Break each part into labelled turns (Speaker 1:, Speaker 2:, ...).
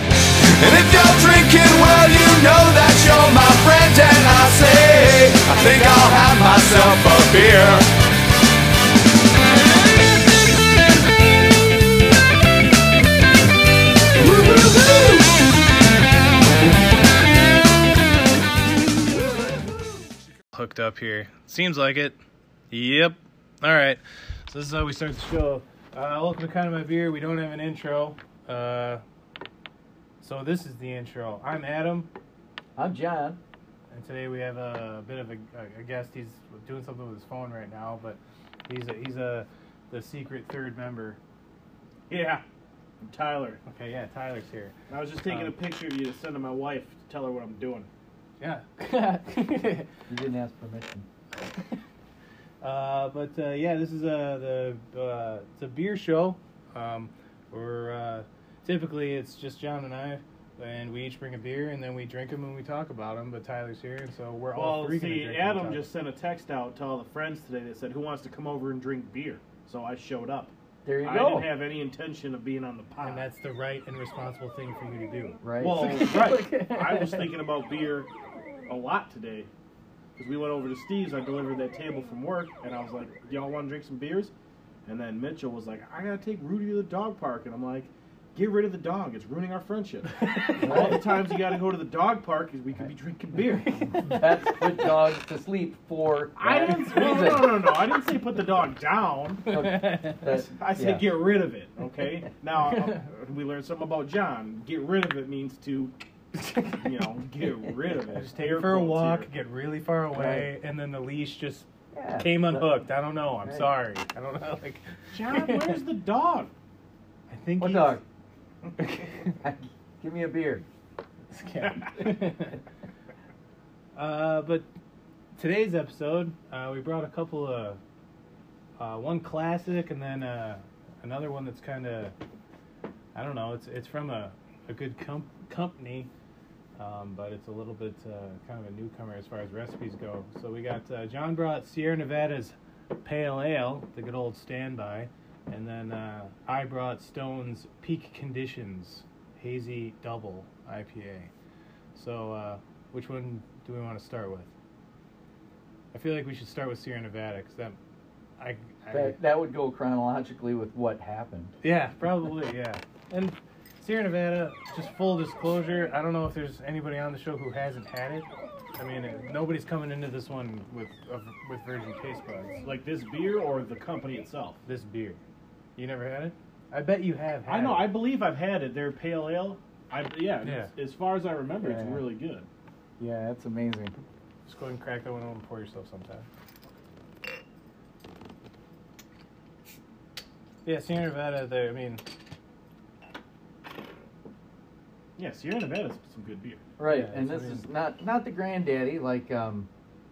Speaker 1: And if you're drinking, well, you know that you're my friend. And I say, I think I'll have myself a beer.
Speaker 2: hooked up here. Seems like it. Yep. All right. So this is how we start the show. Uh, welcome to Kind of My Beer. We don't have an intro. Uh, so this is the intro. I'm Adam,
Speaker 3: I'm John.
Speaker 2: and today we have a, bit of a, a guest. He's doing something with his phone right now, but he's a, he's a the secret third member.
Speaker 4: Yeah, I'm Tyler.
Speaker 2: Okay, yeah, Tyler's here.
Speaker 4: I was just taking
Speaker 2: Um,
Speaker 4: a picture of you to send to my wife to tell her what I'm doing.
Speaker 2: Yeah.
Speaker 3: You didn't ask permission.
Speaker 2: Uh, but uh, yeah, this is a the uh, it's a beer show. Um, we're uh, typically it's just John and I, and we each bring a beer and then we drink them and we talk about them. But Tyler's here, and so we're all
Speaker 4: Well,
Speaker 2: three. gonna
Speaker 4: see,
Speaker 2: drink and
Speaker 4: Adam
Speaker 2: talk.
Speaker 4: just sent a text out to all the friends today that said, "Who wants to come over and drink beer?" So I showed up.
Speaker 3: There you
Speaker 4: I
Speaker 3: go.
Speaker 4: didn't have any intention of being on the pod.
Speaker 2: and that's the right and responsible thing for you to do.
Speaker 3: right.
Speaker 4: well, right. I was thinking about beer a lot today because we went over to Steve's. I delivered that table from work, and I was like, "Y'all want to drink some beers?" And then Mitchell was like, "I gotta take Rudy to the dog park," and I'm like. Get rid of the dog. It's ruining our friendship. All the times you got to go to the dog park is we could be drinking beer.
Speaker 3: That's put dogs to sleep for.
Speaker 4: I
Speaker 3: that
Speaker 4: didn't. No,
Speaker 3: reason.
Speaker 4: no, no, no. I didn't say put the dog down.
Speaker 3: That-
Speaker 4: I said
Speaker 3: yeah.
Speaker 4: get rid of it. Okay. Now uh, we learned something about John. Get rid of it means to, you know, get rid of it.
Speaker 2: Just take
Speaker 4: Air
Speaker 2: her for a
Speaker 4: quotes
Speaker 2: walk,
Speaker 4: here.
Speaker 2: get really far away, and then the leash just
Speaker 3: Yeah.
Speaker 2: came
Speaker 3: That-
Speaker 2: unhooked. I don't know. I'm
Speaker 3: Right.
Speaker 2: sorry. I don't know. Like,
Speaker 4: John, where's the dog?
Speaker 2: I think
Speaker 3: What
Speaker 2: he's-
Speaker 3: dog? Give me a beer.
Speaker 2: uh, but today's episode, uh, we brought a couple of uh, one classic and then uh, another one that's kind of I don't know. It's it's from a a good com- company, um, but it's a little bit uh, kind of a newcomer as far as recipes go. So we got uh, John brought Sierra Nevada's pale ale, the good old standby, and then uh, I brought Stone's Peak Conditions hazy double IPA. So, uh, which one do we want to start with? I feel like we should start with Sierra Nevada because that, I, I
Speaker 3: That, that would go chronologically with what happened.
Speaker 2: yeah, probably, yeah. And Sierra Nevada, just full disclosure, I don't know if there's anybody on the show who hasn't had it. I mean, uh, nobody's coming into this one with of with virgin taste buds.
Speaker 4: Like this beer or the company itself?
Speaker 2: This beer, you never had it? I bet you have. Had
Speaker 4: I know.
Speaker 2: It.
Speaker 4: I believe I've had it. They're pale ale. I yeah. it's- As far as I remember, it's
Speaker 3: Yeah.
Speaker 4: really good.
Speaker 3: Yeah, that's amazing.
Speaker 2: Just go ahead and crack that one open and pour yourself sometime. Yeah, Sierra Nevada. There, I mean,
Speaker 4: Yeah, Sierra Nevada's some good beer.
Speaker 3: Right,
Speaker 2: Yeah,
Speaker 3: and
Speaker 2: that's
Speaker 3: this
Speaker 2: what I
Speaker 3: is not not the granddaddy like um,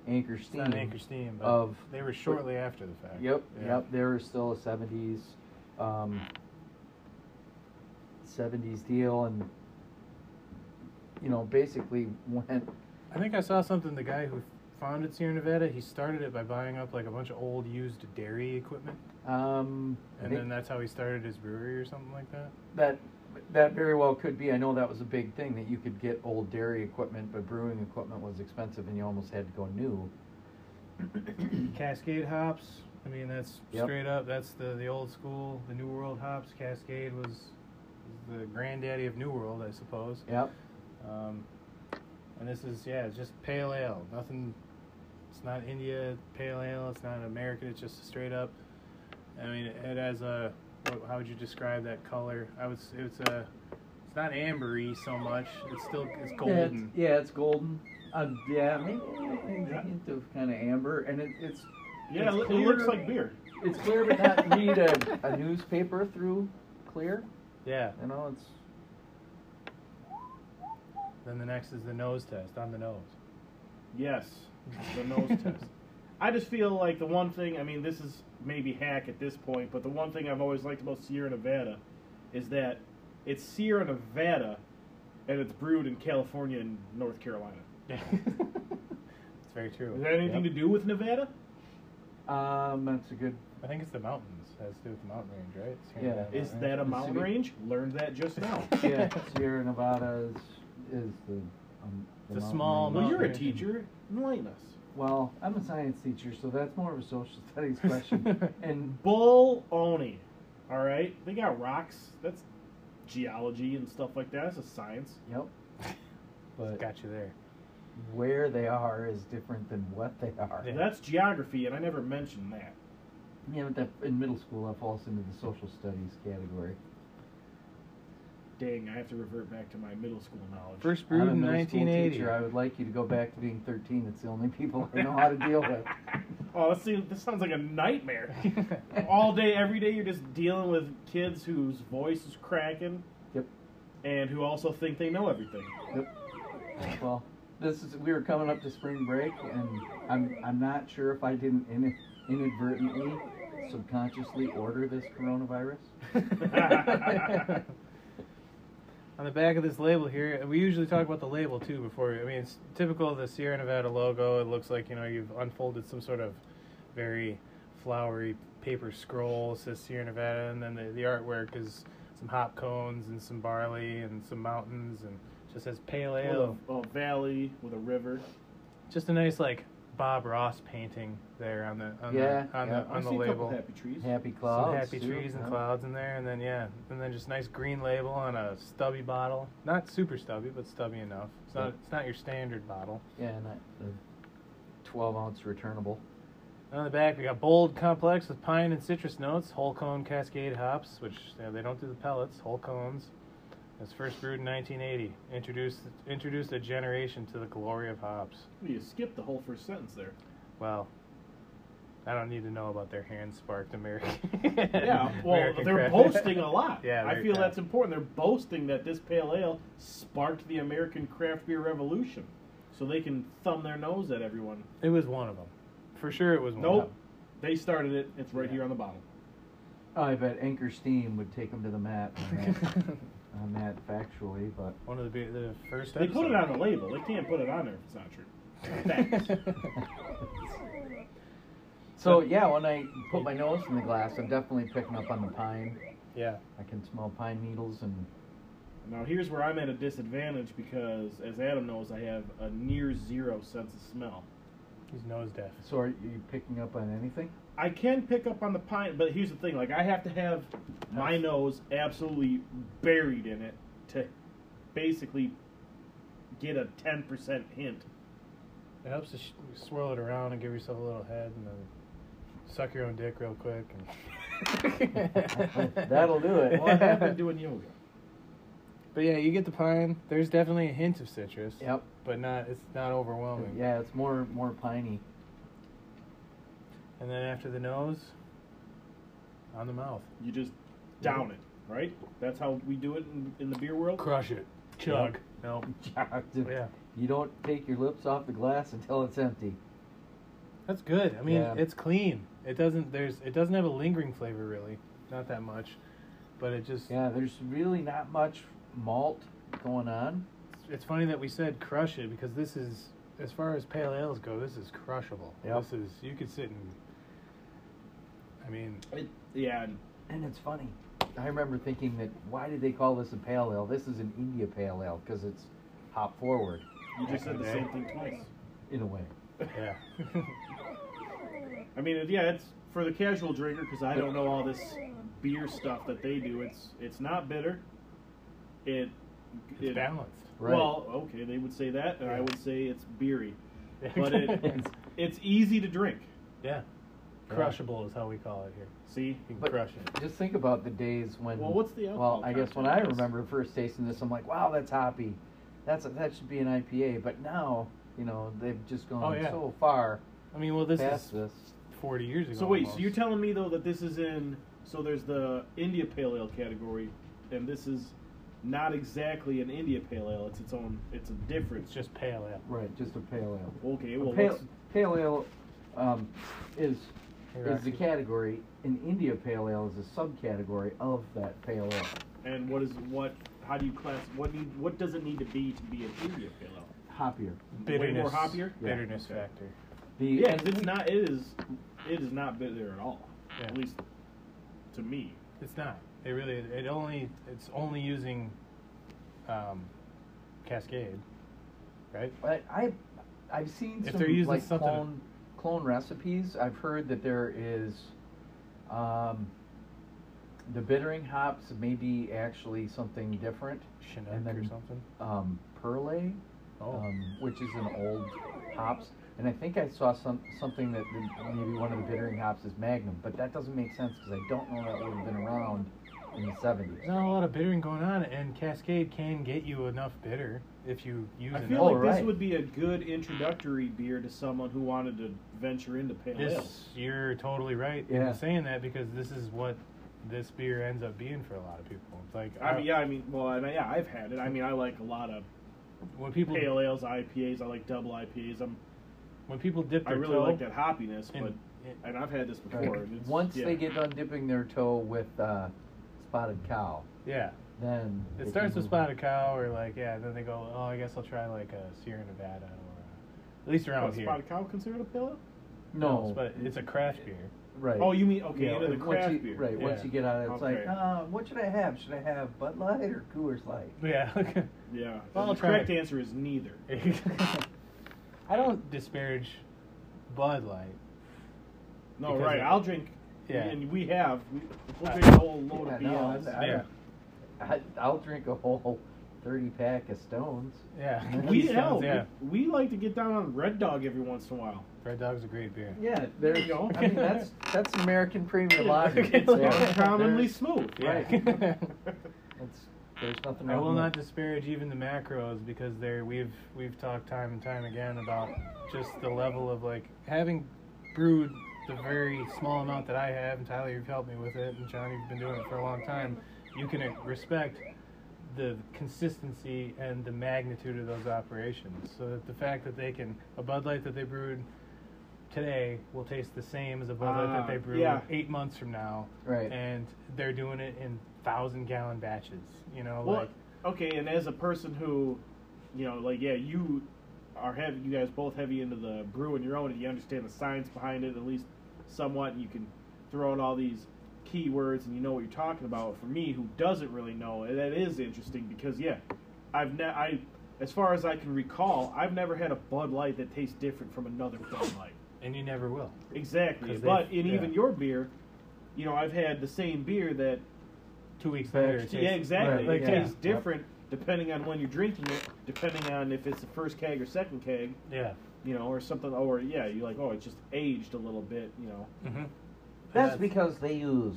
Speaker 3: Anchor
Speaker 2: it's
Speaker 3: Steam.
Speaker 2: not an Anchor Steam, but
Speaker 3: Mm. Of-
Speaker 2: they were shortly after the fact.
Speaker 3: Yep,
Speaker 2: Yeah.
Speaker 3: yep. There were still a '70s, um, '70s deal, and you know, basically went
Speaker 2: I think I saw something. The guy who founded Sierra Nevada, he started it by buying up like a bunch of old used dairy equipment,
Speaker 3: Um, I
Speaker 2: and
Speaker 3: think
Speaker 2: then that's how he started his brewery or something like that.
Speaker 3: that that very well could be. I know that was a big thing that you could get old dairy equipment, but brewing equipment was expensive, and you almost had to go new.
Speaker 2: Cascade hops. I mean, that's
Speaker 3: Yep.
Speaker 2: straight up. That's the the old school, the New World hops. Cascade was the granddaddy of New World, I suppose.
Speaker 3: Yep.
Speaker 2: Um, and this is yeah, it's just pale ale. Nothing. It's not India pale ale. It's not American. It's just straight up. I mean, it has a. What, how would you describe that color? I was. It's a. It's not ambery so much. It's still. It's golden.
Speaker 3: Yeah, it's, yeah, it's golden. Um, yeah, maybe a hint of kind of amber, and it, it's
Speaker 4: Yeah,
Speaker 3: It's
Speaker 4: it, it
Speaker 3: clear.
Speaker 4: looks like beer.
Speaker 3: it's clear, but not read a, a newspaper through clear.
Speaker 2: Yeah.
Speaker 3: You know, it's
Speaker 2: Then the next is the nose test on the nose.
Speaker 4: Yes, the nose test. I just feel like the one thing, I mean, this is maybe hack at this point, but the one thing I've always liked about Sierra Nevada is that it's Sierra Nevada and it's brewed in California and North Carolina.
Speaker 2: it's very true.
Speaker 4: Does that have anything
Speaker 2: Yep.
Speaker 4: to do with Nevada?
Speaker 3: Um, that's a good.
Speaker 2: I think it's the mountains. It has to do with the mountain range, right? It's
Speaker 3: Yeah.
Speaker 2: Nevada,
Speaker 4: Is
Speaker 2: right?
Speaker 4: that a
Speaker 3: Let's
Speaker 4: mountain
Speaker 3: see.
Speaker 4: range? Learned that just now.
Speaker 3: Yeah, Sierra Nevada is, is the. Um, the
Speaker 2: It's a
Speaker 3: mountain
Speaker 2: small
Speaker 3: range.
Speaker 4: well, you're a
Speaker 2: range.
Speaker 4: teacher. Enlighten us.
Speaker 3: Well, I'm a science teacher, so that's more of a social studies question. and
Speaker 4: Bull Oni. All right, they got rocks. That's geology and stuff like that. That's a science.
Speaker 3: yep, but
Speaker 2: Got you there.
Speaker 3: where they are is different than what they are.
Speaker 2: Yeah.
Speaker 4: That's geography, and I never mentioned that.
Speaker 3: Yeah, but that in middle school that falls into the social studies category.
Speaker 4: Dang, I have to revert back to my middle school knowledge.
Speaker 2: First
Speaker 3: I'm
Speaker 2: brewed
Speaker 3: a
Speaker 2: in
Speaker 3: middle school
Speaker 2: 1980.
Speaker 3: teacher. I would like you to go back to being 13. It's the only people I know how to deal with.
Speaker 4: oh, let's see. This sounds like a nightmare. All day, every day, you're just dealing with kids whose voice is cracking
Speaker 3: Yep.
Speaker 4: and who also think they know everything.
Speaker 3: Well, this is we were coming up to spring break, and I'm I'm not sure if I didn't in, inadvertently, subconsciously order this coronavirus.
Speaker 2: On the back of this label here, and we usually talk about the label too before. I mean, it's typical of the Sierra Nevada logo. It looks like you know you've unfolded some sort of very flowery paper scroll. It says Sierra Nevada, and then the, the artwork is some hop cones and some barley and some mountains, and it just says pale
Speaker 4: With
Speaker 2: ale.
Speaker 4: a, a valley with a river.
Speaker 2: Just a nice like Bob Ross painting there on the on
Speaker 3: Yeah,
Speaker 2: the on
Speaker 3: yeah.
Speaker 2: the
Speaker 4: I
Speaker 2: on the
Speaker 4: see a couple
Speaker 2: label.
Speaker 4: happy trees.
Speaker 3: Happy
Speaker 2: Some
Speaker 3: clouds.
Speaker 2: happy
Speaker 3: too,
Speaker 2: trees and
Speaker 3: huh?
Speaker 2: clouds in there, and then yeah, and then just nice green label on a stubby bottle. Not super stubby, but stubby enough. It's not it's not your standard bottle.
Speaker 3: Yeah, and that, the 12 ounce returnable.
Speaker 2: And on the back we got bold complex with pine and citrus notes, whole cone cascade hops, which you know, they don't do the pellets, whole cones. It was first brewed in 1980. Introduced introduced a generation to the glory of hops.
Speaker 4: You skipped the whole first sentence there.
Speaker 2: Well, I don't need to know about their hand sparked American.
Speaker 4: Yeah, well,
Speaker 2: American
Speaker 4: they're
Speaker 2: craft.
Speaker 4: boasting a lot.
Speaker 2: Yeah,
Speaker 4: I
Speaker 2: they're-
Speaker 4: feel
Speaker 2: yeah.
Speaker 4: that's important. They're boasting that this pale ale sparked the American craft beer revolution, so they can thumb their nose at everyone.
Speaker 2: It was one of them. For sure, it was one.
Speaker 4: Nope,
Speaker 2: Of
Speaker 4: they started it. It's right
Speaker 2: Yeah.
Speaker 4: here on the bottom.
Speaker 3: Oh, I bet Anchor Steam would take them to the mat on that,
Speaker 2: them.
Speaker 3: on that factually, but
Speaker 2: One of the be- the first.
Speaker 4: They put it on the label. They can't put it on there if it's not true. Facts.
Speaker 3: so yeah, when I put my nose in the glass, I'm definitely picking up on the pine.
Speaker 2: yeah,
Speaker 3: I can smell pine needles and
Speaker 4: now here's where I'm at a disadvantage because, as Adam knows, I have a near zero sense of smell.
Speaker 2: he's nose deaf.
Speaker 3: so are you picking up on anything?
Speaker 4: I can pick up on the pine, but here's the thing: like I have to have my nose absolutely buried in it to basically get a ten percent hint.
Speaker 2: It helps to sh- swirl it around and give yourself a little head, and then suck your own dick real quick. And
Speaker 3: That'll do it.
Speaker 4: Well, I have been doing yoga.
Speaker 2: But yeah, you get the pine. There's definitely a hint of citrus.
Speaker 3: Yep.
Speaker 2: But not. It's not overwhelming.
Speaker 3: Yeah, it's more more piney.
Speaker 2: And then after the nose, on the mouth.
Speaker 4: You just down it, right? That's how we do it in, in the beer world.
Speaker 2: Crush it. Chug. No. Yeah.
Speaker 3: You don't take your lips off the glass until it's empty.
Speaker 2: That's good. I mean,
Speaker 3: Yeah.
Speaker 2: it's clean. It doesn't. There's. It doesn't have a lingering flavor really. Not that much. But it just.
Speaker 3: Yeah, there's really not much malt going on.
Speaker 2: It's funny that we said crush it because this is, as far as pale ales go, this is crushable.
Speaker 3: Yep.
Speaker 2: This is you could sit and. I mean,
Speaker 4: It, yeah, and
Speaker 3: And it's funny. I remember thinking that why did they call this a pale ale? This is an India pale ale because it's hop forward
Speaker 4: you just said the
Speaker 2: Okay.
Speaker 4: same thing twice.
Speaker 3: in a way.
Speaker 2: yeah.
Speaker 4: I mean, it- yeah, it's for the casual drinker because I don't know all this beer stuff that they do. It's it's not bitter. It
Speaker 2: it's
Speaker 4: it,
Speaker 2: balanced.
Speaker 3: Right.
Speaker 4: Well, okay, they would say that, and I would say it's beery. But it,
Speaker 3: It's-
Speaker 4: it's easy to drink.
Speaker 2: yeah. Crushable is how we call it here.
Speaker 4: See,
Speaker 2: You can
Speaker 3: But-
Speaker 2: crush it.
Speaker 3: Just think about the days when.
Speaker 4: Well, what's the
Speaker 3: Well,
Speaker 4: alcohol
Speaker 3: I guess when I
Speaker 4: content?
Speaker 3: remember first tasting this, I'm like, wow, that's hoppy. That's that should be an IPA. But now, you know, they've just gone
Speaker 2: Oh, yeah.
Speaker 3: so far
Speaker 2: I mean, well, this
Speaker 3: past
Speaker 2: is
Speaker 3: this.
Speaker 2: 40 years ago.
Speaker 4: So wait,
Speaker 2: almost.
Speaker 4: so you're telling me though that this is in? So there's the India Pale Ale category, and this is not exactly an India Pale Ale. It's its own. It's a different.
Speaker 2: it's just pale ale.
Speaker 3: Right, just a pale ale.
Speaker 4: okay.
Speaker 3: A
Speaker 4: Well,
Speaker 3: pale,
Speaker 4: what's-
Speaker 3: pale ale um, is
Speaker 2: Here,
Speaker 3: is the
Speaker 2: actually-
Speaker 3: category, and India pale ale is a subcategory of that pale ale.
Speaker 4: and what is what? How do you class? What need? What does it need to be to be an India Pale Ale?
Speaker 3: Hoppier.
Speaker 4: Way more
Speaker 2: bitterness,
Speaker 4: hoppier.
Speaker 3: Yeah.
Speaker 2: bitterness
Speaker 4: Okay.
Speaker 2: factor.
Speaker 3: The
Speaker 4: Yeah,
Speaker 3: and
Speaker 4: 'cause it's
Speaker 3: we-
Speaker 4: not. It is. It is not bitter at all.
Speaker 2: Yeah.
Speaker 4: At least to me.
Speaker 2: It's not. It really. It only. It's only using, um, Cascade, right?
Speaker 3: But I, I've seen
Speaker 2: If
Speaker 3: some
Speaker 2: they're using
Speaker 3: like
Speaker 2: something-
Speaker 3: clone clone recipes. I've heard that there is, um, the bittering hops may be actually something different,
Speaker 2: Chinook
Speaker 3: And then-
Speaker 2: or something.
Speaker 3: um, Perle,
Speaker 2: Oh.
Speaker 3: um, which is an old hops. And I think I saw some something that the- maybe one of the bittering hops is Magnum, but that doesn't make sense because I don't know that would have been around in the
Speaker 2: There's
Speaker 3: 70s.
Speaker 2: not a lot of bittering going on, and Cascade can get you enough bitter if you use
Speaker 4: I
Speaker 2: enough.
Speaker 4: feel like this
Speaker 3: right.
Speaker 4: would be a good introductory beer to someone who wanted to venture into pale ale.
Speaker 2: This, you're totally right
Speaker 3: Yeah.
Speaker 2: in saying that because this is what this beer ends up being for a lot of people. It's like
Speaker 4: I mean, yeah, I mean, well, I mean, yeah, I've had it. I mean, I like a lot of
Speaker 2: uh, when people
Speaker 4: pale ales, IPAs. I like double IPAs. I'm,
Speaker 2: when people dip
Speaker 4: I
Speaker 2: their
Speaker 4: really
Speaker 2: toe
Speaker 4: like that hoppiness,
Speaker 2: in-
Speaker 4: but
Speaker 2: in-
Speaker 4: and I've had this before.
Speaker 3: Right.
Speaker 4: and it's-
Speaker 3: Once
Speaker 4: yeah.
Speaker 3: they get done dipping their toe with uh, spotted cow,
Speaker 2: yeah,
Speaker 3: then they
Speaker 2: it
Speaker 3: can
Speaker 2: starts with
Speaker 3: move on.
Speaker 2: spotted cow or like yeah, then they go oh I guess I'll try like a Sierra Nevada or uh, at least
Speaker 4: Oh,
Speaker 2: around
Speaker 4: is
Speaker 2: here.
Speaker 4: Spotted Cow considered a pale ale?
Speaker 3: No,
Speaker 2: it's- but it's a craft beer.
Speaker 3: right.
Speaker 4: Oh, you mean okay?
Speaker 3: Yeah,
Speaker 4: into the
Speaker 3: once
Speaker 4: craft
Speaker 3: you-
Speaker 4: beer.
Speaker 3: Right. Once
Speaker 2: Yeah.
Speaker 3: you get out of it, it's
Speaker 4: Okay.
Speaker 3: like, uh, what should I have? Should I have Bud Light or Coors Light?
Speaker 2: Yeah.
Speaker 4: Yeah.
Speaker 2: Well,
Speaker 4: the
Speaker 2: I'll try
Speaker 4: correct
Speaker 2: it.
Speaker 4: answer is neither.
Speaker 2: I don't disparage Bud Light.
Speaker 4: No,
Speaker 2: Because
Speaker 4: right.
Speaker 2: it-
Speaker 4: I'll drink.
Speaker 2: Yeah.
Speaker 4: And we have. We, we'll
Speaker 2: Uh,
Speaker 4: drink a whole load
Speaker 3: Yeah,
Speaker 4: of
Speaker 3: no,
Speaker 4: BLs.
Speaker 3: I'm- I'm-
Speaker 2: Yeah.
Speaker 3: I, I'll drink a whole thirty pack of Stones.
Speaker 2: Yeah.
Speaker 4: we
Speaker 2: Stones,
Speaker 4: hell,
Speaker 2: yeah.
Speaker 4: we, we like to get down on Red Dog every once in a while.
Speaker 2: Red Dog's a great beer.
Speaker 3: Yeah, there you go. I mean, that's that's American premium lager. uh,
Speaker 4: It's uncommonly
Speaker 3: There's,
Speaker 4: smooth.
Speaker 2: Yeah.
Speaker 3: that's- there's nothing
Speaker 2: I
Speaker 3: wrong
Speaker 2: will
Speaker 3: with
Speaker 2: not
Speaker 3: it.
Speaker 2: disparage even the macros because there we've we've talked time and time again about just the level of like having brewed the very small amount that I have and Tyler you've helped me with it and Johnny you've been doing it for a long time. You can uh, respect the consistency and the magnitude of those operations. So that the fact that they can a Bud Light that they brewed today will taste the same as a Bud Light
Speaker 4: Ah,
Speaker 2: that they brewed
Speaker 4: yeah.
Speaker 2: eight months from now.
Speaker 3: Right.
Speaker 2: And they're doing it in thousand gallon batches. You know,
Speaker 4: Well,
Speaker 2: like
Speaker 4: okay, and as a person who, you know, like yeah, you are heavy. You guys both heavy into the brewing your own, and you understand the science behind it at least somewhat. And you can throw in all these keywords, and you know what you're talking about. For me, who doesn't really know, and that is interesting because yeah, I've ne- I, as far as I can recall, I've never had a Bud Light that tastes different from another Bud Light.
Speaker 2: and you never will.
Speaker 4: Exactly,
Speaker 2: 'Cause
Speaker 4: but
Speaker 2: they've-
Speaker 4: in
Speaker 2: yeah.
Speaker 4: even your beer, you know, I've had the same beer that
Speaker 2: Two weeks
Speaker 3: Right.
Speaker 2: later, it
Speaker 4: yeah,
Speaker 2: tastes-
Speaker 4: exactly.
Speaker 2: Right,
Speaker 4: it
Speaker 2: yeah.
Speaker 4: tastes different depending on when you're drinking it, depending on if it's the first keg or second keg,
Speaker 2: Yeah.
Speaker 4: you know, or something. Or yeah, you're like, oh, it just aged a little bit, you know.
Speaker 2: hmm
Speaker 3: That's because they use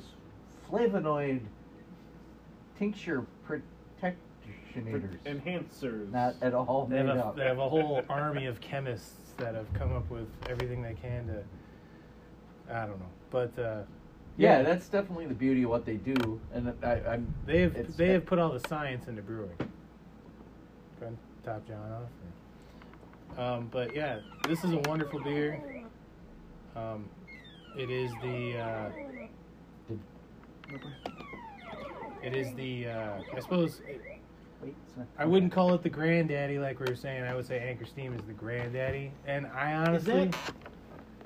Speaker 3: flavonoid tincture protectionators.
Speaker 4: Enhancers.
Speaker 3: Not at all
Speaker 2: They
Speaker 3: made
Speaker 2: have, a,
Speaker 3: up.
Speaker 2: they have a whole army of chemists that have come up with everything they can to. I don't know, but uh,
Speaker 3: Yeah, that's definitely the beauty of what they do, and I, I'm.
Speaker 2: they
Speaker 3: it's-
Speaker 2: have they have put all the science into brewing. Go ahead, top John off. Um, but yeah, this is a wonderful beer. Um, it is the uh, it is the uh, I suppose
Speaker 3: Wait, it's not-
Speaker 2: I wouldn't call it the granddaddy like we were saying. I would say Anchor Steam is the granddaddy, and I
Speaker 4: Is
Speaker 2: honestly
Speaker 4: that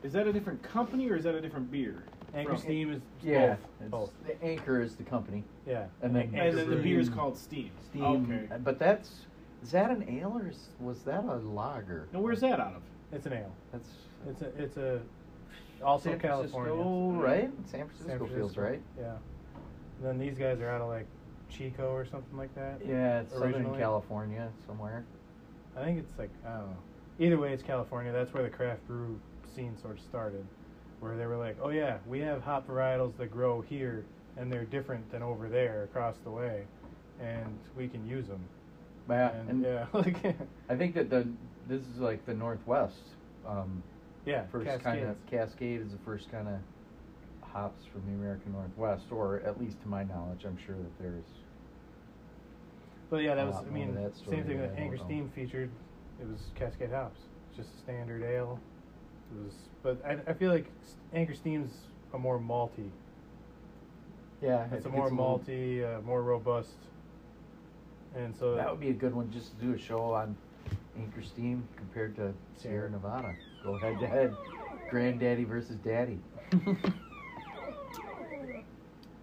Speaker 4: is that a different company or is that a different beer?
Speaker 2: Anchor
Speaker 4: From-
Speaker 2: Steam is
Speaker 3: Yeah,
Speaker 2: both,
Speaker 3: it's,
Speaker 2: both.
Speaker 3: the Anchor is the company.
Speaker 2: yeah,
Speaker 3: and then-
Speaker 4: And then the
Speaker 2: Brewery.
Speaker 4: beer is called Steam.
Speaker 3: Steam,
Speaker 4: Okay.
Speaker 3: but that's is that an ale or is, was that a lager?
Speaker 4: Now where's that out of?
Speaker 2: It's an ale.
Speaker 3: That's
Speaker 2: It's a it's a also
Speaker 3: San
Speaker 2: California,
Speaker 3: Francisco, right? San
Speaker 2: San
Speaker 3: Francisco, feels
Speaker 2: Francisco.
Speaker 3: right.
Speaker 2: Yeah. And then these guys are out of like Chico or something like that.
Speaker 3: Yeah, it's Southern
Speaker 2: Originally.
Speaker 3: California somewhere.
Speaker 2: I think it's like I don't know. Either way, it's California. That's where the craft brew scene sort of started, where they were like, "Oh yeah, we have hop varietals that grow here, and they're different than over there across the way, and we can use them."
Speaker 3: Yeah,
Speaker 2: and,
Speaker 3: and
Speaker 2: yeah, like
Speaker 3: I think that the this is like the Northwest. Um,
Speaker 2: yeah,
Speaker 3: first kind of
Speaker 2: Cascades.
Speaker 3: Cascade is the first kind of hops from the American Northwest, or at least to my knowledge, I'm sure that there's
Speaker 2: But yeah,
Speaker 3: a
Speaker 2: that was
Speaker 3: lot
Speaker 2: I
Speaker 3: more
Speaker 2: mean
Speaker 3: to that story
Speaker 2: same thing
Speaker 3: that
Speaker 2: that
Speaker 3: I
Speaker 2: Anchor
Speaker 3: don't know.
Speaker 2: Steam featured. It was Cascade hops, just a standard ale. It was, but I, I feel like S- Anchor Steam's a more malty.
Speaker 3: yeah,
Speaker 2: It's a more
Speaker 3: multi.
Speaker 2: malty, uh, more robust, and so
Speaker 3: That would be a good one just to do a show on Anchor Steam compared to Sierra Nevada. Go head to head. Granddaddy versus daddy.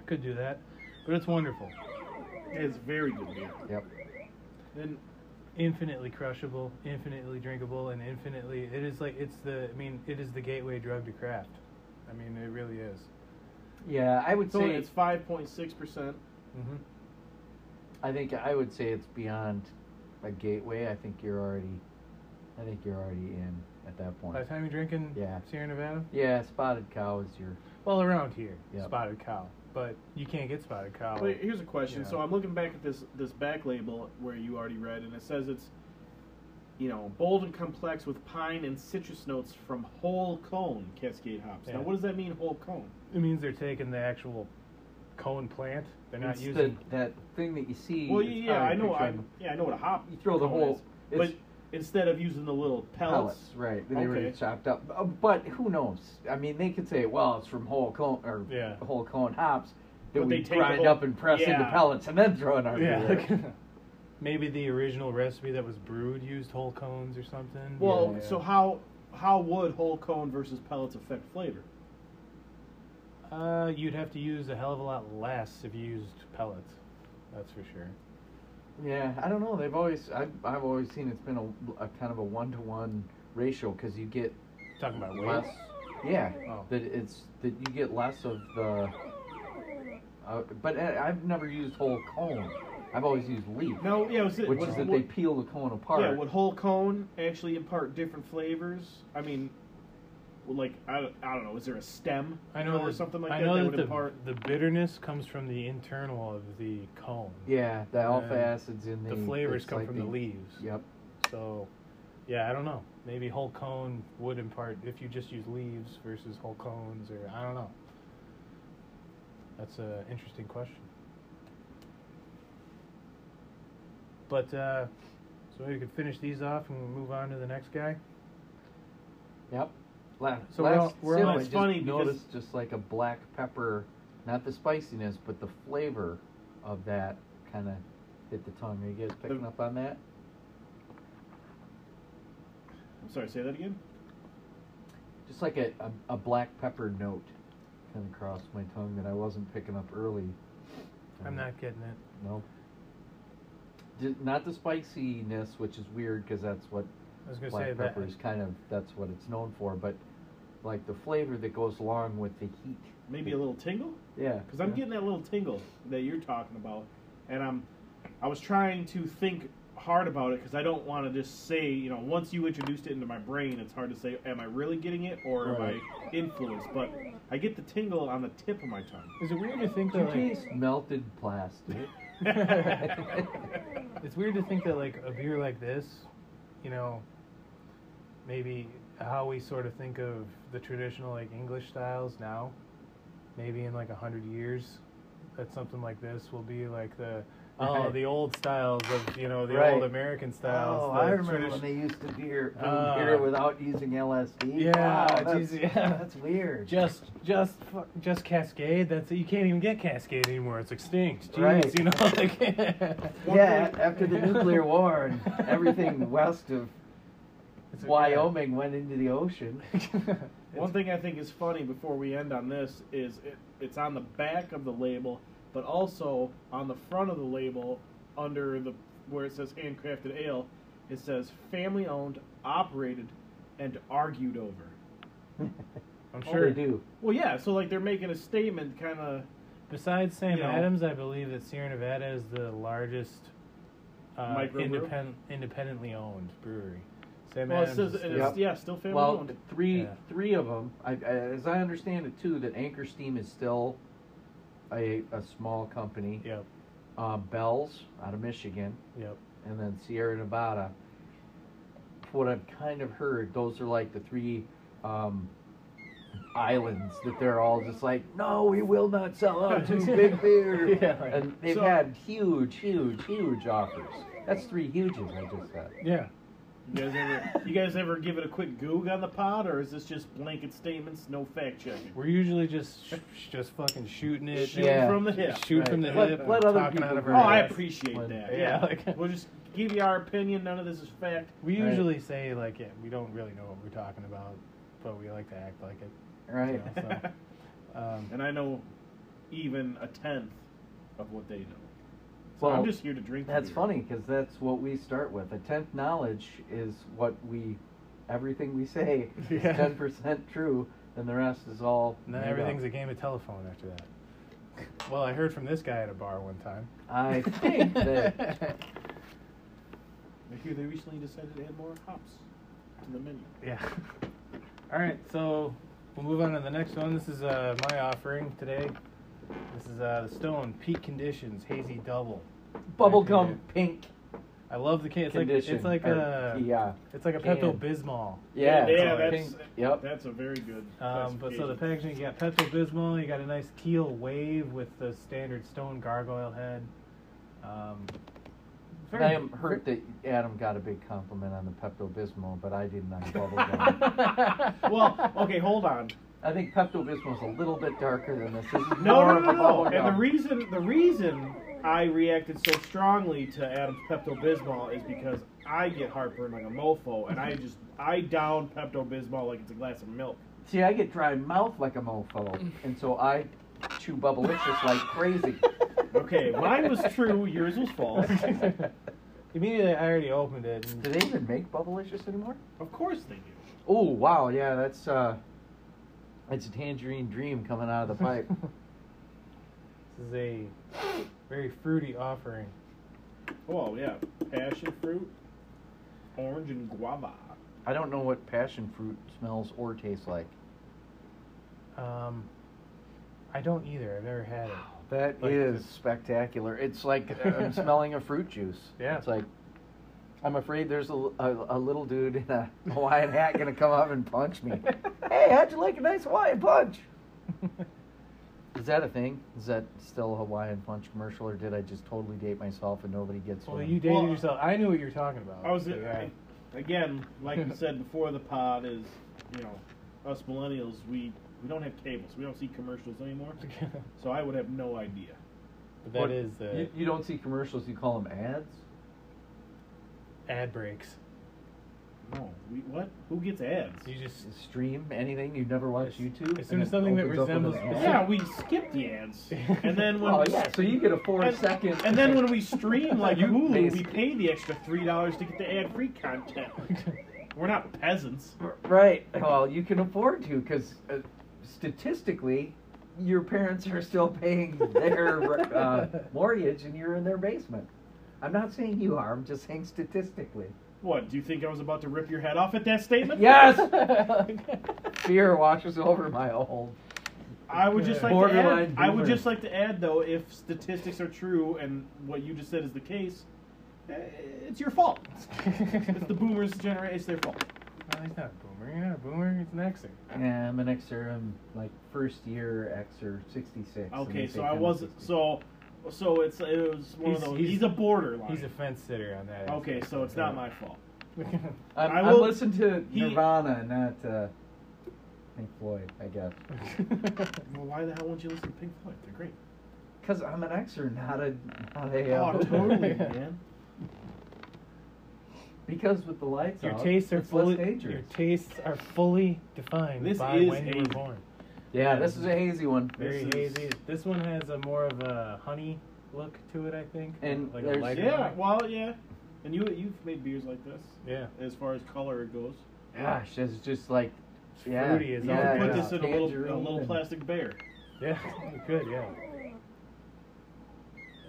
Speaker 2: Could do that, but it's wonderful.
Speaker 4: It's very good beer.
Speaker 3: Yep.
Speaker 4: And
Speaker 2: Infinitely crushable, infinitely drinkable, and infinitely it is like it's the I mean it is the gateway drug to craft. I mean it really is.
Speaker 3: Yeah, I would
Speaker 4: so
Speaker 3: say
Speaker 4: it's 5.6%.
Speaker 2: hmm
Speaker 3: I think I would say it's beyond a gateway. I think you're already, I think you're already in at that point.
Speaker 2: By the time you're drinking
Speaker 3: Yeah.
Speaker 2: Sierra Nevada,
Speaker 3: Yeah, spotted cow is your.
Speaker 2: well around here
Speaker 3: Yep.
Speaker 2: spotted cow, but you can't get spotted cow.
Speaker 4: Wait, here's a question.
Speaker 2: Yeah.
Speaker 4: So I'm looking back at this this back label where you already read, and it says it's, you know, bold and complex with pine and citrus notes from whole cone Cascade hops.
Speaker 2: Yeah.
Speaker 4: Now, what does that mean, whole cone?
Speaker 2: It means they're taking the actual cone plant. They're not
Speaker 3: it's the-
Speaker 2: using
Speaker 3: that thing that you see.
Speaker 4: Well,
Speaker 3: it's
Speaker 4: yeah, yeah,
Speaker 3: probably
Speaker 4: I know, I,
Speaker 3: pictured
Speaker 4: yeah, I know what a hop.
Speaker 3: You throw the
Speaker 4: cone
Speaker 3: whole-
Speaker 4: is,
Speaker 3: it's-
Speaker 4: but instead of using the little pellets,
Speaker 3: pellets, right? They were
Speaker 4: Okay.
Speaker 3: chopped up. Uh, But who knows? I mean, they could say, "Well, it's from whole cone or
Speaker 2: Yeah.
Speaker 3: whole cone hops that
Speaker 4: But they
Speaker 3: we
Speaker 4: take the
Speaker 3: grind
Speaker 4: whole-
Speaker 3: up and press into
Speaker 4: yeah.
Speaker 3: pellets and then throw in our
Speaker 2: Yeah.
Speaker 3: beer."
Speaker 2: Maybe the original recipe that was brewed used whole cones or something.
Speaker 4: Well,
Speaker 3: Yeah.
Speaker 4: so how how would whole cone versus pellets affect flavor?
Speaker 2: uh, you'd have to use a hell of a lot less if you used pellets. That's for sure.
Speaker 3: Yeah, I don't know. They've always I've, I've always seen it's been a, a kind of a one to one ratio because you get
Speaker 2: Talking about weight.
Speaker 3: less. Yeah,
Speaker 2: Oh.
Speaker 3: that it's that you get less of the. Uh, but I, I've never used whole cone. I've always used leaf,
Speaker 4: No, yeah, was it,
Speaker 3: which
Speaker 4: was-
Speaker 3: is that they
Speaker 4: what-
Speaker 3: peel the cone apart.
Speaker 4: Yeah, would whole cone actually impart different flavors? I mean, well, like I, I don't know, is there a stem?
Speaker 2: I know
Speaker 4: or
Speaker 2: that,
Speaker 4: something like
Speaker 2: I
Speaker 4: that
Speaker 2: know
Speaker 4: that
Speaker 2: that,
Speaker 4: would impart.
Speaker 2: the, the bitterness comes from the internal of the cone.
Speaker 3: Yeah, the alpha
Speaker 2: And
Speaker 3: acids in the.
Speaker 2: The flavors
Speaker 3: it's
Speaker 2: come
Speaker 3: like
Speaker 2: from the, leaves.
Speaker 3: Yep.
Speaker 2: So, yeah, I don't know. Maybe whole cone would impart if you just use leaves versus whole cones, or I don't know. That's an interesting question. But uh, so maybe we could finish these off and we'll move on to the next guy.
Speaker 3: Yep. La-
Speaker 2: So we're
Speaker 3: last
Speaker 2: all- we're
Speaker 3: sip,
Speaker 2: all-
Speaker 3: I
Speaker 2: it's
Speaker 3: just
Speaker 4: funny because-
Speaker 3: noticed just like a black pepper, not the spiciness, but the flavor of that kind of hit the tongue. Are you guys picking up on that?
Speaker 4: I'm sorry, say that again.
Speaker 3: Just like a, a, a black pepper note kind of crossed my tongue that I wasn't picking up early.
Speaker 2: I'm
Speaker 3: Um,
Speaker 2: not getting it.
Speaker 3: No. Ju- Not the spiciness, which is weird because that's what
Speaker 2: I was gonna say
Speaker 3: black
Speaker 2: that.
Speaker 3: pepper is kind of that's what it's known for, but like the flavor that goes along with the heat.
Speaker 4: Maybe a little tingle,
Speaker 3: Yeah.
Speaker 4: because I'm getting that little tingle that you're talking about, and I'm, I was trying to think hard about it because I don't want to just say, you know, once you introduced it into my brain, it's hard to say, am I really getting it or
Speaker 3: Right.
Speaker 4: am I influenced? But I get the tingle on the tip of my tongue.
Speaker 2: Is it weird to think
Speaker 3: You
Speaker 2: that like,
Speaker 3: taste melted plastic.
Speaker 2: it's weird to think that like a beer like this, you know, maybe how we sort of think of the traditional like English styles now, maybe in like a hundred years, that something like this will be like the oh
Speaker 3: Right.
Speaker 2: the old styles of you know Oh, the
Speaker 3: Right.
Speaker 2: old American styles.
Speaker 3: Oh,
Speaker 2: the
Speaker 3: I remember
Speaker 2: tradi-
Speaker 3: when they used to beer, do
Speaker 2: Ah.
Speaker 3: beer without using LSD.
Speaker 2: Yeah,
Speaker 3: Wow, that's,
Speaker 2: geez, yeah.
Speaker 3: that's weird.
Speaker 2: just just fu- just Cascade. That's you can't even get Cascade anymore. It's extinct. Jeez,
Speaker 3: Right.
Speaker 2: you know like.
Speaker 3: yeah, after the nuclear war and everything west of
Speaker 2: It's a-
Speaker 3: Wyoming went into the ocean.
Speaker 4: One thing I think is funny before we end on this is it, it's on the back of the label, but also on the front of the label, under the where it says handcrafted ale, it says family owned, operated, and argued over.
Speaker 2: I'm
Speaker 3: Oh,
Speaker 2: sure.
Speaker 3: they do.
Speaker 4: Well, yeah, so like they're making a statement, kind of.
Speaker 2: Besides Sam
Speaker 4: You know.
Speaker 2: Adams, I believe that Sierra Nevada is the largest uh,
Speaker 4: Microbrew?
Speaker 2: independent, independently owned brewery. Sam
Speaker 4: Well, it
Speaker 2: Adams.
Speaker 4: says
Speaker 2: is
Speaker 4: it's,
Speaker 2: the-
Speaker 3: Yep.
Speaker 4: yeah, still family
Speaker 3: Well,
Speaker 4: owned.
Speaker 3: three
Speaker 2: Yeah.
Speaker 3: three of them, I, I- as I understand it too, that Anchor Steam is still a, a small company.
Speaker 2: Yep.
Speaker 3: Uh, Bell's out of Michigan,
Speaker 2: Yep.
Speaker 3: and then Sierra Nevada. What I've kind of heard, those are like the three um, islands that they're all just like, no, we will not sell out to big beer.
Speaker 2: Yeah, right.
Speaker 3: And they've
Speaker 4: So-
Speaker 3: had huge, huge, huge offers. That's three huges I just said.
Speaker 2: Yeah.
Speaker 4: You guys ever you guys ever give it a quick goog on the pod, or is this just blanket statements, no fact checking?
Speaker 2: We're usually just sh- just fucking shooting it.
Speaker 4: Shoot
Speaker 3: Yeah.
Speaker 4: from the hip.
Speaker 2: Shoot
Speaker 3: Right.
Speaker 2: from the
Speaker 3: Let-
Speaker 2: hip. and
Speaker 3: let other
Speaker 2: talking
Speaker 3: people
Speaker 2: out of
Speaker 3: do
Speaker 2: our
Speaker 4: Oh, I
Speaker 2: ass.
Speaker 4: appreciate
Speaker 3: When-
Speaker 4: that.
Speaker 2: yeah,
Speaker 4: Yeah,
Speaker 2: like-
Speaker 4: we'll just give you our opinion. None of this is fact.
Speaker 2: We
Speaker 3: Right.
Speaker 2: usually say like yeah, we don't really know what we're talking about, but we like to act like it.
Speaker 3: Right.
Speaker 2: You know, so, um,
Speaker 4: And I know even a tenth of what they know. So
Speaker 3: Well,
Speaker 4: I'm just here to drink.
Speaker 3: That's
Speaker 4: beer.
Speaker 3: funny because that's what we start with. A tenth knowledge is what we, everything we say is
Speaker 2: Yeah.
Speaker 3: ten percent true, and the rest is all.
Speaker 2: and then
Speaker 3: made up.
Speaker 2: everything's a game of telephone after that. Well, I heard from this guy at a bar one time.
Speaker 3: I think that
Speaker 4: I hear they recently decided to add more hops to the menu.
Speaker 2: Yeah. All right, so we'll move on to the next one. This is uh, my offering today. This is uh, the Stone Peak Conditions Hazy Double.
Speaker 3: bubblegum pink
Speaker 2: I love the can. It's like
Speaker 3: condition.
Speaker 2: it's like
Speaker 3: or
Speaker 2: a
Speaker 3: yeah,
Speaker 2: it's like a
Speaker 3: can.
Speaker 2: Pepto Bismol.
Speaker 3: yeah,
Speaker 4: yeah,
Speaker 3: it's
Speaker 4: that's
Speaker 3: pink. Yep.
Speaker 4: That's a very good.
Speaker 2: Um, but so the
Speaker 4: classification.
Speaker 2: packaging, you got Pepto Bismol. You got a nice keel wave with the standard Stone gargoyle head. Um, very-
Speaker 3: I am hurt that Adam got a big compliment on the Pepto Bismol, but I didn't on bubblegum.
Speaker 4: well, okay, hold on.
Speaker 3: I think Pepto Bismol's a little bit darker than this. This is
Speaker 4: No, no,
Speaker 3: more
Speaker 4: no,
Speaker 3: of a
Speaker 4: no.
Speaker 3: bubblegum.
Speaker 4: And the reason the reason I reacted so strongly to Adam's Pepto Bismol is because I get heartburn like a mofo, and I just I down Pepto Bismol like it's a glass of milk.
Speaker 3: See, I get dry mouth like a mofo, and so I chew bubblicious like crazy.
Speaker 4: Okay, mine was true, yours was false.
Speaker 2: immediately, I already opened it. And
Speaker 3: Do they even make bubblicious anymore?
Speaker 4: Of course they do.
Speaker 3: Oh wow, yeah, that's uh, it's a tangerine dream coming out of the pipe.
Speaker 2: this is a very fruity offering.
Speaker 4: Well, Oh, yeah, passion fruit, orange, and guava.
Speaker 3: I don't know what passion fruit smells or tastes like.
Speaker 2: Um, I don't either. I've never had it.
Speaker 3: That is
Speaker 2: Like
Speaker 3: spectacular. It's like uh, I'm smelling a fruit juice.
Speaker 2: Yeah.
Speaker 3: It's like I'm afraid there's a, a, a little dude in a Hawaiian hat gonna come up and punch me. hey, how'd you like a nice Hawaiian punch? Is that a thing? Is that still a Hawaiian punch commercial, or did I just totally date myself and nobody gets
Speaker 2: Well,
Speaker 3: one?
Speaker 2: you dated
Speaker 4: Well,
Speaker 2: yourself. I knew what you were talking about.
Speaker 4: I was
Speaker 2: Like, I-
Speaker 4: again, like we said before, the pod is you know us millennials we we don't have cables, we don't see commercials anymore, so I would have no idea.
Speaker 2: but
Speaker 3: What-
Speaker 2: that is uh, the
Speaker 3: you, you don't see commercials. You call them ads.
Speaker 2: ad breaks.
Speaker 4: No, we, what? Who gets ads?
Speaker 2: You just
Speaker 3: Stream anything. You never watch
Speaker 2: As-
Speaker 3: YouTube.
Speaker 2: as soon
Speaker 3: and
Speaker 2: as
Speaker 3: it
Speaker 2: something that
Speaker 3: opens up with an
Speaker 2: resembles-
Speaker 3: ad?
Speaker 4: Yeah, we skip the ads, and then when
Speaker 3: Oh
Speaker 4: we,
Speaker 3: yeah. So you get a four
Speaker 4: and,
Speaker 3: second.
Speaker 4: and then when we stream like
Speaker 3: You
Speaker 4: Hulu, we
Speaker 3: basically-
Speaker 4: pay the extra three dollars to get the ad-free content. We're not peasants.
Speaker 3: Right. Well, you can afford to because uh, statistically, your parents are still paying their uh, mortgage and you're in their basement. I'm not saying you are, I'm just saying statistically.
Speaker 4: What? Do you think I was about to rip your head off at that statement?
Speaker 3: Yes! Fear washes over my old.
Speaker 4: I would just like to add,
Speaker 3: Borderline
Speaker 4: I would
Speaker 3: boomer.
Speaker 4: just like to add though, if statistics are true and what you just said is the case, eh, it's your fault. It's the boomers' generation. It's their fault.
Speaker 2: No, he's not a boomer. You're not a boomer. It's an exer.
Speaker 3: Yeah, I'm an Xer. I'm like first year Xer, 66. and
Speaker 4: Okay,
Speaker 3: they say
Speaker 4: so I
Speaker 3: I'm a
Speaker 4: wasn't.
Speaker 3: 60.
Speaker 4: So, so it's it was one
Speaker 2: He's-
Speaker 4: of those.
Speaker 2: he's-
Speaker 4: He's, a borderline.
Speaker 2: He's a fence sitter on that.
Speaker 4: okay, so it's not my fault.
Speaker 3: I'm,
Speaker 4: I
Speaker 3: I
Speaker 4: will-
Speaker 3: listen to
Speaker 4: he-
Speaker 3: Nirvana, not uh, Pink Floyd, I guess.
Speaker 4: Well, why the hell won't you listen to Pink Floyd? They're great.
Speaker 3: Because I'm an Xer, not a. Not a uh,
Speaker 4: Oh, totally, man.
Speaker 3: Because with the lights
Speaker 2: your
Speaker 3: out,
Speaker 2: tastes are
Speaker 3: it's less
Speaker 2: fully.
Speaker 3: dangerous.
Speaker 2: Your tastes are fully defined
Speaker 4: This
Speaker 2: by
Speaker 4: is
Speaker 2: when you were
Speaker 4: hazy.
Speaker 2: born.
Speaker 3: yeah, this is a hazy one.
Speaker 2: Very
Speaker 4: This is-
Speaker 2: hazy. This one has a more of a honey look to it, I think.
Speaker 3: And
Speaker 2: like
Speaker 3: there's-
Speaker 2: a lighter
Speaker 4: Yeah.
Speaker 2: honey.
Speaker 4: Well, yeah. And you you've made beers like this
Speaker 2: yeah.
Speaker 4: as far as color goes.
Speaker 3: Gosh, this is just like
Speaker 2: It's
Speaker 3: yeah,
Speaker 2: fruity as
Speaker 4: You
Speaker 3: yeah,
Speaker 4: can
Speaker 2: all
Speaker 4: put
Speaker 2: get out.
Speaker 4: this in a little, a
Speaker 3: Tangerine
Speaker 4: little
Speaker 3: and-
Speaker 4: plastic bear.
Speaker 2: Yeah, you could. Yeah.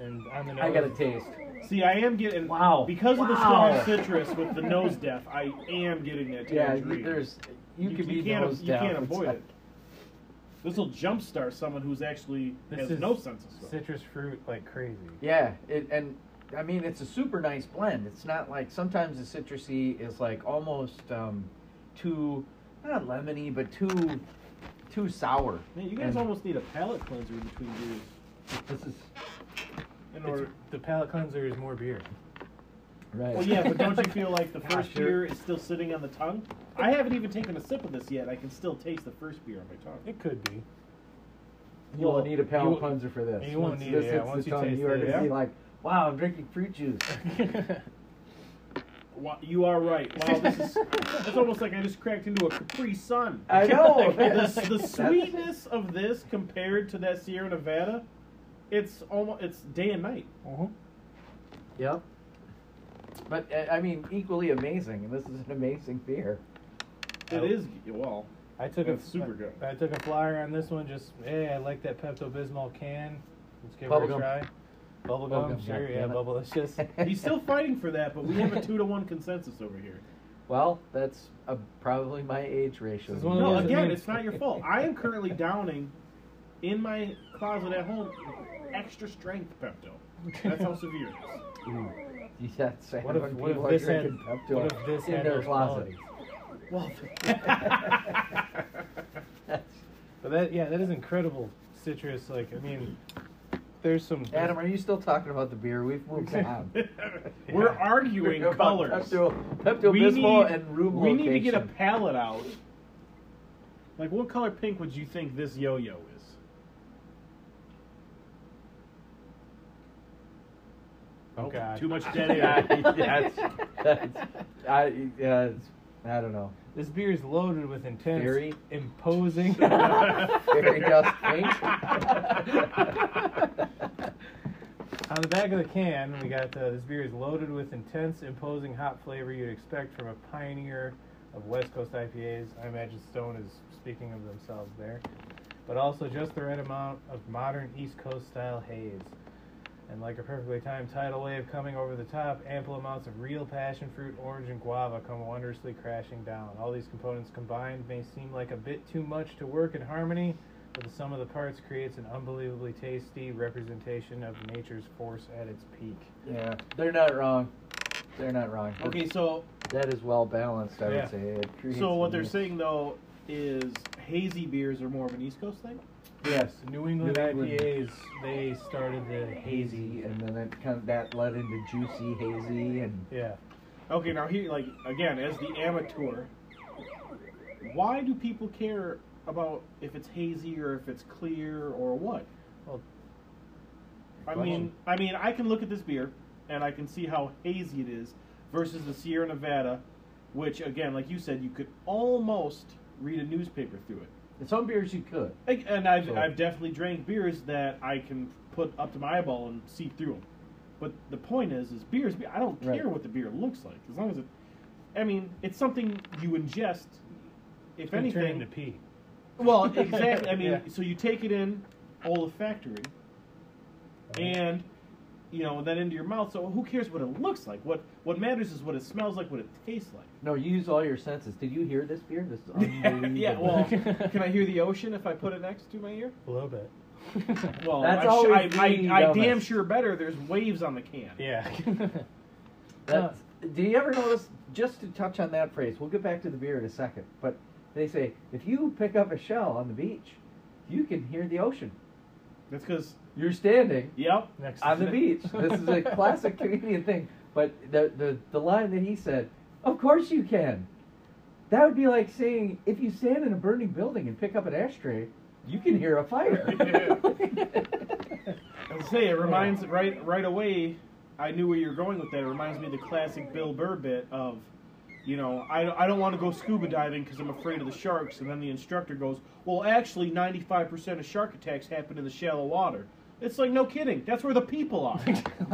Speaker 2: And on the nose,
Speaker 3: I got a taste.
Speaker 4: See, I am getting
Speaker 3: Wow.
Speaker 4: because of the
Speaker 3: Wow.
Speaker 4: strong citrus with the nose death. I am getting that
Speaker 3: Yeah,
Speaker 4: tangerine.
Speaker 3: you, there's you,
Speaker 4: You-
Speaker 3: can
Speaker 4: you
Speaker 3: be
Speaker 4: can't-
Speaker 3: nose
Speaker 4: you
Speaker 3: down.
Speaker 4: can't
Speaker 3: It's uh,
Speaker 4: avoid
Speaker 3: like-
Speaker 4: it. this will jumpstart someone who's actually
Speaker 2: This
Speaker 4: has
Speaker 2: is
Speaker 4: no sense of smell.
Speaker 2: citrus fruit like crazy.
Speaker 3: Yeah, it, and I mean it's a super nice blend. It's not like sometimes the citrusy is like almost um, too not lemony, but too too sour.
Speaker 4: Man, you guys
Speaker 3: And
Speaker 4: almost need a palate cleanser in between beers
Speaker 3: this is
Speaker 4: in
Speaker 2: It's-
Speaker 4: order.
Speaker 2: the palate cleanser is more beer.
Speaker 3: Right.
Speaker 4: Well, yeah, but don't you feel like the first
Speaker 3: sure.
Speaker 4: beer is still sitting on the tongue? I haven't even taken a sip of this yet. I can still taste the first beer on my tongue.
Speaker 2: It could be.
Speaker 3: you won't
Speaker 2: Well,
Speaker 3: need a pound
Speaker 2: you-
Speaker 3: punzer for this.
Speaker 2: you won't
Speaker 3: Once
Speaker 2: need
Speaker 3: this
Speaker 2: it, yeah,
Speaker 3: hits
Speaker 2: once
Speaker 3: the
Speaker 2: you
Speaker 3: tongue,
Speaker 2: taste
Speaker 3: you are
Speaker 2: it,
Speaker 3: gonna
Speaker 4: yeah.
Speaker 3: be like, wow, I'm drinking fruit juice. Uh-huh.
Speaker 4: Wow, you are right. Wow, this is. it's almost like I just cracked into a Capri Sun.
Speaker 3: I know.
Speaker 4: the, the sweetness of this compared to that Sierra Nevada, it's almost it's day and night.
Speaker 2: Mhm.
Speaker 3: Yep. But uh, I mean, equally amazing, and this is an amazing beer.
Speaker 4: It
Speaker 2: Oh.
Speaker 4: is well.
Speaker 2: I took a
Speaker 4: That's super good.
Speaker 2: I took a flyer on this one. Just hey, I like that Pepto Bismol can. Let's give it a
Speaker 3: Bubblegum.
Speaker 2: try. Bubblegum,
Speaker 3: Bubblegum,
Speaker 2: sure, yeah,
Speaker 3: yeah, damn it.
Speaker 2: bubblicious.
Speaker 4: He's still fighting for that, but we have a two to one consensus over here.
Speaker 3: Well, that's uh probably my age ratio.
Speaker 2: This is one of
Speaker 4: No,
Speaker 2: those-
Speaker 4: again, it's not your fault. I am currently downing in my closet at home extra strength Pepto. That's how severe it is.
Speaker 3: Ooh, you got sad
Speaker 2: What if,
Speaker 3: when
Speaker 2: what if
Speaker 3: people are
Speaker 2: this had
Speaker 3: drinking Pepto
Speaker 2: what if this
Speaker 3: in
Speaker 2: had
Speaker 3: their
Speaker 2: those
Speaker 3: closet.
Speaker 2: qualities?
Speaker 4: Well,
Speaker 3: That's-
Speaker 2: But that yeah, that is incredible citrus. Like I mean, there's some.
Speaker 3: Adam, are you still talking about the beer? We've moved on.
Speaker 4: we're arguing
Speaker 3: About
Speaker 4: colors.
Speaker 3: Pepto, Pepto Bismol and room
Speaker 4: we need to get a
Speaker 3: location.
Speaker 4: palette out. Like, what color pink would you think this yo-yo is?
Speaker 2: oh god,
Speaker 4: Too much dead air.
Speaker 3: that's, that's, I, yeah, it's, I don't know.
Speaker 2: This beer is loaded with intense,
Speaker 3: Very-
Speaker 2: imposing.
Speaker 3: Fairy dust pink.
Speaker 2: On the back of the can, we got uh, this beer is loaded with intense, imposing hot flavor you'd expect from a pioneer of West Coast IPAs. I imagine Stone is speaking of themselves there, but also just the right amount of modern East Coast style haze. And like a perfectly timed tidal wave coming over the top, ample amounts of real passion fruit, orange, and guava come wondrously crashing down. All these components combined may seem like a bit too much to work in harmony, but the sum of the parts creates an unbelievably tasty representation of nature's force at its peak.
Speaker 3: yeah, they're not wrong. They're not wrong.
Speaker 4: okay, so
Speaker 3: That is well balanced, I
Speaker 2: Yeah.
Speaker 3: would say. It creates
Speaker 4: so what
Speaker 3: a
Speaker 4: they're
Speaker 3: nice-
Speaker 4: saying though is hazy beers are more of an East Coast thing.
Speaker 3: Yes,
Speaker 2: New England
Speaker 3: New England.
Speaker 2: IPAs, they started the hazy.
Speaker 3: hazy, and then it kind of that led into juicy, hazy, and
Speaker 2: Yeah.
Speaker 4: Okay, now here, like again, as the amateur, why do people care about if it's hazy or if it's clear or what?
Speaker 2: Well,
Speaker 4: I
Speaker 3: Question.
Speaker 4: mean, I mean, I can look at this beer and I can see how hazy it is versus the Sierra Nevada, which again, like you said, you could almost read a newspaper through it.
Speaker 3: some beers you could.
Speaker 4: Like, And I've,
Speaker 3: So-
Speaker 4: I've definitely drank beers that I can put up to my eyeball and see through them. But the point is, is beers. I don't care
Speaker 3: Right.
Speaker 4: what the beer looks like as long as it. I mean, it's something you ingest. If
Speaker 2: They turned
Speaker 4: anything,
Speaker 2: into pee.
Speaker 4: well, exactly. I mean,
Speaker 2: Yeah.
Speaker 4: so you take it in olfactory, and you know then into your mouth. So who cares what it looks like? What what matters is what it smells like, what it tastes like.
Speaker 3: No, you use all your senses. Did you hear this beer? This is unbelievable.
Speaker 4: yeah. Well, can I hear the ocean if I put it next to my ear?
Speaker 2: A little bit.
Speaker 4: Well,
Speaker 3: That's
Speaker 4: I,
Speaker 3: always
Speaker 4: I,
Speaker 3: the
Speaker 4: I, I damn
Speaker 3: dumbest.
Speaker 4: sure better. There's waves on the can.
Speaker 2: yeah.
Speaker 3: That's, Uh, do you ever notice? Just to touch on that phrase, we'll get back to the beer in a second. But they say if you pick up a shell on the beach, you can hear the ocean.
Speaker 4: That's because.
Speaker 3: You're standing
Speaker 4: Yep.
Speaker 2: Next
Speaker 3: on the beach. This is a classic comedian thing. But the, the the line that he said, "Of course you can." That would be like saying if you stand in a burning building and pick up an ashtray, you can hear a fire.
Speaker 4: I say it reminds right right away. I knew where you're going with that. It reminds me of the classic Bill Burr bit of, you know, I, I don't want to go scuba diving because I'm afraid of the sharks. And then the instructor goes, well, actually, 95% of shark attacks happen in the shallow water. It's like no kidding. That's where the people are.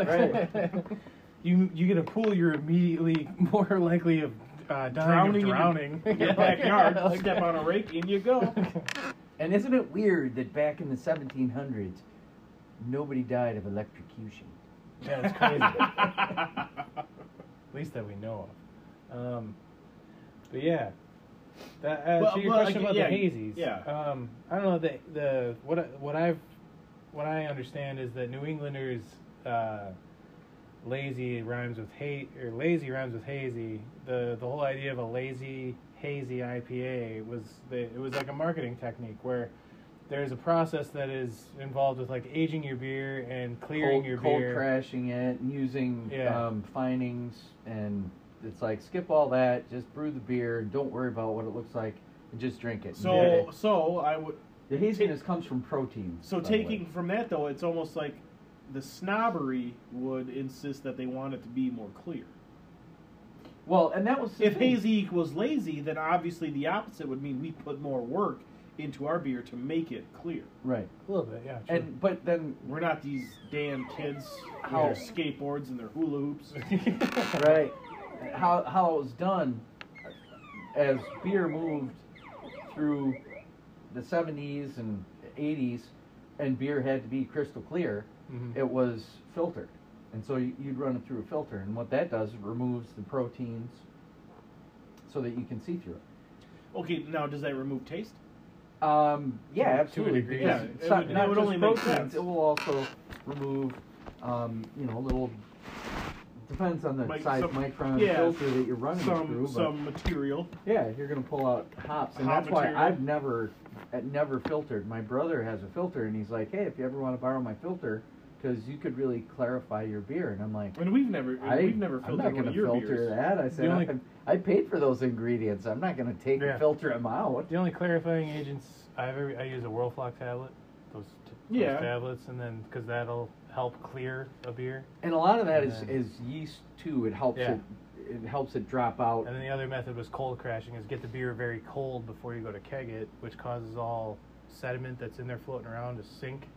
Speaker 3: Right.
Speaker 2: you you get a pool, you're immediately more likely of uh, dying
Speaker 4: drowning,
Speaker 2: drowning.
Speaker 4: in your, in your backyard. Step on a rake, in you go.
Speaker 3: and isn't it weird that back in the 1700s, nobody died of electrocution?
Speaker 2: Yeah, it's crazy. At least that we know of. Um, but yeah, that, uh,
Speaker 4: Well,
Speaker 2: to your
Speaker 4: well,
Speaker 2: question
Speaker 4: like,
Speaker 2: about the
Speaker 4: yeah,
Speaker 2: hazies.
Speaker 4: yeah.
Speaker 2: Um, I don't know the the what I, what I've what I understand is that New Englanders uh, lazy rhymes with hate or lazy rhymes with hazy. The the whole idea of a lazy hazy IPA was the, it was like a marketing technique where there's a process that is involved with like aging your beer and clearing
Speaker 3: cold,
Speaker 2: your
Speaker 3: cold
Speaker 2: beer.
Speaker 3: crashing it, and using
Speaker 2: Yeah.
Speaker 3: um, findings, and it's like skip all that, just brew the beer, don't worry about what it looks like, and just drink it.
Speaker 4: So so I would
Speaker 3: the haziness comes from protein.
Speaker 4: so
Speaker 3: by the way.
Speaker 4: taking from that though, it's almost like the snobbery would insist that they want it to be more clear.
Speaker 3: well, and that was the
Speaker 4: If
Speaker 3: thing.
Speaker 4: hazy equals lazy, then obviously the opposite would mean we put more work into our beer to make it clear.
Speaker 3: right,
Speaker 2: A little bit, yeah. True.
Speaker 3: and but then
Speaker 4: We're not these damn kids with
Speaker 3: How-
Speaker 4: their skateboards and their hula hoops.
Speaker 3: right how how it was done as beer moved through the 70s and 80s and beer had to be crystal clear
Speaker 2: Mhm.
Speaker 3: it was filtered and so you- you'd run it through a filter and what that does it removes the proteins so that you can see through it
Speaker 4: Okay, now does that remove taste?
Speaker 3: um, yeah
Speaker 2: To a
Speaker 3: absolutely
Speaker 2: degree.
Speaker 3: because
Speaker 4: Yeah,
Speaker 3: it's
Speaker 4: it
Speaker 3: not,
Speaker 4: would- it
Speaker 3: not
Speaker 4: would
Speaker 3: just
Speaker 4: only make
Speaker 3: proteins
Speaker 4: sense.
Speaker 3: it will also remove um, you know little depends on the
Speaker 4: Like
Speaker 3: size
Speaker 4: some-
Speaker 3: micron
Speaker 4: yeah,
Speaker 3: filter that you're running it
Speaker 4: Some
Speaker 3: through but-
Speaker 4: some material.
Speaker 3: Yeah, you're gonna pull out hops, and
Speaker 4: Hop
Speaker 3: that's
Speaker 4: material.
Speaker 3: why I've never, uh, never filtered. My brother has a filter, and he's like, "Hey, if you ever want to borrow my filter, because you could really clarify your beer." And I'm like,
Speaker 4: And we've never
Speaker 3: I,
Speaker 4: we've never
Speaker 3: I'm
Speaker 4: filtered
Speaker 3: not
Speaker 4: one
Speaker 3: gonna
Speaker 4: of your
Speaker 3: filter
Speaker 4: beers.
Speaker 3: that." I said,
Speaker 2: The only-
Speaker 3: I'm- "I paid for those ingredients. I'm not gonna take
Speaker 2: Yeah.
Speaker 3: and filter them out."
Speaker 2: the only clarifying agents I have ever I use a Whirlflock tablet, those, t- those
Speaker 4: Yeah.
Speaker 2: tablets, and then because that'll help clear a beer.
Speaker 3: And a lot of that is
Speaker 2: And then-
Speaker 3: is yeast too. It helps
Speaker 2: Yeah.
Speaker 3: it, it helps it drop out.
Speaker 2: And then the other method was cold crashing, is get the beer very cold before you go to keg it, which causes all sediment that's in there floating around to sink,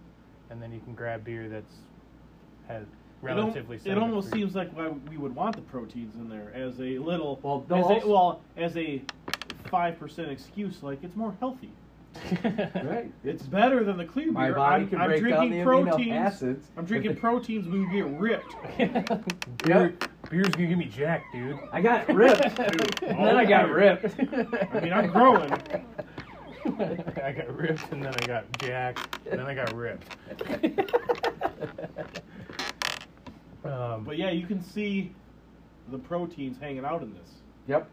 Speaker 2: and then you can grab beer that's has
Speaker 4: It al-
Speaker 2: relatively.
Speaker 4: It almost
Speaker 2: sediment-free.
Speaker 4: seems like why we would want the proteins in there as a little
Speaker 3: Well,
Speaker 4: as
Speaker 3: they'll
Speaker 4: a,
Speaker 3: also-
Speaker 4: well as a five percent excuse. Like it's more healthy.
Speaker 3: Right.
Speaker 4: It's better than the clear beer.
Speaker 3: My body
Speaker 4: I'm,
Speaker 3: can
Speaker 4: I'm
Speaker 3: break down
Speaker 4: drinking
Speaker 3: the amino
Speaker 4: proteins.
Speaker 3: acids.
Speaker 4: I'm drinking
Speaker 3: If it-
Speaker 4: proteins. We get ripped.
Speaker 2: Beer, beer's gonna give me jack, dude.
Speaker 3: I got ripped. and then I got ripped.
Speaker 4: I mean, I'm growing.
Speaker 2: I got ripped, and then I got jacked, and then I got ripped. Um,
Speaker 4: But yeah, you can see the proteins hanging out in this.
Speaker 3: Yep.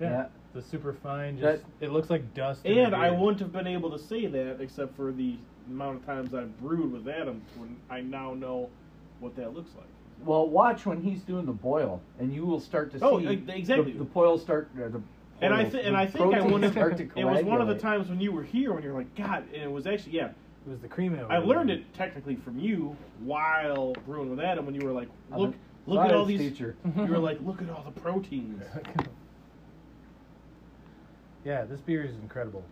Speaker 2: yeah,
Speaker 3: yeah.
Speaker 2: the super fine.
Speaker 3: That-
Speaker 2: Just it looks like dust. in the
Speaker 4: And I
Speaker 2: beer.
Speaker 4: wouldn't have been able to say that except for the amount of times I've brewed with Adam when I now know what that looks like.
Speaker 3: Well, watch when he's doing the boil, and you will start to
Speaker 4: Oh,
Speaker 3: see
Speaker 4: e- exactly.
Speaker 3: the, the boil start. Uh, the
Speaker 4: And I
Speaker 3: boils,
Speaker 4: th-
Speaker 3: the
Speaker 4: and I think I
Speaker 3: proteins
Speaker 4: wouldn't
Speaker 3: start
Speaker 4: have.
Speaker 3: to
Speaker 4: It was one of the
Speaker 3: coagulate.
Speaker 4: times when you were here when you're like, God, and it was actually yeah.
Speaker 2: It was the cream ale.
Speaker 4: I learned it technically from you while brewing with Adam when you were like,
Speaker 3: I'm a
Speaker 4: look, look at all
Speaker 3: science
Speaker 4: these.
Speaker 3: teacher.
Speaker 4: You were like, look at all the proteins.
Speaker 2: Yeah, this beer is incredible.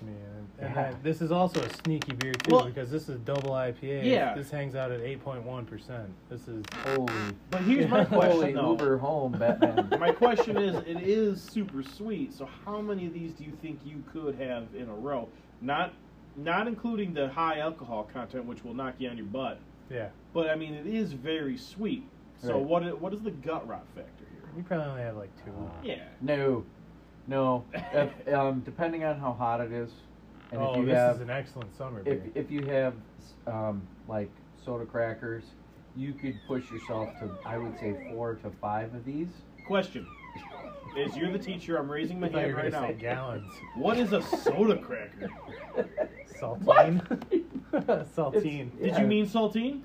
Speaker 2: to me, and- and
Speaker 3: Yeah.
Speaker 2: then this is also a sneaky beer too
Speaker 4: Well-
Speaker 2: because this is a double IPA.
Speaker 4: Yeah.
Speaker 2: This hangs out at 8.1 percent. This is
Speaker 3: Holy,
Speaker 4: But here's my
Speaker 3: holy
Speaker 4: question
Speaker 3: Uber
Speaker 4: though.
Speaker 3: home, Batman.
Speaker 4: My question is, it is super sweet. So how many of these do you think you could have in a row? Not, not including the high alcohol content, which will knock you on your butt.
Speaker 2: yeah.
Speaker 4: But I mean, it is very sweet. So
Speaker 3: Right.
Speaker 4: what? i- What is the gut rot factor here?
Speaker 2: You probably only have like two.
Speaker 4: Yeah.
Speaker 3: no, no. If, um, depending on how hot it is, and
Speaker 2: oh,
Speaker 3: if you
Speaker 2: this
Speaker 3: have
Speaker 2: is an excellent summer beer.
Speaker 3: if if you have um, like soda crackers, you could push yourself to I would say four to five of these.
Speaker 4: Question: Is you're the teacher? I'm raising my
Speaker 2: I thought you
Speaker 4: hand
Speaker 2: were
Speaker 4: right
Speaker 2: gonna
Speaker 4: now.
Speaker 2: say gallons.
Speaker 4: What is a soda cracker?
Speaker 2: Saltine. Saltine.
Speaker 3: It's-
Speaker 4: Did
Speaker 3: Yeah.
Speaker 4: you mean saltine?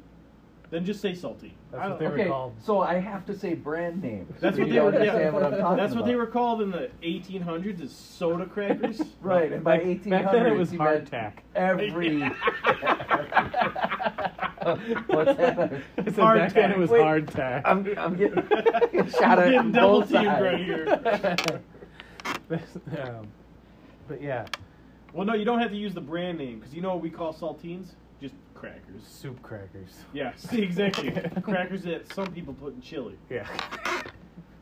Speaker 4: Then just say saltine.
Speaker 2: That's
Speaker 4: I
Speaker 2: what
Speaker 4: don't-
Speaker 2: They were
Speaker 3: Okay,
Speaker 2: called-
Speaker 3: so I have to say brand names.
Speaker 4: That's
Speaker 3: so
Speaker 4: what
Speaker 3: you
Speaker 4: they were-
Speaker 3: understand
Speaker 4: yeah.
Speaker 3: what I'm talking
Speaker 4: That's what they
Speaker 3: about.
Speaker 4: were called in the 1800s. Is soda crackers?
Speaker 3: Right, and by
Speaker 2: Back-
Speaker 3: eighteen
Speaker 2: back
Speaker 3: hundred,
Speaker 2: then it was hardtack.
Speaker 3: Every. What's that?
Speaker 2: I said
Speaker 4: Hard
Speaker 2: back then it
Speaker 4: tack.
Speaker 2: was
Speaker 3: Wait,
Speaker 2: hard tack.
Speaker 3: I'm, I'm getting, getting shot at.
Speaker 4: Getting
Speaker 3: from
Speaker 4: double
Speaker 3: both
Speaker 4: teamed right
Speaker 3: sides.
Speaker 4: here.
Speaker 2: um, but yeah,
Speaker 4: Well, no, you don't have to use the brand name because you know what we call saltines? Just crackers.
Speaker 2: soup crackers.
Speaker 4: Yeah, see, exactly. crackers that some people put in chili.
Speaker 2: Yeah.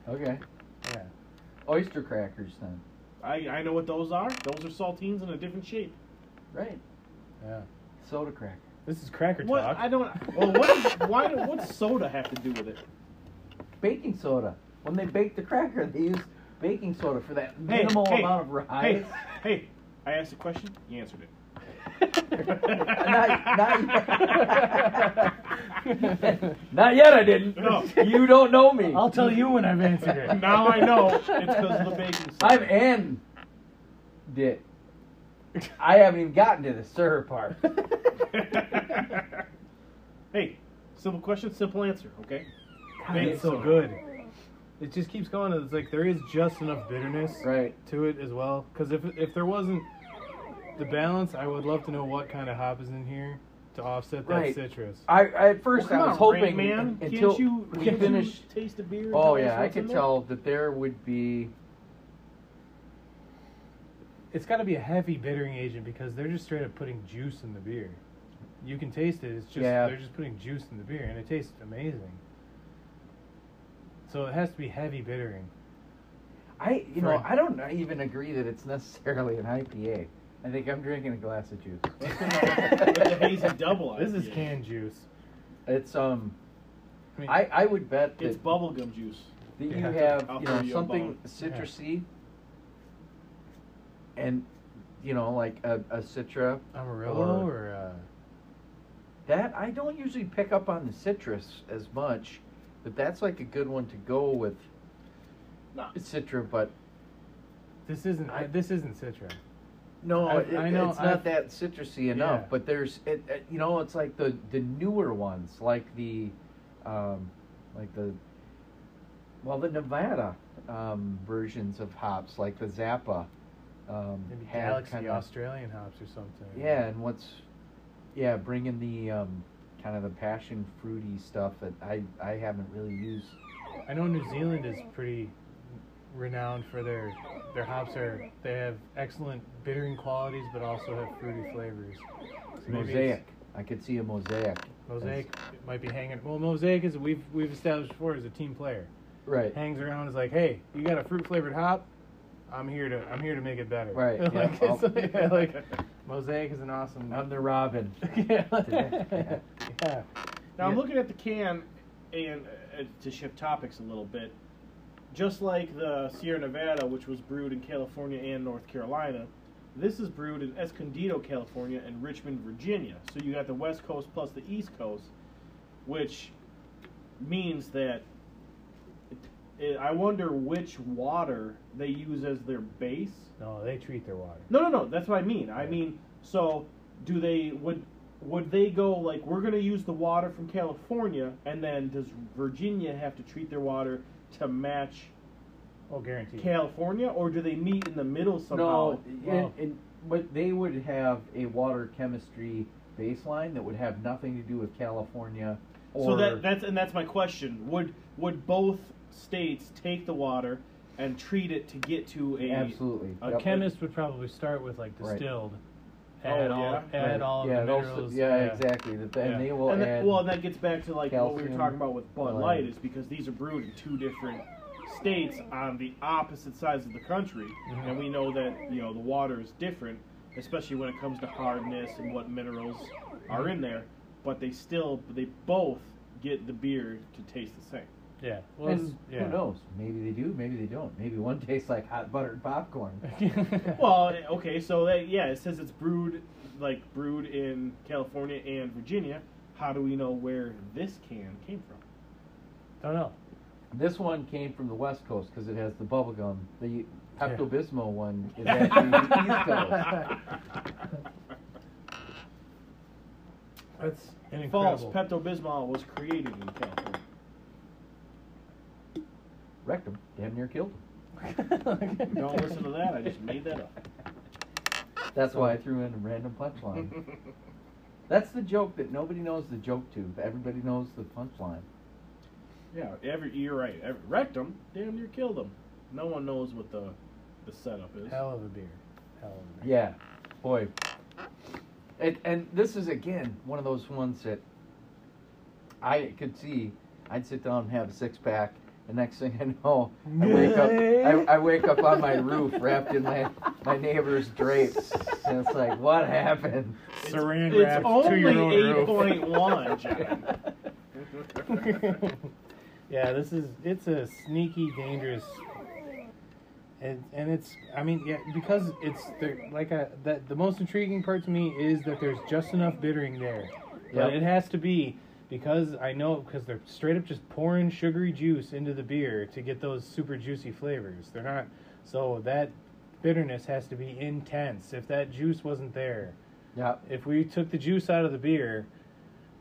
Speaker 3: Okay,
Speaker 2: Yeah.
Speaker 3: oyster crackers then.
Speaker 4: I, I know what those are. Those are saltines in a different shape.
Speaker 3: Right,
Speaker 2: Yeah.
Speaker 3: soda cracker.
Speaker 2: This is cracker
Speaker 4: What
Speaker 2: talk.
Speaker 4: I don't. Well, what? Is, why? do- What's soda have to do with it?
Speaker 3: Baking soda. When they bake the cracker, they use baking soda for that
Speaker 4: Hey,
Speaker 3: minimal
Speaker 4: hey,
Speaker 3: amount of
Speaker 4: hey,
Speaker 3: rise.
Speaker 4: hey! I asked a question. You answered it.
Speaker 3: not, not, not yet, I didn't.
Speaker 4: No.
Speaker 3: You don't know me.
Speaker 2: I'll tell you when I've answered it.
Speaker 4: Now I know it's because of the baking soda.
Speaker 3: I'm and it. I haven't even gotten to the sir part.
Speaker 4: hey, simple question, simple answer, okay? Make
Speaker 2: it's so good. It just keeps going. It's like there is just enough bitterness
Speaker 3: Right.
Speaker 2: to it as well. Because if if there wasn't the balance, I would love to know what kind of hop is in here to offset that
Speaker 3: Right.
Speaker 2: citrus.
Speaker 3: I, I at first
Speaker 4: Come
Speaker 3: I was
Speaker 4: on, Rain
Speaker 3: hoping
Speaker 4: man.
Speaker 3: un- until
Speaker 4: can't you,
Speaker 3: we
Speaker 4: can't you
Speaker 3: finished.
Speaker 4: taste the beer? and
Speaker 3: Oh
Speaker 4: tell us
Speaker 3: yeah, I
Speaker 4: what's in
Speaker 3: could
Speaker 4: there?
Speaker 3: tell that there would be.
Speaker 2: It's got to be a heavy bittering agent because they're just straight up putting juice in the beer. You can taste it. It's just
Speaker 3: Yeah.
Speaker 2: they're just putting juice in the beer, and it tastes amazing. So it has to be heavy bittering.
Speaker 3: I you know
Speaker 2: Right.
Speaker 3: I don't even agree that it's necessarily an IPA. I think I'm drinking a glass of
Speaker 4: Like the hazy
Speaker 3: juice.
Speaker 4: double.
Speaker 2: This is
Speaker 4: IPA.
Speaker 2: canned juice.
Speaker 3: it's um,
Speaker 2: I mean,
Speaker 3: I I would bet that
Speaker 4: It's bubblegum juice.
Speaker 3: that you
Speaker 2: Yeah.
Speaker 3: have
Speaker 4: I'll
Speaker 3: you
Speaker 4: throw
Speaker 3: know
Speaker 4: you a
Speaker 3: something
Speaker 4: bone.
Speaker 3: citrusy and you know like a, a citra
Speaker 2: Amarillo
Speaker 3: Or-
Speaker 2: or, uh,
Speaker 3: that i don't usually pick up on the citrus as much but that's like a good one to go with
Speaker 4: No.
Speaker 3: citra but
Speaker 2: this isn't
Speaker 3: I-
Speaker 2: this isn't Citra.
Speaker 3: no
Speaker 2: I-
Speaker 3: it-
Speaker 2: I know,
Speaker 3: it's not
Speaker 2: I've-
Speaker 3: that citrusy enough
Speaker 2: Yeah.
Speaker 3: but there's it, it- you know it's like the the newer ones like the um like the well the nevada um versions of hops like the zappa um
Speaker 2: Maybe
Speaker 3: had
Speaker 2: Galaxy
Speaker 3: kinda-
Speaker 2: Australian hops or something.
Speaker 3: Yeah, and what's yeah, bringing the um, kind of the passion fruity stuff that I I haven't really used.
Speaker 2: I know New Zealand is pretty renowned for their their hops are they have excellent bittering qualities but also have fruity flavors. So maybe it's-
Speaker 3: Mosaic. I could see a mosaic.
Speaker 2: Mosaic might be hanging. Well, Mosaic is we've we've established before is a team player.
Speaker 3: That's- right.
Speaker 2: Hangs around is like, hey, you got a fruit flavored hop. I'm here to I'm here to make it better.
Speaker 3: Right, yeah,
Speaker 2: like, it's
Speaker 3: I'll-
Speaker 2: like, yeah, like, Mosaic is an awesome.
Speaker 3: I'm the Robin.
Speaker 2: yeah.
Speaker 3: Yeah.
Speaker 2: yeah.
Speaker 4: Now I'm
Speaker 3: Yeah.
Speaker 4: looking at the can, and uh, to shift topics a little bit, just like the Sierra Nevada, which was brewed in California and North Carolina, this is brewed in Escondido, California, and Richmond, Virginia. So you got the West Coast plus the East Coast, which means that it, it, I wonder which water they use as their base.
Speaker 2: No, they treat their water.
Speaker 4: No, no, no. That's what I mean. I mean, so do they would would they go like we're going to use the water from California, and then does Virginia have to treat their water to match
Speaker 2: Oh, guaranteed.
Speaker 4: California, or do they meet in the middle somehow?
Speaker 3: No,
Speaker 2: Wow.
Speaker 3: and, and but they would have a water chemistry baseline that would have nothing to do with California. Or
Speaker 4: so that that's and that's my question. Would would both states take the water and treat it to get to a
Speaker 3: absolutely.
Speaker 4: a
Speaker 2: A
Speaker 3: Yep.
Speaker 2: chemist would probably start with like
Speaker 3: Right.
Speaker 2: distilled,
Speaker 4: Oh,
Speaker 2: add all,
Speaker 4: yeah?
Speaker 2: add
Speaker 3: Right.
Speaker 2: all of
Speaker 3: yeah,
Speaker 2: the
Speaker 3: those-
Speaker 2: minerals.
Speaker 3: yeah, exactly. That then
Speaker 2: Yeah.
Speaker 3: they will
Speaker 4: And that-
Speaker 3: add.
Speaker 4: well, and that gets back to like what we were
Speaker 3: calcium,
Speaker 4: talking about with Bud
Speaker 3: iron.
Speaker 4: Light is because these are brewed in two different states on the opposite sides of the country,
Speaker 2: Mhm.
Speaker 4: and we know that you know the water is different, especially when it comes to hardness and what minerals are in there. But they still, they both get the beer to taste the same.
Speaker 2: Yeah. Well,
Speaker 3: and
Speaker 2: it's- yeah.
Speaker 3: who knows? Maybe they do. Maybe they don't. Maybe one tastes like hot buttered popcorn.
Speaker 4: Well, eh, okay, so that, yeah, it says it's brewed like brewed in California and Virginia. How do we know where this can came from?
Speaker 2: don't know.
Speaker 3: This one came from the West Coast because it has the bubble gum. The
Speaker 2: Yeah.
Speaker 3: Pepto Bismol one is actually the East Coast.
Speaker 2: That's an
Speaker 4: False.
Speaker 2: incredible.
Speaker 4: Pepto Bismol was created in California.
Speaker 3: Wrecked 'em. Damn near killed 'em.
Speaker 4: Don't listen to that. I just made that up.
Speaker 3: That's why I threw in a random punchline. That's the joke that nobody knows the joke to. but Everybody knows the punchline.
Speaker 4: yeah, every you're right. Every, wrecked them. Damn near killed them. No one knows what the the setup is.
Speaker 2: Hell of a beer. Hell of a beer.
Speaker 3: Yeah, boy. And and this is again one of those ones that I could see. I'd sit down and have a six pack. The next thing I know, I wake up. I, I wake up on my roof, wrapped in my my neighbor's drapes, and it's like, what happened?
Speaker 4: It's-
Speaker 2: Saran
Speaker 4: it's
Speaker 2: wrap to
Speaker 4: only
Speaker 2: your own
Speaker 4: eight
Speaker 2: roof.
Speaker 4: point one, John.
Speaker 2: yeah, this is it's a sneaky, dangerous, and and it's I mean yeah because it's there like I that the most intriguing part to me is that there's just enough bittering there, but
Speaker 3: Yep.
Speaker 2: it has to be because I know because they're straight up just pouring sugary juice into the beer to get those super juicy flavors. They're not so that bitterness has to be intense. If that juice wasn't there,
Speaker 3: Yeah.
Speaker 2: if we took the juice out of the beer,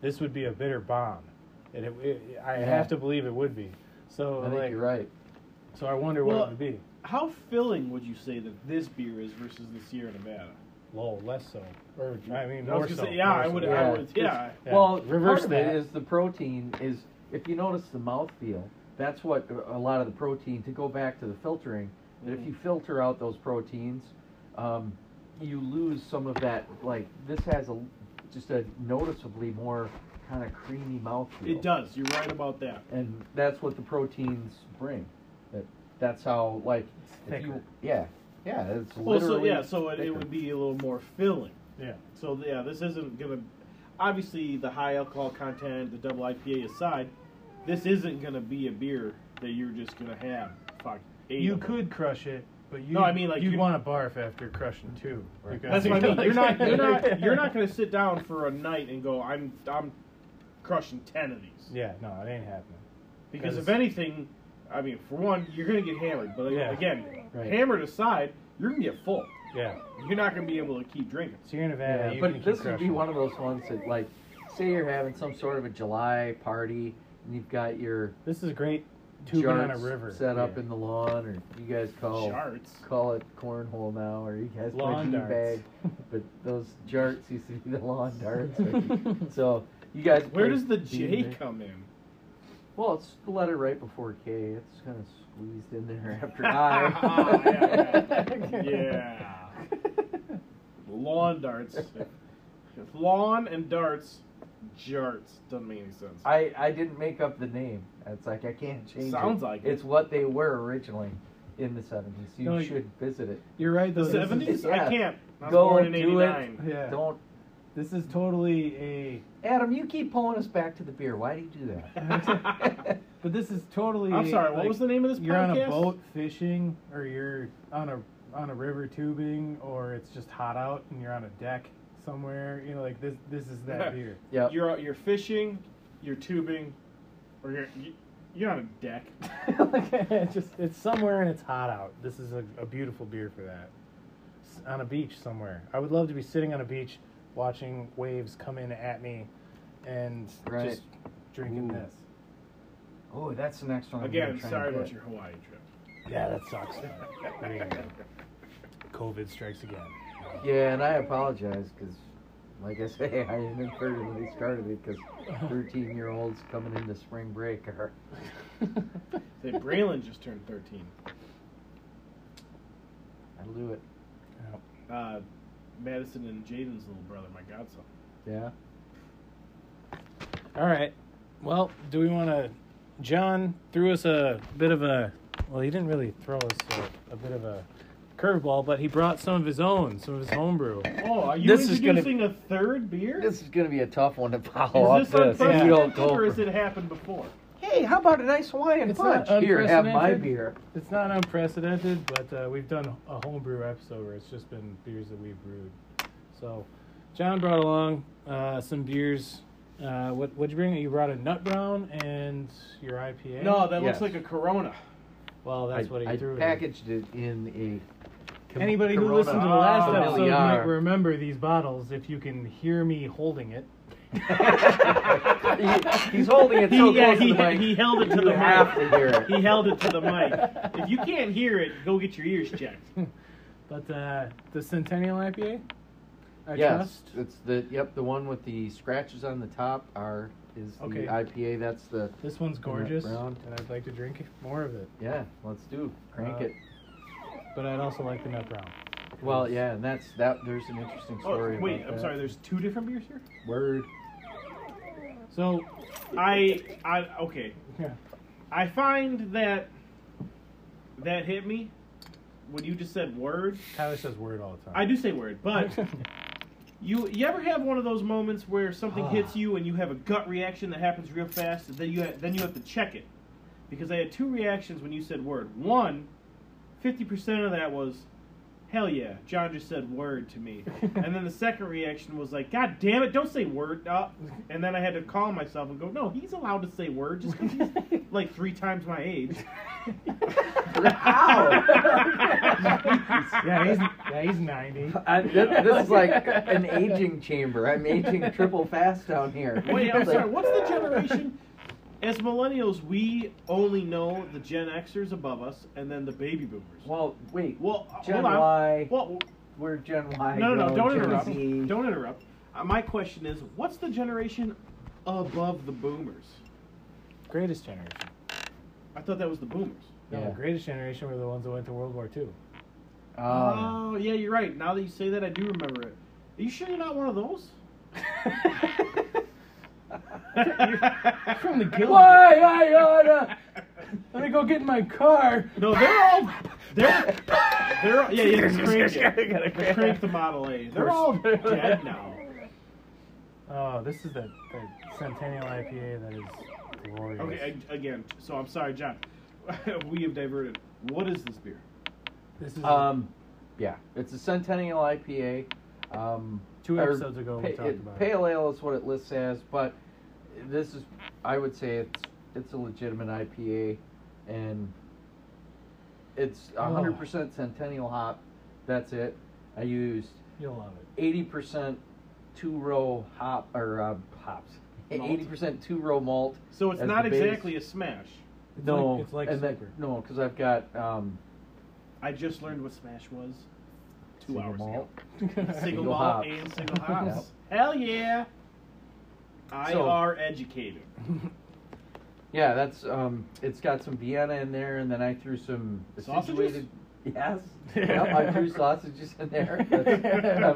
Speaker 2: this would be a bitter bomb. And it, it- I
Speaker 3: Yeah.
Speaker 2: have to believe it would be. So
Speaker 3: I think
Speaker 2: like,
Speaker 3: you're right.
Speaker 2: so I wonder what
Speaker 4: Well-
Speaker 2: it would be.
Speaker 4: How filling would you say that this beer is versus the Sierra Nevada?
Speaker 2: Lol, less so. Or I mean,
Speaker 4: I
Speaker 2: more
Speaker 4: was gonna
Speaker 2: so.
Speaker 4: say, yeah,
Speaker 2: more
Speaker 4: I
Speaker 2: so.
Speaker 4: would,
Speaker 3: Yeah.
Speaker 4: I would, yeah.
Speaker 2: Yeah.
Speaker 3: Well,
Speaker 2: reverse
Speaker 3: part of
Speaker 2: that.
Speaker 3: it is the protein is if you notice the mouthfeel, that's what a lot of the protein to go back to the filtering. That if you filter out those proteins, um, you lose some of that. Like this has a just a noticeably more kind of creamy mouthfeel.
Speaker 4: It does. You're right about that.
Speaker 3: and that's what the proteins bring. That that's how like if you
Speaker 2: thicker.
Speaker 3: yeah yeah it's
Speaker 4: Well, so
Speaker 3: literally
Speaker 4: yeah, so it, it
Speaker 3: thicker.
Speaker 4: would be a little more filling.
Speaker 2: yeah.
Speaker 4: So yeah, this isn't gonna. Obviously, the high alcohol content, the double IPA aside, this isn't gonna be a beer that you're just gonna have. Fuck. eight
Speaker 2: You
Speaker 4: of them.
Speaker 2: could crush it, but you.
Speaker 4: No, I mean, like,
Speaker 2: you'd
Speaker 4: you-
Speaker 2: want to barf after crushing two.
Speaker 4: That's what I mean. You're not. You're not. You're not gonna sit down for a night and go. I'm. I'm crushing ten of these.
Speaker 2: Yeah, no, it ain't happening.
Speaker 4: Because if
Speaker 2: Because-
Speaker 4: anything, I mean, for one, you're gonna get hammered. But
Speaker 2: Yeah.
Speaker 4: again,
Speaker 3: Right.
Speaker 4: hammered aside, you're gonna get full.
Speaker 2: Yeah,
Speaker 4: You're not gonna be able to keep drinking.
Speaker 2: Sierra Nevada.
Speaker 3: Yeah,
Speaker 2: you can
Speaker 3: but
Speaker 2: keep
Speaker 3: this would
Speaker 2: crushing
Speaker 3: be
Speaker 2: it.
Speaker 3: one of those ones that, like, say you're having some sort of a July party and you've got your
Speaker 2: This is great tubing on a
Speaker 3: jarts
Speaker 2: river.
Speaker 3: set up
Speaker 2: Yeah.
Speaker 3: in the lawn, or you guys call
Speaker 4: Charts.
Speaker 3: call it cornhole now, or you guys call
Speaker 2: Lawn
Speaker 3: it
Speaker 2: darts.
Speaker 3: bag. But those jarts used to be the lawn darts. so you guys.
Speaker 4: Where
Speaker 3: play
Speaker 4: does the
Speaker 3: bean
Speaker 4: J
Speaker 3: there.
Speaker 4: come in?
Speaker 3: Well, it's the letter right before K. It's kind of squeezed in there after
Speaker 2: Oh,
Speaker 4: Ah, yeah, yeah.
Speaker 3: I.
Speaker 4: yeah. Lawn darts. If lawn and darts, jarts. Doesn't make any sense.
Speaker 3: I, I didn't make up the name. It's like I can't change
Speaker 4: Sounds
Speaker 3: it.
Speaker 4: like it.
Speaker 3: it's what they were originally in the seventies. You
Speaker 2: No, you-
Speaker 3: should visit it.
Speaker 2: You're right, though.
Speaker 4: the
Speaker 2: this is-
Speaker 4: seventies?
Speaker 3: yeah.
Speaker 4: I can't. I was
Speaker 3: Go
Speaker 4: born in
Speaker 3: do it.
Speaker 4: '89.
Speaker 2: Yeah.
Speaker 3: Don't
Speaker 2: This is totally a.
Speaker 3: Adam, you keep pulling us back to the beer. Why do you do that?
Speaker 2: But this is totally.
Speaker 4: I'm sorry. What was the name of this
Speaker 2: You're on a
Speaker 4: podcast?
Speaker 2: boat fishing, or you're on a on a river tubing, or it's just hot out and you're on a deck somewhere. You know, like this. This is that beer.
Speaker 3: Yep.
Speaker 4: You're out. You're fishing. You're tubing. Or you're you- you're on a deck.
Speaker 2: like, it's just it's somewhere and it's hot out. This is a, a beautiful beer for that. S- on a beach somewhere. I would love to be sitting on a beach, watching waves come in at me, and
Speaker 3: Right.
Speaker 2: just drinking
Speaker 3: Ooh.
Speaker 2: this.
Speaker 3: Oh, that's the next one. I'm gonna
Speaker 4: Again,
Speaker 3: try and
Speaker 4: sorry about
Speaker 3: get.
Speaker 4: your Hawaii trip.
Speaker 2: Yeah, that sucks. There you go. COVID strikes again.
Speaker 3: Yeah, and I apologize because, like I say, I inadvertently started it because thirteen-year-olds coming into spring break are.
Speaker 4: Say Braylon just turned 13.
Speaker 3: I'll do it.
Speaker 4: Uh, Madison and Jaden's little brother, my godson.
Speaker 3: Yeah.
Speaker 2: All right. Well, do we want to? John threw us a bit of a. Well, he didn't really throw us a, a bit of a curveball, but he brought some of his own, some of his homebrew.
Speaker 4: Oh, are you
Speaker 3: This is gonna-
Speaker 4: introducing a third beer?
Speaker 3: This is gonna be a tough one to follow
Speaker 4: is this
Speaker 3: up. this. if you
Speaker 4: unprecedented
Speaker 3: don't go
Speaker 4: or
Speaker 3: for-
Speaker 4: has it happened before?
Speaker 3: Hey, how about a nice Hawaiian
Speaker 2: It's
Speaker 3: punch?
Speaker 2: not
Speaker 3: Here, have my
Speaker 2: unprecedented.
Speaker 3: beer.
Speaker 2: It's not unprecedented, but uh, we've done a homebrew episode where it's just been beers that we've brewed. So, John brought along uh, some beers. Uh, what what'd you bring? You brought a nut brown and your IPA.
Speaker 4: No, that
Speaker 3: Yes.
Speaker 4: looks like a Corona.
Speaker 2: well, that's
Speaker 3: I,
Speaker 2: what he
Speaker 3: I
Speaker 2: threw. in.
Speaker 3: packaged it in a. com-
Speaker 2: Anybody who
Speaker 3: Corona. Oh,
Speaker 2: listened to the last
Speaker 4: Ah.
Speaker 2: episode might
Speaker 3: Familiar.
Speaker 2: remember these bottles if you can hear me holding it.
Speaker 3: He- he's holding it so
Speaker 4: He- yeah,
Speaker 3: close
Speaker 4: he,
Speaker 3: to the mic.
Speaker 4: he held it to
Speaker 3: you
Speaker 4: the
Speaker 3: have to
Speaker 4: mic.
Speaker 3: hear it.
Speaker 4: He held it to the mic. If you can't hear it, go get your ears checked.
Speaker 2: But uh, the Centennial IPA, I
Speaker 3: yes,
Speaker 2: trust.
Speaker 3: it's the yep the one with the scratches on the top are is the
Speaker 2: Okay.
Speaker 3: IPA. That's the
Speaker 2: This one's gorgeous,
Speaker 3: brown.
Speaker 2: and I'd like to drink more of it.
Speaker 3: yeah. Let's do crank
Speaker 2: Uh,
Speaker 3: it.
Speaker 2: But I'd also like the nut brown.
Speaker 3: Well, yeah, and that's that. There's an interesting story.
Speaker 4: Uh, Oh, wait,
Speaker 3: about
Speaker 4: I'm
Speaker 3: that.
Speaker 4: sorry. There's two different beers here.
Speaker 3: Word.
Speaker 2: So,
Speaker 4: I, I, okay.
Speaker 2: yeah.
Speaker 4: I find that that hit me when you just said word.
Speaker 2: Tyler says word all the time.
Speaker 4: I do say word, but you you ever have one of those moments where something hits you and you have a gut reaction that happens real fast, and then you ha- then you have to check it because I had two reactions when you said word. One, 50% of that was hell yeah, John just said word to me, and then the second reaction was like God damn it, don't say word up. And then I had to calm myself and go, no, he's allowed to say word just because he's like three times my age.
Speaker 3: Ow!
Speaker 2: Yeah, he's yeah he's ninety.
Speaker 3: I, thi- this, is like an aging chamber. I'm aging triple fast down here.
Speaker 4: Wait, I'm
Speaker 3: Like,
Speaker 4: sorry. What's the generation? As millennials, we only know the Gen Xers above us, and then the baby boomers.
Speaker 3: Well, wait.
Speaker 4: Well, uh,
Speaker 3: Gen
Speaker 4: hold on.
Speaker 3: Y.
Speaker 4: Well,
Speaker 3: we're Gen Y.
Speaker 4: no, no, no!
Speaker 3: yo,
Speaker 4: Don't
Speaker 3: Gen
Speaker 4: interrupt.
Speaker 3: Z.
Speaker 4: Don't interrupt. Uh, my question is, what's the generation above the boomers?
Speaker 2: Greatest generation.
Speaker 4: I thought that was the boomers.
Speaker 2: No,
Speaker 3: Yeah.
Speaker 2: the greatest generation were the ones that went to World War II.
Speaker 3: Um,
Speaker 4: oh, yeah, you're right. Now that you say that, I do remember it. Are you sure you're not one of those?
Speaker 2: From the guild.
Speaker 3: Why I uh, oughta?
Speaker 2: Let me go get in my car.
Speaker 4: No, they're all they're they're all, yeah yeah the crank, it. The crank the Model A. They're all dead now.
Speaker 2: Oh, this is the, the Centennial IPA that is glorious.
Speaker 4: Okay, a- again. So I'm sorry, John. we have diverted. What is this beer?
Speaker 2: this is
Speaker 3: Um, yeah, it's a Centennial IPA. Um,
Speaker 2: Two
Speaker 3: or
Speaker 2: episodes ago we
Speaker 3: pa-
Speaker 2: talked
Speaker 3: it-
Speaker 2: about it.
Speaker 3: pale ale is what it lists as, but this is, I would say it's it's a legitimate IPA, and it's
Speaker 2: Oh.
Speaker 3: 100% Centennial hop. That's it. I used
Speaker 2: you'll love it.
Speaker 3: 80% two row hop or uh, hops.
Speaker 4: Malt.
Speaker 3: 80% two row malt.
Speaker 4: So it's
Speaker 3: as
Speaker 4: not
Speaker 3: the base.
Speaker 4: exactly a smash.
Speaker 2: It's
Speaker 3: no.
Speaker 2: like, it's like
Speaker 3: and that-
Speaker 2: Snicker.
Speaker 3: no, because I've got um,
Speaker 4: I just learned what smash was two
Speaker 3: single
Speaker 4: hours
Speaker 3: malt.
Speaker 4: ago. Single
Speaker 3: Single
Speaker 4: malt
Speaker 3: hops.
Speaker 4: and single hops. Hell yeah! I
Speaker 3: So-
Speaker 4: are educated.
Speaker 3: Yeah, that's um. It's got some Vienna in there, and then I threw some
Speaker 4: Sausages?
Speaker 3: acidulated. Yes. Yep, I threw sausages in there. That's,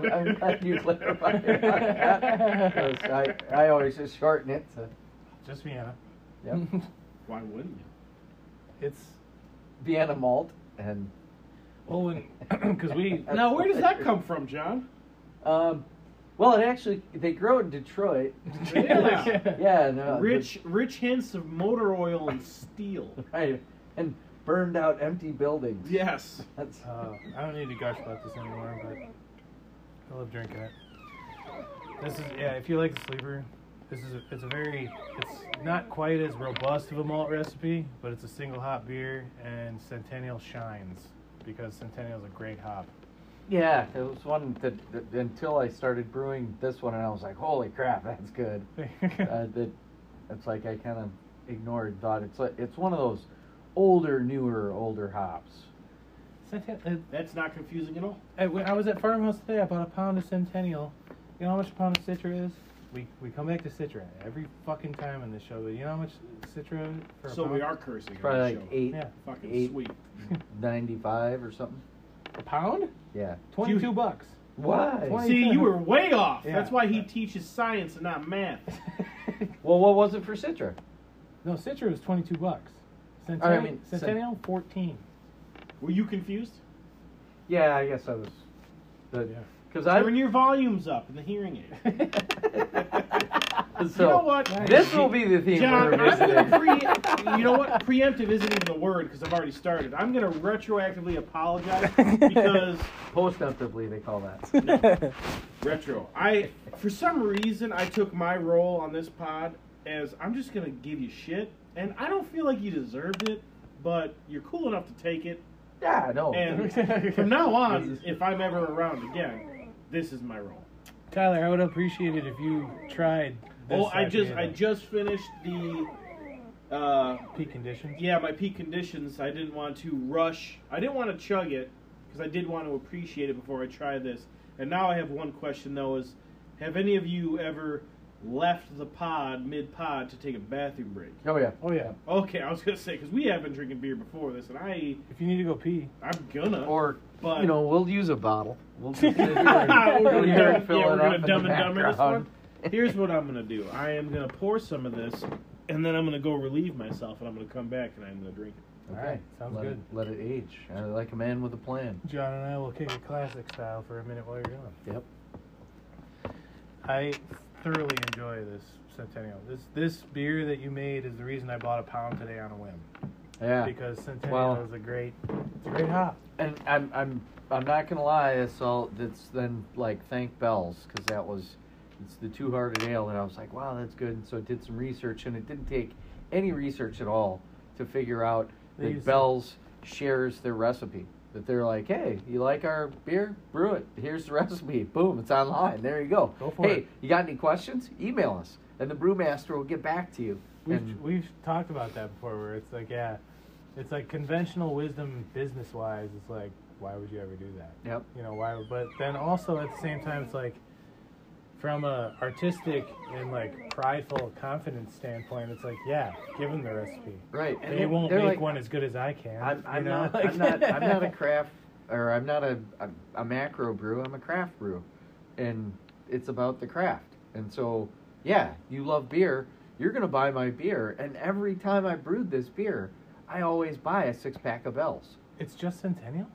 Speaker 3: I'm, I'm glad you clarified it on that. 'cause I, I always just shorten it to.
Speaker 2: Just Vienna.
Speaker 3: Yep.
Speaker 4: Why wouldn't you?
Speaker 2: It's
Speaker 3: Vienna malt and
Speaker 2: well, because we
Speaker 3: That's
Speaker 4: Now, where does that
Speaker 3: hilarious.
Speaker 4: come from, John?
Speaker 3: um. Well, it actually they grow it in Detroit.
Speaker 4: Yeah.
Speaker 3: Yeah. No, Uh, the-
Speaker 4: Rich, rich hints of motor oil and steel.
Speaker 3: Right. And burned out empty buildings.
Speaker 4: Yes.
Speaker 3: That's.
Speaker 2: Uh, I don't need to gush about this anymore, but I love drinking it. This is yeah. If you like the sleeper, this is a, it's a very it's not quite as robust of a malt recipe, but it's a single hop beer, and Centennial shines because Centennial's a great hop.
Speaker 3: Yeah, it was one that, that until I started brewing this one, and I was like, "Holy crap, that's good." uh, that it's like I kind of ignored thought it's like it's one of those older, newer, older hops.
Speaker 2: Centennial.
Speaker 4: That's not confusing at all.
Speaker 2: I, when I was uh, at farmhouse today. I bought a pound of Centennial. You know how much a pound of Citra is? We we come back to Citra every fucking time in this show. But you know how much Citra for a
Speaker 4: So
Speaker 2: pound?
Speaker 4: we are cursing.
Speaker 3: It's
Speaker 4: on
Speaker 3: probably
Speaker 4: the
Speaker 3: like
Speaker 4: show.
Speaker 3: eight
Speaker 2: Yeah.
Speaker 4: Fucking
Speaker 3: eight-
Speaker 4: sweet.
Speaker 3: ninety five or something.
Speaker 2: a pound.
Speaker 3: Yeah.
Speaker 2: Twenty two bucks.
Speaker 3: Why?
Speaker 2: Why-
Speaker 4: See, you were way off.
Speaker 2: Yeah.
Speaker 4: That's why he teaches science and not math.
Speaker 3: Well, what was it for Citra?
Speaker 2: No, Citra was twenty two bucks.
Speaker 3: All
Speaker 2: Centennial,
Speaker 3: right, I mean, cent-
Speaker 2: Centennial fourteen.
Speaker 4: Were you confused?
Speaker 3: Yeah, I guess I was. The
Speaker 2: Yeah.
Speaker 3: because
Speaker 4: Turn your volumes up in the hearing aid.
Speaker 3: I. so
Speaker 4: you know what?
Speaker 3: this will be the theme
Speaker 4: John,
Speaker 3: we're
Speaker 4: I'm
Speaker 3: visiting.
Speaker 4: gonna pre- you know what? Preemptive isn't even the word because I've already started. I'm gonna retroactively apologize because
Speaker 3: Postemptively, they call that.
Speaker 4: retro. I, for some reason, I took my role on this pod as I'm just gonna give you shit, and I don't feel like you deserved it, but you're cool enough to take it.
Speaker 3: Yeah, no.
Speaker 4: And from now on, if I'm ever around again, this is my role.
Speaker 2: Tyler, I would appreciate it if you tried. This uh,
Speaker 4: Oh, I just
Speaker 2: IPA,
Speaker 4: I
Speaker 2: though.
Speaker 4: just finished the. Uh,
Speaker 2: peak conditions.
Speaker 4: yeah, my peak conditions. I didn't want to rush. I didn't want to chug it because I did want to appreciate it before I try this. And now I have one question though: Is have any of you ever left the pod mid pod to take a bathroom break?
Speaker 3: oh yeah.
Speaker 2: Oh yeah.
Speaker 4: Okay, I was gonna say because we have been drinking beer before this, and I
Speaker 2: If you need to go pee,
Speaker 4: I'm gonna
Speaker 3: Or
Speaker 4: But-
Speaker 3: you know, we'll use a bottle. We'll just sit here
Speaker 4: we're
Speaker 3: and,
Speaker 4: gonna,
Speaker 3: sit here
Speaker 4: yeah,
Speaker 3: and fill
Speaker 4: we're
Speaker 3: it
Speaker 4: gonna
Speaker 3: up in
Speaker 4: dumb
Speaker 3: the
Speaker 4: and dumber this
Speaker 3: background.
Speaker 4: one. Here's what I'm gonna do. I am gonna pour some of this, and then I'm gonna go relieve myself, and I'm gonna come back and I'm gonna drink it.
Speaker 2: All right, sounds
Speaker 3: let
Speaker 2: good.
Speaker 3: It, let it age, uh, like a man with a plan.
Speaker 2: John and I will kick it classic style for a minute while you're gone.
Speaker 3: Yep.
Speaker 2: I thoroughly enjoy this Centennial. This this beer that you made is the reason I bought a pound today on a whim
Speaker 3: Yeah.
Speaker 2: because Centennial
Speaker 3: Well-
Speaker 2: is a great, it's a great hop.
Speaker 3: and I'm I'm I'm not gonna lie. That's all. That's then like thank bells because that was it's the two hearted ale, and I was like, wow, that's good. And so I did some research, and it didn't take any research at all to figure out
Speaker 2: They
Speaker 3: that
Speaker 2: use-
Speaker 3: Bell's shares their recipe. that they're like, hey, you like our beer? Brew it. Here's the recipe. Boom, it's online. There you go.
Speaker 2: Go for
Speaker 3: hey,
Speaker 2: it.
Speaker 3: you got any questions? Email us, and the brewmaster will get back to you.
Speaker 2: We've
Speaker 3: And-
Speaker 2: we've talked about that before, where it's like, yeah, it's like conventional wisdom, business wise. It's like, why would you ever do that?
Speaker 3: Yep.
Speaker 2: You know why? But then also at the same time, it's like, from a artistic and like prideful confidence standpoint, it's like, yeah, give them the recipe.
Speaker 3: Right.
Speaker 2: They won't
Speaker 3: they're
Speaker 2: make
Speaker 3: like,
Speaker 2: one as good as I can.
Speaker 3: I'm, I'm
Speaker 2: you know?
Speaker 3: not. I'm not. I'm not a craft, or I'm not a, a a macro brew. I'm a craft brew, and it's about the craft. And so, yeah, you love beer. You're gonna buy my beer, and every time I brewed this beer, I always buy a six pack of Bell's.
Speaker 2: It's just Centennial.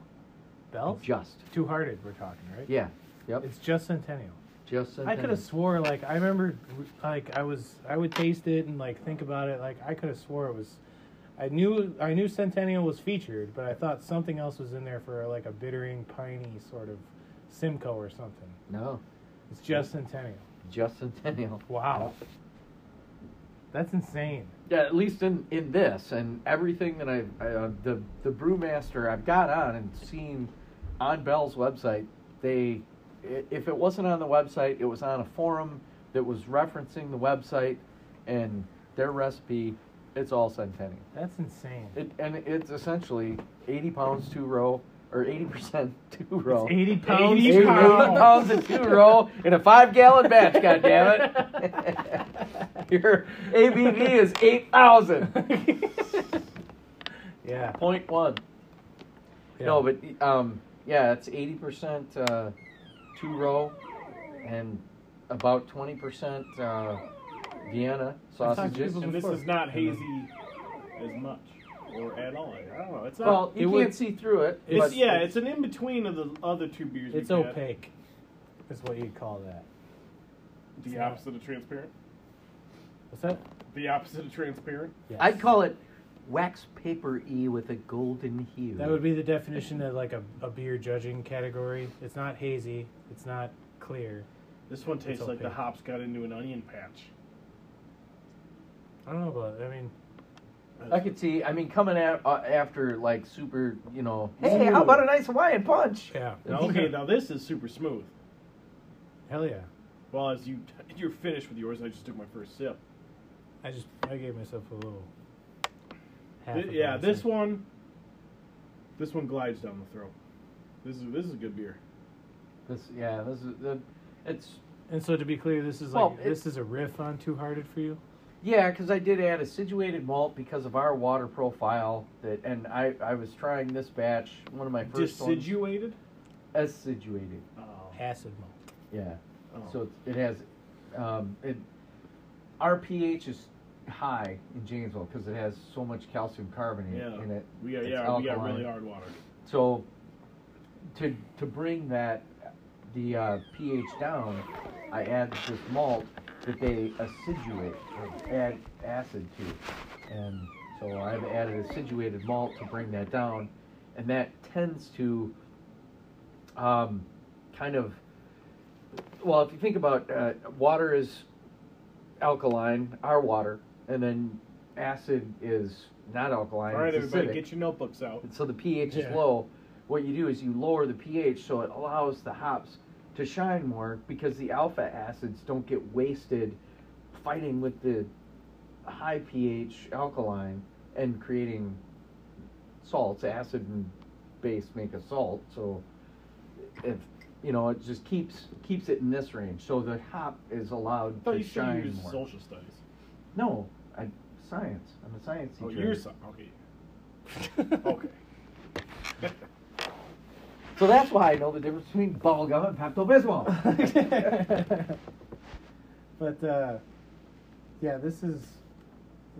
Speaker 2: Bells.
Speaker 3: Just.
Speaker 2: Two hearted. We're talking right.
Speaker 3: Yeah. Yep.
Speaker 2: It's just Centennial.
Speaker 3: just.
Speaker 2: I could have swore like I remember like I was I would taste it and like think about it like I could have swore it was I knew I knew Centennial was featured but I thought something else was in there for like a bittering piney sort of Simcoe or something.
Speaker 3: No.
Speaker 2: It's just Centennial.
Speaker 3: Just Centennial.
Speaker 2: Wow. That's insane.
Speaker 3: Yeah, at least in, in this and everything that I've I, uh, the the brewmaster I've got on and seen on Bell's website, they i- if it wasn't on the website, it was on a forum that was referencing the website and their recipe. It's all centennial,
Speaker 2: That's insane.
Speaker 3: it, and it's essentially eighty pounds two row or eighty percent two row.
Speaker 2: It's 80 pounds.
Speaker 4: 80
Speaker 3: 80
Speaker 4: pounds.
Speaker 3: pounds of two row in a five gallon batch, goddammit. Your ABV is 8,000.
Speaker 2: Yeah.
Speaker 3: Point one.
Speaker 2: yeah.
Speaker 3: No, but um, yeah, it's 80% uh, two row and about 20% uh, Vienna
Speaker 2: talked to
Speaker 3: sausages.
Speaker 2: people
Speaker 4: And this
Speaker 2: Before.
Speaker 4: is not hazy as much or at all. I don't know. It's not.
Speaker 3: Well, you
Speaker 2: It
Speaker 3: can't
Speaker 2: would-
Speaker 3: see through it.
Speaker 4: it's,
Speaker 3: but
Speaker 4: yeah, it's an in between of the other two beers.
Speaker 2: it's
Speaker 4: we had.
Speaker 2: opaque. Is what you'd call that.
Speaker 4: The opposite of transparent.
Speaker 2: What's that?
Speaker 4: The opposite of transparent.
Speaker 2: Yes.
Speaker 3: I'd call it wax paper E with a golden hue.
Speaker 2: That would be the definition of like a, a beer judging category. It's not hazy. It's not clear.
Speaker 4: This one tastes like the
Speaker 2: opaque.
Speaker 4: hops got into an onion patch.
Speaker 2: I don't know, but I mean,
Speaker 3: I could see. I mean, coming out uh, after like super, you know.
Speaker 4: Hey, how about a
Speaker 3: nice Hawaiian punch?
Speaker 2: yeah,
Speaker 4: Now, okay, now this is super smooth.
Speaker 2: hell yeah.
Speaker 4: Well, as you you're finished with yours, I just took my first sip.
Speaker 2: I just I gave myself a little. Half
Speaker 4: Th-
Speaker 2: a
Speaker 4: yeah,
Speaker 2: glass
Speaker 4: this
Speaker 2: of-
Speaker 4: one, this one glides down the throat. This is this is a good beer.
Speaker 3: This, yeah, this is. The, it's
Speaker 2: And so to be clear, this is like
Speaker 3: Well,
Speaker 2: this is a riff on Too Hearted for you.
Speaker 3: yeah, because I did add acidulated malt because of our water profile that, and I I was trying this batch, one of my first ones,
Speaker 4: Deciduated.
Speaker 3: acidulated.
Speaker 4: Oh.
Speaker 2: Acid malt.
Speaker 3: Yeah,
Speaker 4: Oh.
Speaker 3: so it's- it has, um, it, our pH is high in Janesville because it has so much calcium carbonate
Speaker 4: yeah,
Speaker 3: in it.
Speaker 4: we got
Speaker 3: It's
Speaker 4: yeah we got
Speaker 3: alkaline.
Speaker 4: really hard water.
Speaker 3: So, to to bring that the uh, pH down, I add this malt that they acidulate or add acid to, and so I've added acidulated malt to bring that down, and that tends to um, kind of well, if you think about uh, water is alkaline, our water, and then acid is not alkaline.
Speaker 4: All right,
Speaker 3: it's
Speaker 4: everybody,
Speaker 3: acidic.
Speaker 4: get your notebooks out.
Speaker 3: And so the pH is
Speaker 2: Yeah.
Speaker 3: low. What you do is you lower the pH so it allows the hops to shine more because the alpha acids don't get wasted fighting with the high pH alkaline and creating salts. Acid and base make a salt, so if you know, it just keeps keeps it in this range. So the hop is allowed
Speaker 4: I thought
Speaker 3: to
Speaker 4: you said you
Speaker 3: shine
Speaker 4: used
Speaker 3: more.
Speaker 4: social studies.
Speaker 3: No, I science. I'm a science
Speaker 4: Oh,
Speaker 3: teacher.
Speaker 4: you're some. Okay. okay.
Speaker 3: So that's why I know the difference between bubblegum and Pepto Bismol.
Speaker 2: But uh, yeah, this is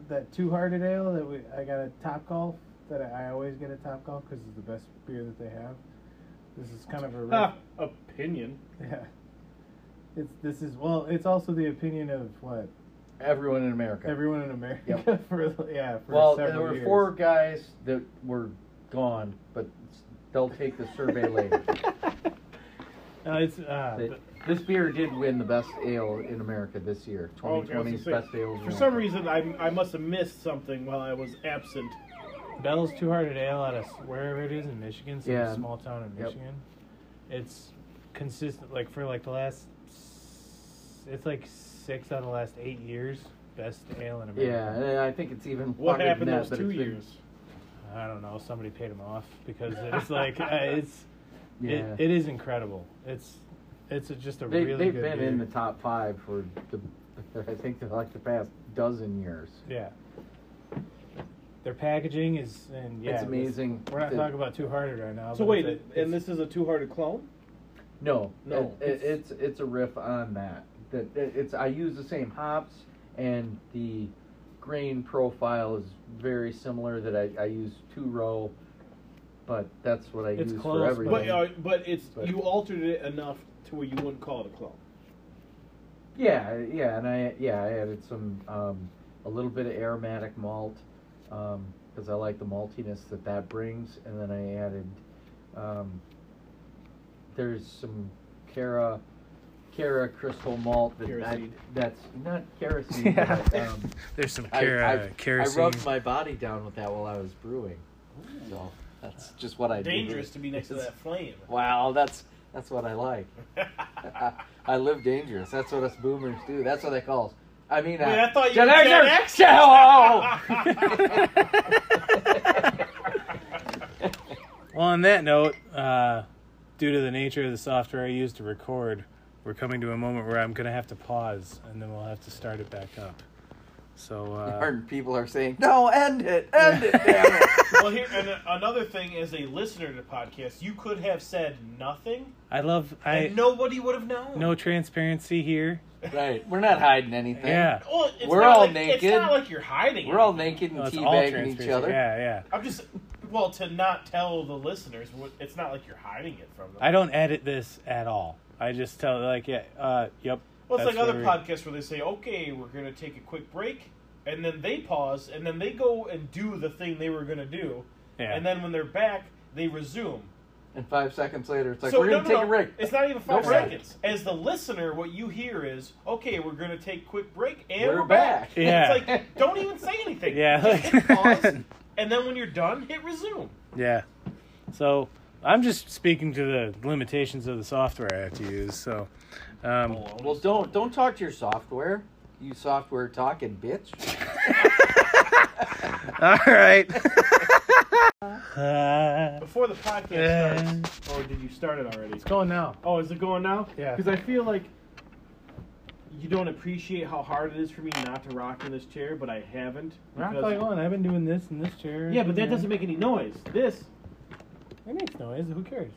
Speaker 2: that Two Hearted Ale that we I got a Top Golf that I, I always get a Top Golf because it's the best beer that they have. This is kind of a riff.
Speaker 4: Ah, opinion.
Speaker 2: Yeah. It's this is well, it's also the opinion of what
Speaker 3: Everyone in America.
Speaker 2: everyone in America
Speaker 3: Yep.
Speaker 2: for yeah, for
Speaker 3: well,
Speaker 2: several
Speaker 3: there were
Speaker 2: years.
Speaker 3: four guys that were gone, but s- they'll take the survey later.
Speaker 2: No, it's uh
Speaker 3: They-
Speaker 2: but-
Speaker 3: This beer did win the best ale in America this year.
Speaker 4: Oh, okay, I was gonna
Speaker 3: 2020's
Speaker 4: say,
Speaker 3: best ale. in
Speaker 4: For some
Speaker 3: America.
Speaker 4: reason, I, I must have missed something while I was absent
Speaker 2: Bell's Two Hearted Ale out of s- wherever it is in Michigan, some
Speaker 3: Yeah.
Speaker 2: small town in
Speaker 3: Yep.
Speaker 2: Michigan. It's consistent, like for like the last, s- it's like six out of the last eight years, best ale in America.
Speaker 3: Yeah, and I think it's even.
Speaker 4: What
Speaker 3: harder than
Speaker 4: happened
Speaker 3: that,
Speaker 4: those
Speaker 3: but
Speaker 4: two
Speaker 3: it's been-
Speaker 4: years?
Speaker 2: I don't know. Somebody paid him off because it's like uh, it's
Speaker 3: Yeah.
Speaker 2: it, it is incredible. It's it's a, just a
Speaker 3: they,
Speaker 2: really good
Speaker 3: they've been in the
Speaker 2: beer.
Speaker 3: top five for the, I think the, like the past dozen years.
Speaker 2: yeah. Their packaging is and yeah,
Speaker 3: it's
Speaker 2: this-
Speaker 3: amazing.
Speaker 2: We're not
Speaker 3: that-
Speaker 2: talking about Two Hearted right now.
Speaker 4: So
Speaker 2: but it's
Speaker 4: wait,
Speaker 2: a-
Speaker 4: and
Speaker 2: it's-
Speaker 4: this is a two-hearted clone?
Speaker 3: No,
Speaker 4: No.
Speaker 3: it, it, it's it's a riff on that. That it, it's I use the same hops and the grain profile is very similar. That I, I use two row, but that's what I
Speaker 2: It's
Speaker 3: use
Speaker 2: close,
Speaker 3: for
Speaker 2: but-
Speaker 3: everything.
Speaker 4: But uh, but it's
Speaker 3: But-
Speaker 4: you altered it enough to where you wouldn't call it a clone.
Speaker 3: Yeah, yeah, and I yeah I added some um, a little bit of aromatic malt because I like the maltiness that that brings, and then I added um, there's some Cara Cara crystal malt that, that
Speaker 4: Kerosene.
Speaker 3: that's not kerosene. but, um,
Speaker 2: There's some
Speaker 3: I,
Speaker 2: cara-
Speaker 3: I, I
Speaker 2: kerosene.
Speaker 3: rubbed my body down with that while I was brewing, so that's just what I do.
Speaker 4: Dangerous to be next to that flame.
Speaker 3: Wow, that's that's what I like. I live dangerous. That's what us boomers do. That's what they call us. I mean,
Speaker 4: Wait,
Speaker 3: uh,
Speaker 4: I thought you
Speaker 3: Gen
Speaker 4: were Gen
Speaker 3: Xers!
Speaker 4: X.
Speaker 3: Hello!
Speaker 2: well, on that note, uh, due to the nature of the software I use to record, we're coming to a moment where I'm gonna have to pause, and then we'll have to start it back up. So uh,
Speaker 3: Certain people are saying, "No, end it, end it, damn it!"
Speaker 4: well, here and uh, another thing as a listener to podcasts, you could have said nothing,
Speaker 2: I love I
Speaker 4: and nobody would have known.
Speaker 2: no transparency here.
Speaker 3: Right? We're not hiding anything.
Speaker 2: Yeah.
Speaker 4: Well, it's
Speaker 3: We're
Speaker 4: not
Speaker 3: all
Speaker 4: like,
Speaker 3: naked.
Speaker 4: It's not like you're hiding.
Speaker 3: We're all
Speaker 4: anything.
Speaker 3: naked and
Speaker 2: No, it's all
Speaker 3: teabagging each
Speaker 2: transparency.
Speaker 3: other.
Speaker 2: Yeah, yeah.
Speaker 4: I'm just well to not tell the listeners. what- It's not like you're hiding it from them.
Speaker 2: I don't edit this at all. I just tell like yeah, uh, yep.
Speaker 4: Well, it's
Speaker 2: that's
Speaker 4: like other
Speaker 2: where we-
Speaker 4: podcasts where they say, "Okay, we're going to take a quick break," and then they pause, and then they go and do the thing they were going to do,
Speaker 2: Yeah.
Speaker 4: and then when they're back, they resume.
Speaker 3: And five seconds later, it's like
Speaker 4: so
Speaker 3: we're gonna
Speaker 4: no, no,
Speaker 3: take
Speaker 4: no,
Speaker 3: a break.
Speaker 4: It's not even five
Speaker 3: No break.
Speaker 4: seconds. As the listener, what you hear is, "Okay, we're going to take a quick break, and
Speaker 3: We're
Speaker 4: we're, back."
Speaker 3: back.
Speaker 2: Yeah.
Speaker 4: It's like don't even say anything.
Speaker 2: Yeah,
Speaker 4: Just
Speaker 2: like-
Speaker 4: hit pause, and then when you're done, hit resume.
Speaker 2: Yeah. So I'm just speaking to the limitations of the software I have to use. So um,
Speaker 4: Oh.
Speaker 3: Well, don't don't talk to your software. You software talking bitch.
Speaker 2: all right. Uh,
Speaker 4: Before the podcast
Speaker 2: Yeah.
Speaker 4: starts, or did you start it already?
Speaker 2: going now.
Speaker 4: Oh, is it going now?
Speaker 2: Yeah.
Speaker 4: Because I feel like you don't appreciate how hard it is for me not to rock in this chair, but I haven't.
Speaker 2: Rock
Speaker 4: because-
Speaker 2: like on. I've been doing this in this chair.
Speaker 4: Yeah, but that doesn't make any noise. This.
Speaker 2: It makes noise. Who cares?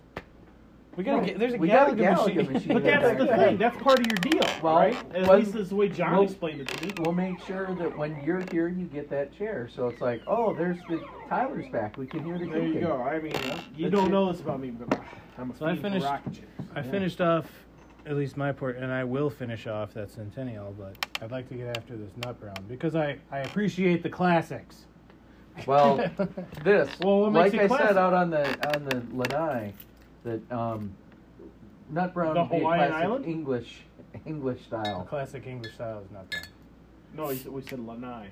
Speaker 2: We got. a ga- there's a
Speaker 3: We got a
Speaker 2: Galaga,
Speaker 3: Galaga
Speaker 2: machine.
Speaker 3: machine.
Speaker 4: But that's the thing. That's part of your deal,
Speaker 3: Well,
Speaker 4: right? At
Speaker 3: when-
Speaker 4: least that's the way John
Speaker 3: well-
Speaker 4: explained it to me.
Speaker 3: We'll make sure that when you're here, you get that chair. So it's like, oh, there's the Tyler's back. We can hear the
Speaker 4: There you
Speaker 3: kicking.
Speaker 4: go. I mean, you
Speaker 3: That's
Speaker 4: don't
Speaker 3: it.
Speaker 4: know this about me, but I'm a
Speaker 2: So I
Speaker 4: fiend for
Speaker 2: finished-
Speaker 4: rocking chairs.
Speaker 2: I finished off at least my part, and I will finish off that centennial. But I'd like to get after this nut round because I I appreciate the classics.
Speaker 3: Well, this,
Speaker 4: Well, what
Speaker 3: like
Speaker 4: makes
Speaker 3: I
Speaker 4: it classic?
Speaker 3: said out on the on the Lanai, that um, nut brown
Speaker 4: The
Speaker 3: would be a
Speaker 4: Hawaiian
Speaker 3: classic
Speaker 4: island?
Speaker 3: English English
Speaker 2: The
Speaker 3: style.
Speaker 2: classic English style is not that.
Speaker 4: No, he said- we said lanai.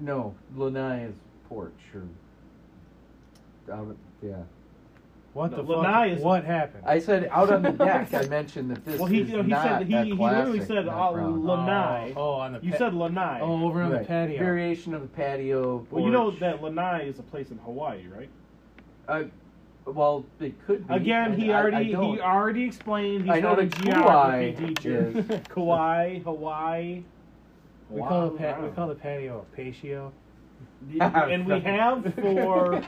Speaker 3: No, Lanai is porch or. out- yeah,
Speaker 2: What
Speaker 4: No,
Speaker 2: the
Speaker 4: Lanai
Speaker 2: fuck?
Speaker 4: is-
Speaker 2: What happened?
Speaker 3: I said out on the deck. I mentioned that this
Speaker 4: Well, he
Speaker 3: is
Speaker 4: he
Speaker 3: not
Speaker 4: said he
Speaker 3: a
Speaker 4: he literally
Speaker 3: classic
Speaker 4: said
Speaker 3: nut
Speaker 4: uh,
Speaker 3: brown.
Speaker 2: Oh,
Speaker 4: lanai.
Speaker 2: Oh, on the.
Speaker 4: You
Speaker 2: pa-
Speaker 4: said lanai.
Speaker 2: Oh, over on the
Speaker 3: Right.
Speaker 2: patio.
Speaker 3: Variation of the patio.
Speaker 4: Well, you know
Speaker 3: porch.
Speaker 4: that lanai is a place in Hawaii, right?
Speaker 3: Uh, well, it could be.
Speaker 4: Again,
Speaker 3: I-
Speaker 4: he
Speaker 3: I- I
Speaker 4: already
Speaker 3: don't.
Speaker 4: he already explained. He's
Speaker 3: I know
Speaker 4: not a
Speaker 3: what
Speaker 4: geography
Speaker 3: Kauai
Speaker 4: teacher.
Speaker 3: is.
Speaker 4: Kauai, Hawaii.
Speaker 2: We call the pa- we call the patio a patio.
Speaker 4: and we have for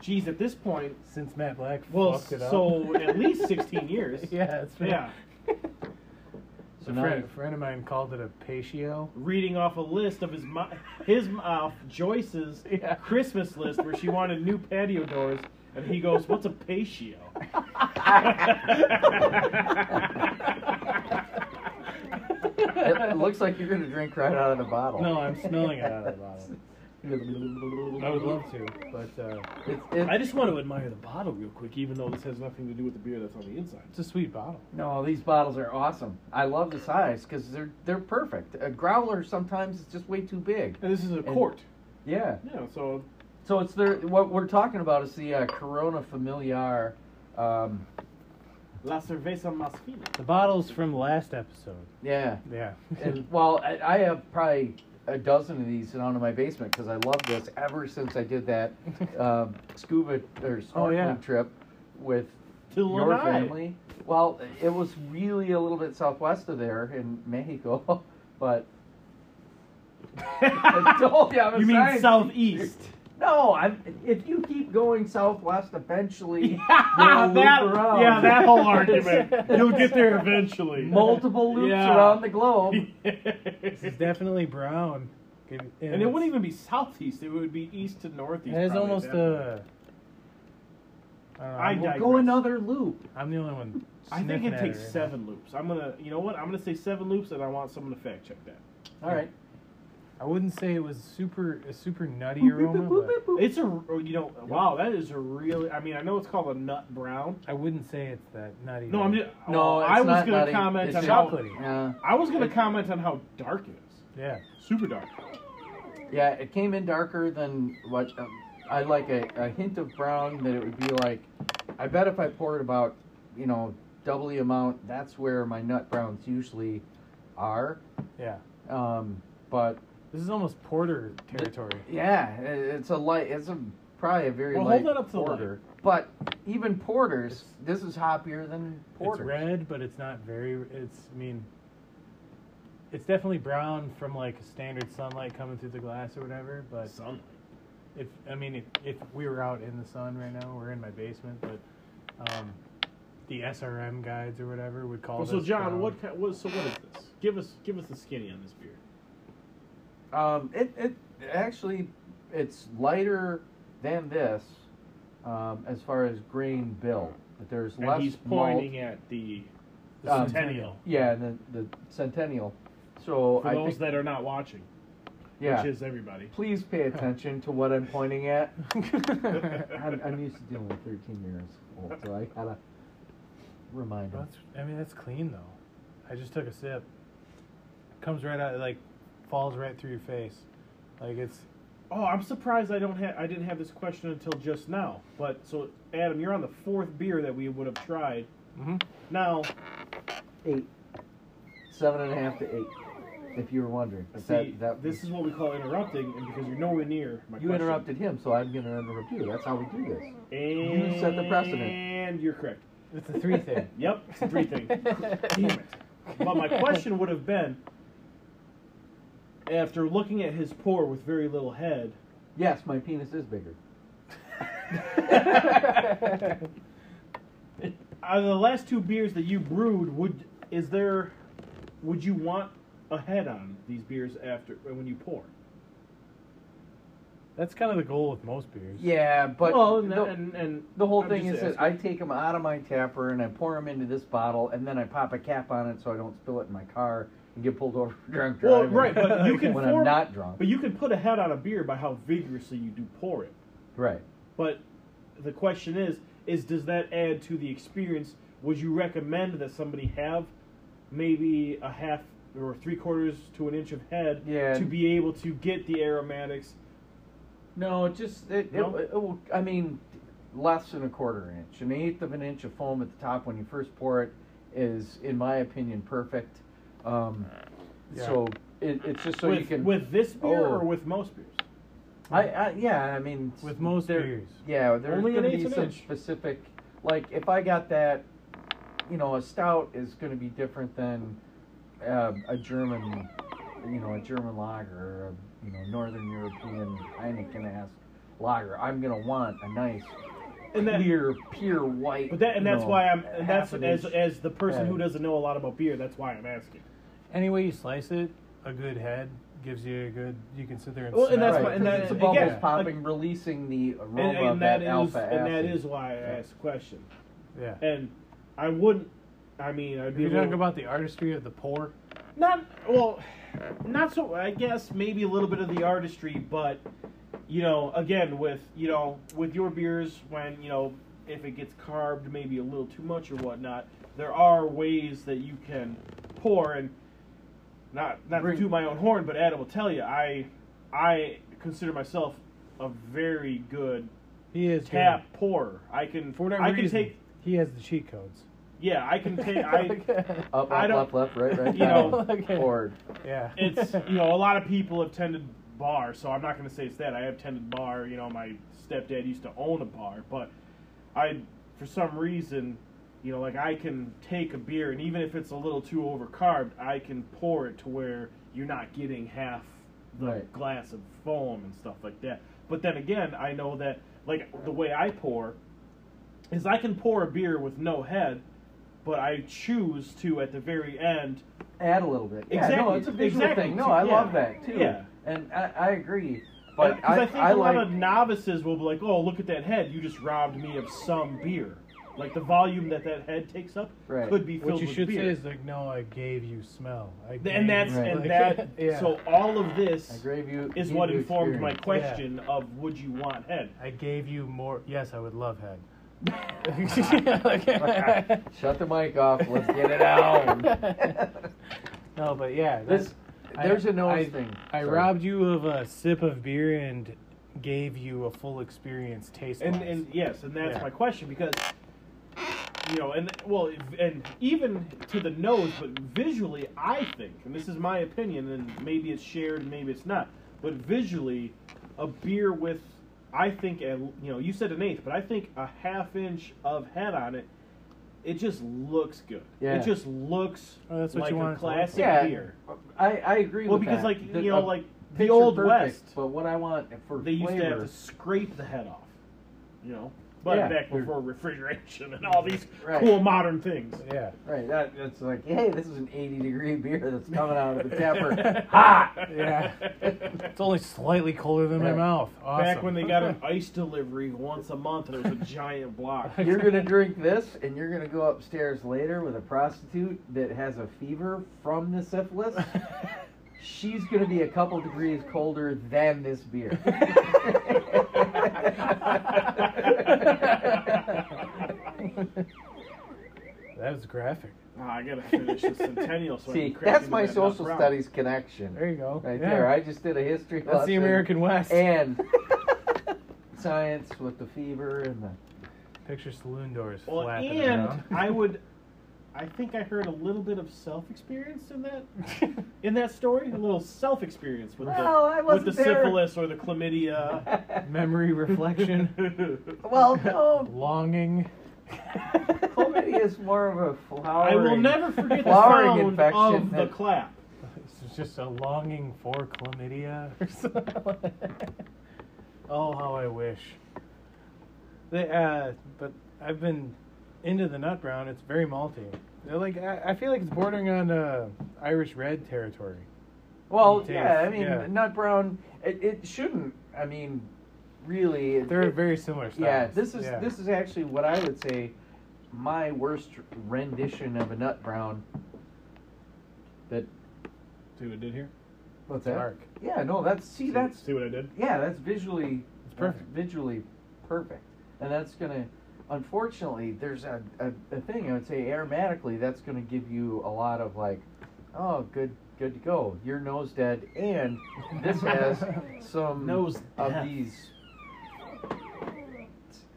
Speaker 4: geez at this point.
Speaker 2: Since Matt Black
Speaker 4: Well,
Speaker 2: fucked it up.
Speaker 4: so at least sixteen years.
Speaker 2: yeah, it's been,
Speaker 4: Yeah.
Speaker 3: So
Speaker 2: a
Speaker 3: now
Speaker 2: friend,
Speaker 3: you-
Speaker 2: a friend of mine called it a patio.
Speaker 4: Reading off a list of his mo- his uh, Joyce's
Speaker 2: Yeah.
Speaker 4: Christmas list where she wanted new patio doors, and he goes, "What's a patio?"
Speaker 3: it looks like you're gonna drink right out of the bottle.
Speaker 2: No, I'm smelling it out of the bottle. I would love to, but uh,
Speaker 3: It's, it's,
Speaker 4: I just want to admire the bottle real quick, even though this has nothing to do with the beer that's on the inside.
Speaker 2: it's a sweet bottle.
Speaker 3: no, these bottles are awesome. I love the size because they're they're perfect. A growler sometimes is just way too big.
Speaker 4: And this is a
Speaker 3: And-
Speaker 4: quart.
Speaker 3: Yeah,
Speaker 4: Yeah, so
Speaker 3: So it's their what we're talking about is the uh, Corona Familiar. Um,
Speaker 4: La cerveza más fina.
Speaker 2: The bottle's from last episode.
Speaker 3: yeah,
Speaker 2: Yeah.
Speaker 3: and, well, I, I have probably a dozen of these down in my basement because I love this. Ever since I did that um, scuba
Speaker 4: Oh,
Speaker 3: or snorkeling
Speaker 2: yeah.
Speaker 3: trip with
Speaker 4: To
Speaker 3: your
Speaker 4: Lanai.
Speaker 3: family, well, it was really a little bit southwest of there in Mexico, but I told you I'm a
Speaker 4: you mean e-
Speaker 3: science
Speaker 4: southeast?
Speaker 3: No, I'm. If you keep going southwest, eventually
Speaker 4: Ah,
Speaker 3: you'll loop
Speaker 4: that,
Speaker 3: around.
Speaker 4: yeah, that whole argument. You'll get there eventually.
Speaker 3: Multiple loops
Speaker 4: Yeah.
Speaker 3: around the globe.
Speaker 2: this is definitely brown. Good-
Speaker 4: and it
Speaker 2: it's-
Speaker 4: wouldn't even be southeast. It would be east to northeast.
Speaker 2: It is
Speaker 4: probably
Speaker 2: almost
Speaker 4: at that
Speaker 3: uh,
Speaker 4: point.
Speaker 2: a. I
Speaker 4: I
Speaker 2: don't know.
Speaker 4: di-
Speaker 2: I'm,
Speaker 3: We'll go
Speaker 4: digress.
Speaker 3: another loop.
Speaker 2: I'm the only one.
Speaker 4: I think
Speaker 2: sniffing
Speaker 4: it
Speaker 2: at
Speaker 4: takes
Speaker 2: right now.
Speaker 4: seven loops. I'm gonna, you know what? I'm gonna say seven loops, and I want someone to fact check that.
Speaker 3: All right.
Speaker 2: I wouldn't say it was super a super nutty aroma. but
Speaker 4: It's a, or, you know, wow, that is a really. I mean, I know it's called a nut brown.
Speaker 2: I wouldn't say it's that nutty.
Speaker 4: No, I'm
Speaker 2: aroma.
Speaker 4: just. oh,
Speaker 3: No,
Speaker 4: I
Speaker 3: it's
Speaker 4: was
Speaker 3: not
Speaker 4: gonna
Speaker 3: nutty.
Speaker 4: comment
Speaker 3: It's
Speaker 4: on
Speaker 2: chocolatey.
Speaker 3: Yeah.
Speaker 4: how. I was gonna comment on how dark it is.
Speaker 2: Yeah.
Speaker 4: Super dark.
Speaker 3: Yeah, it came in darker than what um, I like a, a hint of brown that it would be like. I bet if I poured about, you know, double the amount, that's where my nut browns usually are.
Speaker 2: Yeah.
Speaker 3: Um, but
Speaker 2: This is almost porter territory.
Speaker 3: yeah, i- it's a light. It's a probably a very
Speaker 4: Well,
Speaker 3: light
Speaker 4: hold that up to the light.
Speaker 3: porter. But even porters, this is hoppier than porters.
Speaker 2: It's red, but it's not very. It's. I mean. It's definitely brown from like standard sunlight coming through the glass or whatever. But
Speaker 4: Sunlight.
Speaker 2: if I mean if, if we were out in the sun right now, we're in my basement, but um, the SRM guides or whatever would call.
Speaker 4: Well, so
Speaker 2: this
Speaker 4: John,
Speaker 2: brown.
Speaker 4: what kind? What, so what is this? Give us, give us the skinny on this beer.
Speaker 3: Um, it, it actually it's lighter than this um, as far as grain bill, but there's less
Speaker 4: And he's
Speaker 3: malt.
Speaker 4: pointing at the, the
Speaker 3: Um,
Speaker 4: centennial.
Speaker 3: Yeah, and the, the centennial. So
Speaker 4: For
Speaker 3: I
Speaker 4: those
Speaker 3: think
Speaker 4: that are not watching,
Speaker 3: yeah.
Speaker 4: which is everybody.
Speaker 3: Please pay attention to what I'm pointing at. I'm, I'm used to dealing with 13 years old, so I gotta remind them.
Speaker 2: That's, I mean, that's clean though. I just took a sip. Comes right out, like falls right through your face, like it's.
Speaker 4: Oh, I'm surprised I don't have I didn't have this question until just now. But so Adam, you're on the fourth beer that we would have tried.
Speaker 2: Mhm.
Speaker 4: Now,
Speaker 3: Eight, seven and a half to eight. If you were wondering, But
Speaker 4: see,
Speaker 3: that, that
Speaker 4: this is what we call interrupting, and because you're nowhere near my
Speaker 3: you
Speaker 4: question.
Speaker 3: interrupted him, so I'm gonna interrupt you. That's how we do this.
Speaker 4: and
Speaker 3: you set the precedent.
Speaker 4: and you're correct.
Speaker 2: It's a three thing.
Speaker 4: Yep, it's a three thing. Damn it. But my question would have been, after looking at his pour with very little head,
Speaker 3: Yes, my penis is bigger.
Speaker 4: out of the last two beers that you brewed, would is there would you want a head on these beers after when you pour?
Speaker 2: That's kind of the goal with most beers.
Speaker 3: Yeah, but
Speaker 4: well, and,
Speaker 3: the,
Speaker 4: and, and
Speaker 3: the whole
Speaker 4: I'm
Speaker 3: thing
Speaker 4: just
Speaker 3: is that
Speaker 4: asking.
Speaker 3: I take them out of my tapper and I pour them into this bottle, and then I pop a cap on it so I don't spill it in my car and get pulled over for drunk
Speaker 4: Well,
Speaker 3: driving.
Speaker 4: right, but you can
Speaker 3: when
Speaker 4: form-
Speaker 3: I'm not drunk.
Speaker 4: but you can put a head on a beer by how vigorously you do pour it.
Speaker 3: Right.
Speaker 4: But the question is, is does that add to the experience? Would you recommend that somebody have maybe a half or three quarters to an inch of head
Speaker 3: Yeah.
Speaker 4: to be able to get the aromatics?
Speaker 3: No, it just it,
Speaker 4: No?
Speaker 3: it, it, will- I mean, less than a quarter inch, an eighth of an inch of foam at the top when you first pour it is, in my opinion, perfect. Um,
Speaker 2: Yeah.
Speaker 3: So it, it's just so
Speaker 4: with,
Speaker 3: you can
Speaker 4: with this beer
Speaker 3: Oh.
Speaker 4: or with most beers?
Speaker 3: I, I yeah, I mean
Speaker 2: With most
Speaker 3: there-
Speaker 2: beers.
Speaker 3: Yeah, there's
Speaker 4: Only an
Speaker 3: gonna
Speaker 4: eighth
Speaker 3: be
Speaker 4: of an
Speaker 3: some
Speaker 4: inch.
Speaker 3: specific like if I got that you know, a stout is gonna be different than uh, a German you know, a German lager or a you know, northern European Heineken esque lager. I'm gonna want a nice
Speaker 4: And that-
Speaker 3: clear, pure white
Speaker 4: But that and
Speaker 3: you
Speaker 4: that's
Speaker 3: know,
Speaker 4: why I'm and
Speaker 3: half
Speaker 4: that's
Speaker 3: an
Speaker 4: as
Speaker 3: inch.
Speaker 4: as the person who
Speaker 3: head.
Speaker 4: doesn't know a lot about beer, that's why I'm asking.
Speaker 2: Any way you slice it, a good head gives you a good. You can sit there and.
Speaker 4: Well, and
Speaker 2: smell
Speaker 4: that's
Speaker 2: it.
Speaker 4: my-
Speaker 3: right,
Speaker 4: and
Speaker 3: 'cause
Speaker 4: that-
Speaker 3: it's the bubbles
Speaker 4: again,
Speaker 3: popping, releasing the aroma
Speaker 4: And,
Speaker 3: of
Speaker 4: and
Speaker 3: that,
Speaker 4: that is
Speaker 3: alpha
Speaker 4: and that
Speaker 3: acid.
Speaker 4: is why I asked the question.
Speaker 2: yeah.
Speaker 4: And I wouldn't I mean I'd
Speaker 2: If
Speaker 4: be
Speaker 2: you're
Speaker 4: a little-
Speaker 2: talking about the artistry of the pour,
Speaker 4: not well not so i guess maybe a little bit of the artistry but you know again with you know with your beers when you know if it gets carved maybe a little too much or whatnot there are ways that you can pour and not not
Speaker 3: Bring-
Speaker 4: to do my own horn but adam will tell you i i consider myself a very good
Speaker 2: He is
Speaker 4: tap pourer. I can
Speaker 2: good. For whatever
Speaker 4: I can
Speaker 2: reason,
Speaker 4: take
Speaker 2: He has the cheat codes.
Speaker 4: yeah, I can take I
Speaker 3: Up,
Speaker 4: I
Speaker 3: up,
Speaker 4: don't-
Speaker 3: up, left, right, right.
Speaker 4: you know,
Speaker 3: down, forward.
Speaker 2: Yeah.
Speaker 4: it's you know a lot of people have tended bar so i'm not going to say it's that i have tended bar you know my stepdad used to own a bar but i for some reason you know like i can take a beer and even if it's a little too overcarved i can pour it to where you're not getting half the
Speaker 3: Right.
Speaker 4: glass of foam and stuff like that but then again i know that like the way i pour is i can pour a beer with no head but i choose to at the very end
Speaker 3: add a little bit. Yeah, no,
Speaker 4: Exactly,
Speaker 3: it's a visual
Speaker 4: exactly,
Speaker 3: thing. No,
Speaker 4: too,
Speaker 3: I
Speaker 4: yeah.
Speaker 3: love that too.
Speaker 4: Yeah.
Speaker 3: And I, I agree. But
Speaker 4: because I, think
Speaker 3: I
Speaker 4: a
Speaker 3: like
Speaker 4: lot of novices will be like, "Oh, look at that head! You just robbed me of some beer." Like the volume that that head takes up
Speaker 3: Right.
Speaker 4: could be filled
Speaker 2: What you
Speaker 4: with
Speaker 2: should
Speaker 4: beer.
Speaker 2: say is like, no, I gave you smell. I gave
Speaker 4: and that's
Speaker 2: you-
Speaker 3: Right.
Speaker 4: and
Speaker 2: like,
Speaker 4: that.
Speaker 2: yeah.
Speaker 4: So all of this
Speaker 3: you,
Speaker 4: is what informed my
Speaker 2: experience. Yeah.
Speaker 4: question of would you want head?
Speaker 2: I gave you more. Yes, I would love head.
Speaker 3: Shut the mic off. Let's get it out.
Speaker 2: No, but yeah,
Speaker 3: This
Speaker 2: that's-
Speaker 3: there's
Speaker 2: I-
Speaker 3: a nose
Speaker 2: I-
Speaker 3: thing.
Speaker 2: I
Speaker 3: Sorry.
Speaker 2: robbed you of a sip of beer and gave you a full experience taste.
Speaker 4: And and yes, and that's
Speaker 2: Yeah.
Speaker 4: my question because you know, and well, if- and even to the nose, but visually, I think, and this is my opinion, and maybe it's shared, and maybe it's not, but visually, a beer with, I think, a, you know, you said an eighth, but I think a half inch of head on it, it just looks good.
Speaker 3: Yeah.
Speaker 4: It just looks
Speaker 2: Oh, that's what
Speaker 4: like
Speaker 2: you
Speaker 4: a
Speaker 2: want it to look
Speaker 4: classic
Speaker 2: like.
Speaker 3: yeah,
Speaker 4: beer.
Speaker 3: I, I agree
Speaker 4: Well,
Speaker 3: with
Speaker 4: because
Speaker 3: that.
Speaker 4: like
Speaker 3: The-
Speaker 4: you know,
Speaker 3: a
Speaker 4: like the
Speaker 3: picture
Speaker 4: old
Speaker 3: perfect,
Speaker 4: west,
Speaker 3: But what I want for
Speaker 4: they used to have
Speaker 3: flavor,
Speaker 4: to scrape the head off. You know, but
Speaker 3: Yeah.
Speaker 4: back before refrigeration and all these
Speaker 3: Right.
Speaker 4: cool modern things.
Speaker 2: yeah,
Speaker 3: right? That, that's like, hey, this is an 80 degree beer that's coming out of the tapper.
Speaker 4: Hot.
Speaker 2: yeah, it's only slightly colder than my
Speaker 3: Yeah.
Speaker 2: mouth. Awesome.
Speaker 4: Back when they got an ice delivery once a month, and it was a giant block.
Speaker 3: You're gonna drink this, and you're gonna go upstairs later with a prostitute that has a fever from the syphilis. She's gonna be a couple degrees colder than this beer.
Speaker 2: that was graphic.
Speaker 4: Ah, I gotta finish the centennial. So I can
Speaker 3: See,
Speaker 4: crack
Speaker 3: that's
Speaker 4: into
Speaker 3: my
Speaker 4: that nut
Speaker 3: social
Speaker 4: brown.
Speaker 3: studies connection.
Speaker 2: There you go.
Speaker 3: Right
Speaker 2: Yeah.
Speaker 3: there. I just did a history lesson.
Speaker 2: That's the American West.
Speaker 3: And science with the fever and the.
Speaker 2: Picture saloon doors
Speaker 4: Well,
Speaker 2: flapping
Speaker 4: and
Speaker 2: around.
Speaker 4: I would, I think I heard a little bit of self-experience in that, in that story. A little self-experience with
Speaker 3: Well, I
Speaker 4: the with the
Speaker 3: wasn't there.
Speaker 4: syphilis or the chlamydia.
Speaker 2: memory reflection,
Speaker 3: Well, no.
Speaker 2: longing.
Speaker 3: Chlamydia is more of a flower.
Speaker 4: I will never forget the
Speaker 3: flowering
Speaker 4: sound
Speaker 3: infection
Speaker 4: of the
Speaker 3: that-
Speaker 4: clap.
Speaker 2: It's just a longing for chlamydia or something. oh, how I wish. They, uh, but I've been into the nut brown. It's very malty. They're like I, I feel like it's bordering on uh, Irish red territory.
Speaker 3: Well,
Speaker 2: Taste,
Speaker 3: yeah, I mean,
Speaker 2: yeah.
Speaker 3: nut brown. It, it shouldn't. I mean, really. it-
Speaker 2: They're
Speaker 3: it-
Speaker 2: very similar. Styles.
Speaker 3: Yeah, this is
Speaker 2: Yeah.
Speaker 3: this is actually what I would say my worst rendition of a nut brown. That
Speaker 4: See what I did here?
Speaker 3: what's that?
Speaker 2: dark.
Speaker 3: Yeah, no, that's see, that's
Speaker 4: see what I did.
Speaker 3: yeah, that's visually it's
Speaker 2: perfect.
Speaker 3: visually perfect, and that's gonna. Unfortunately, there's a, a, a thing I would say aromatically that's gonna give you a lot of like, oh, good, good to go. Your nose dead, and this has some
Speaker 4: Nose
Speaker 3: of
Speaker 4: death.
Speaker 3: these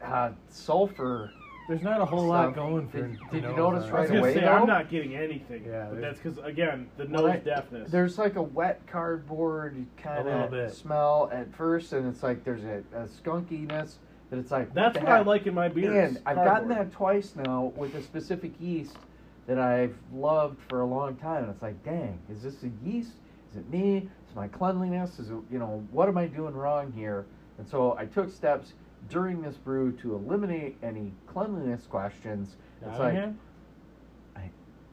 Speaker 3: uh, sulfur.
Speaker 2: There's not a whole lot
Speaker 3: Stuff.
Speaker 2: going for.
Speaker 3: Did-
Speaker 2: for
Speaker 3: did you
Speaker 2: nose
Speaker 3: notice
Speaker 2: on
Speaker 4: I
Speaker 3: right
Speaker 4: was
Speaker 2: it.
Speaker 4: gonna
Speaker 3: away,
Speaker 4: say
Speaker 3: though?
Speaker 4: I'm not getting anything.
Speaker 2: Yeah, there's-
Speaker 4: but that's because again the
Speaker 3: Well,
Speaker 4: nose
Speaker 3: I-
Speaker 4: deafness.
Speaker 3: There's like a wet cardboard
Speaker 2: A
Speaker 3: kind
Speaker 2: little bit.
Speaker 3: of smell at first, and it's like there's a, a skunkiness that it's like
Speaker 4: That's
Speaker 3: the
Speaker 4: what I
Speaker 3: heck?
Speaker 4: like in my beers.
Speaker 3: And I've gotten
Speaker 4: cardboard.
Speaker 3: that twice now with a specific yeast that I've loved for a long time. And it's like, dang, is this a yeast? Is it me? Is my cleanliness? Is it, you know, what am I doing wrong here? And so I took steps during this brew to eliminate any cleanliness questions. It's like,
Speaker 2: Nottingham?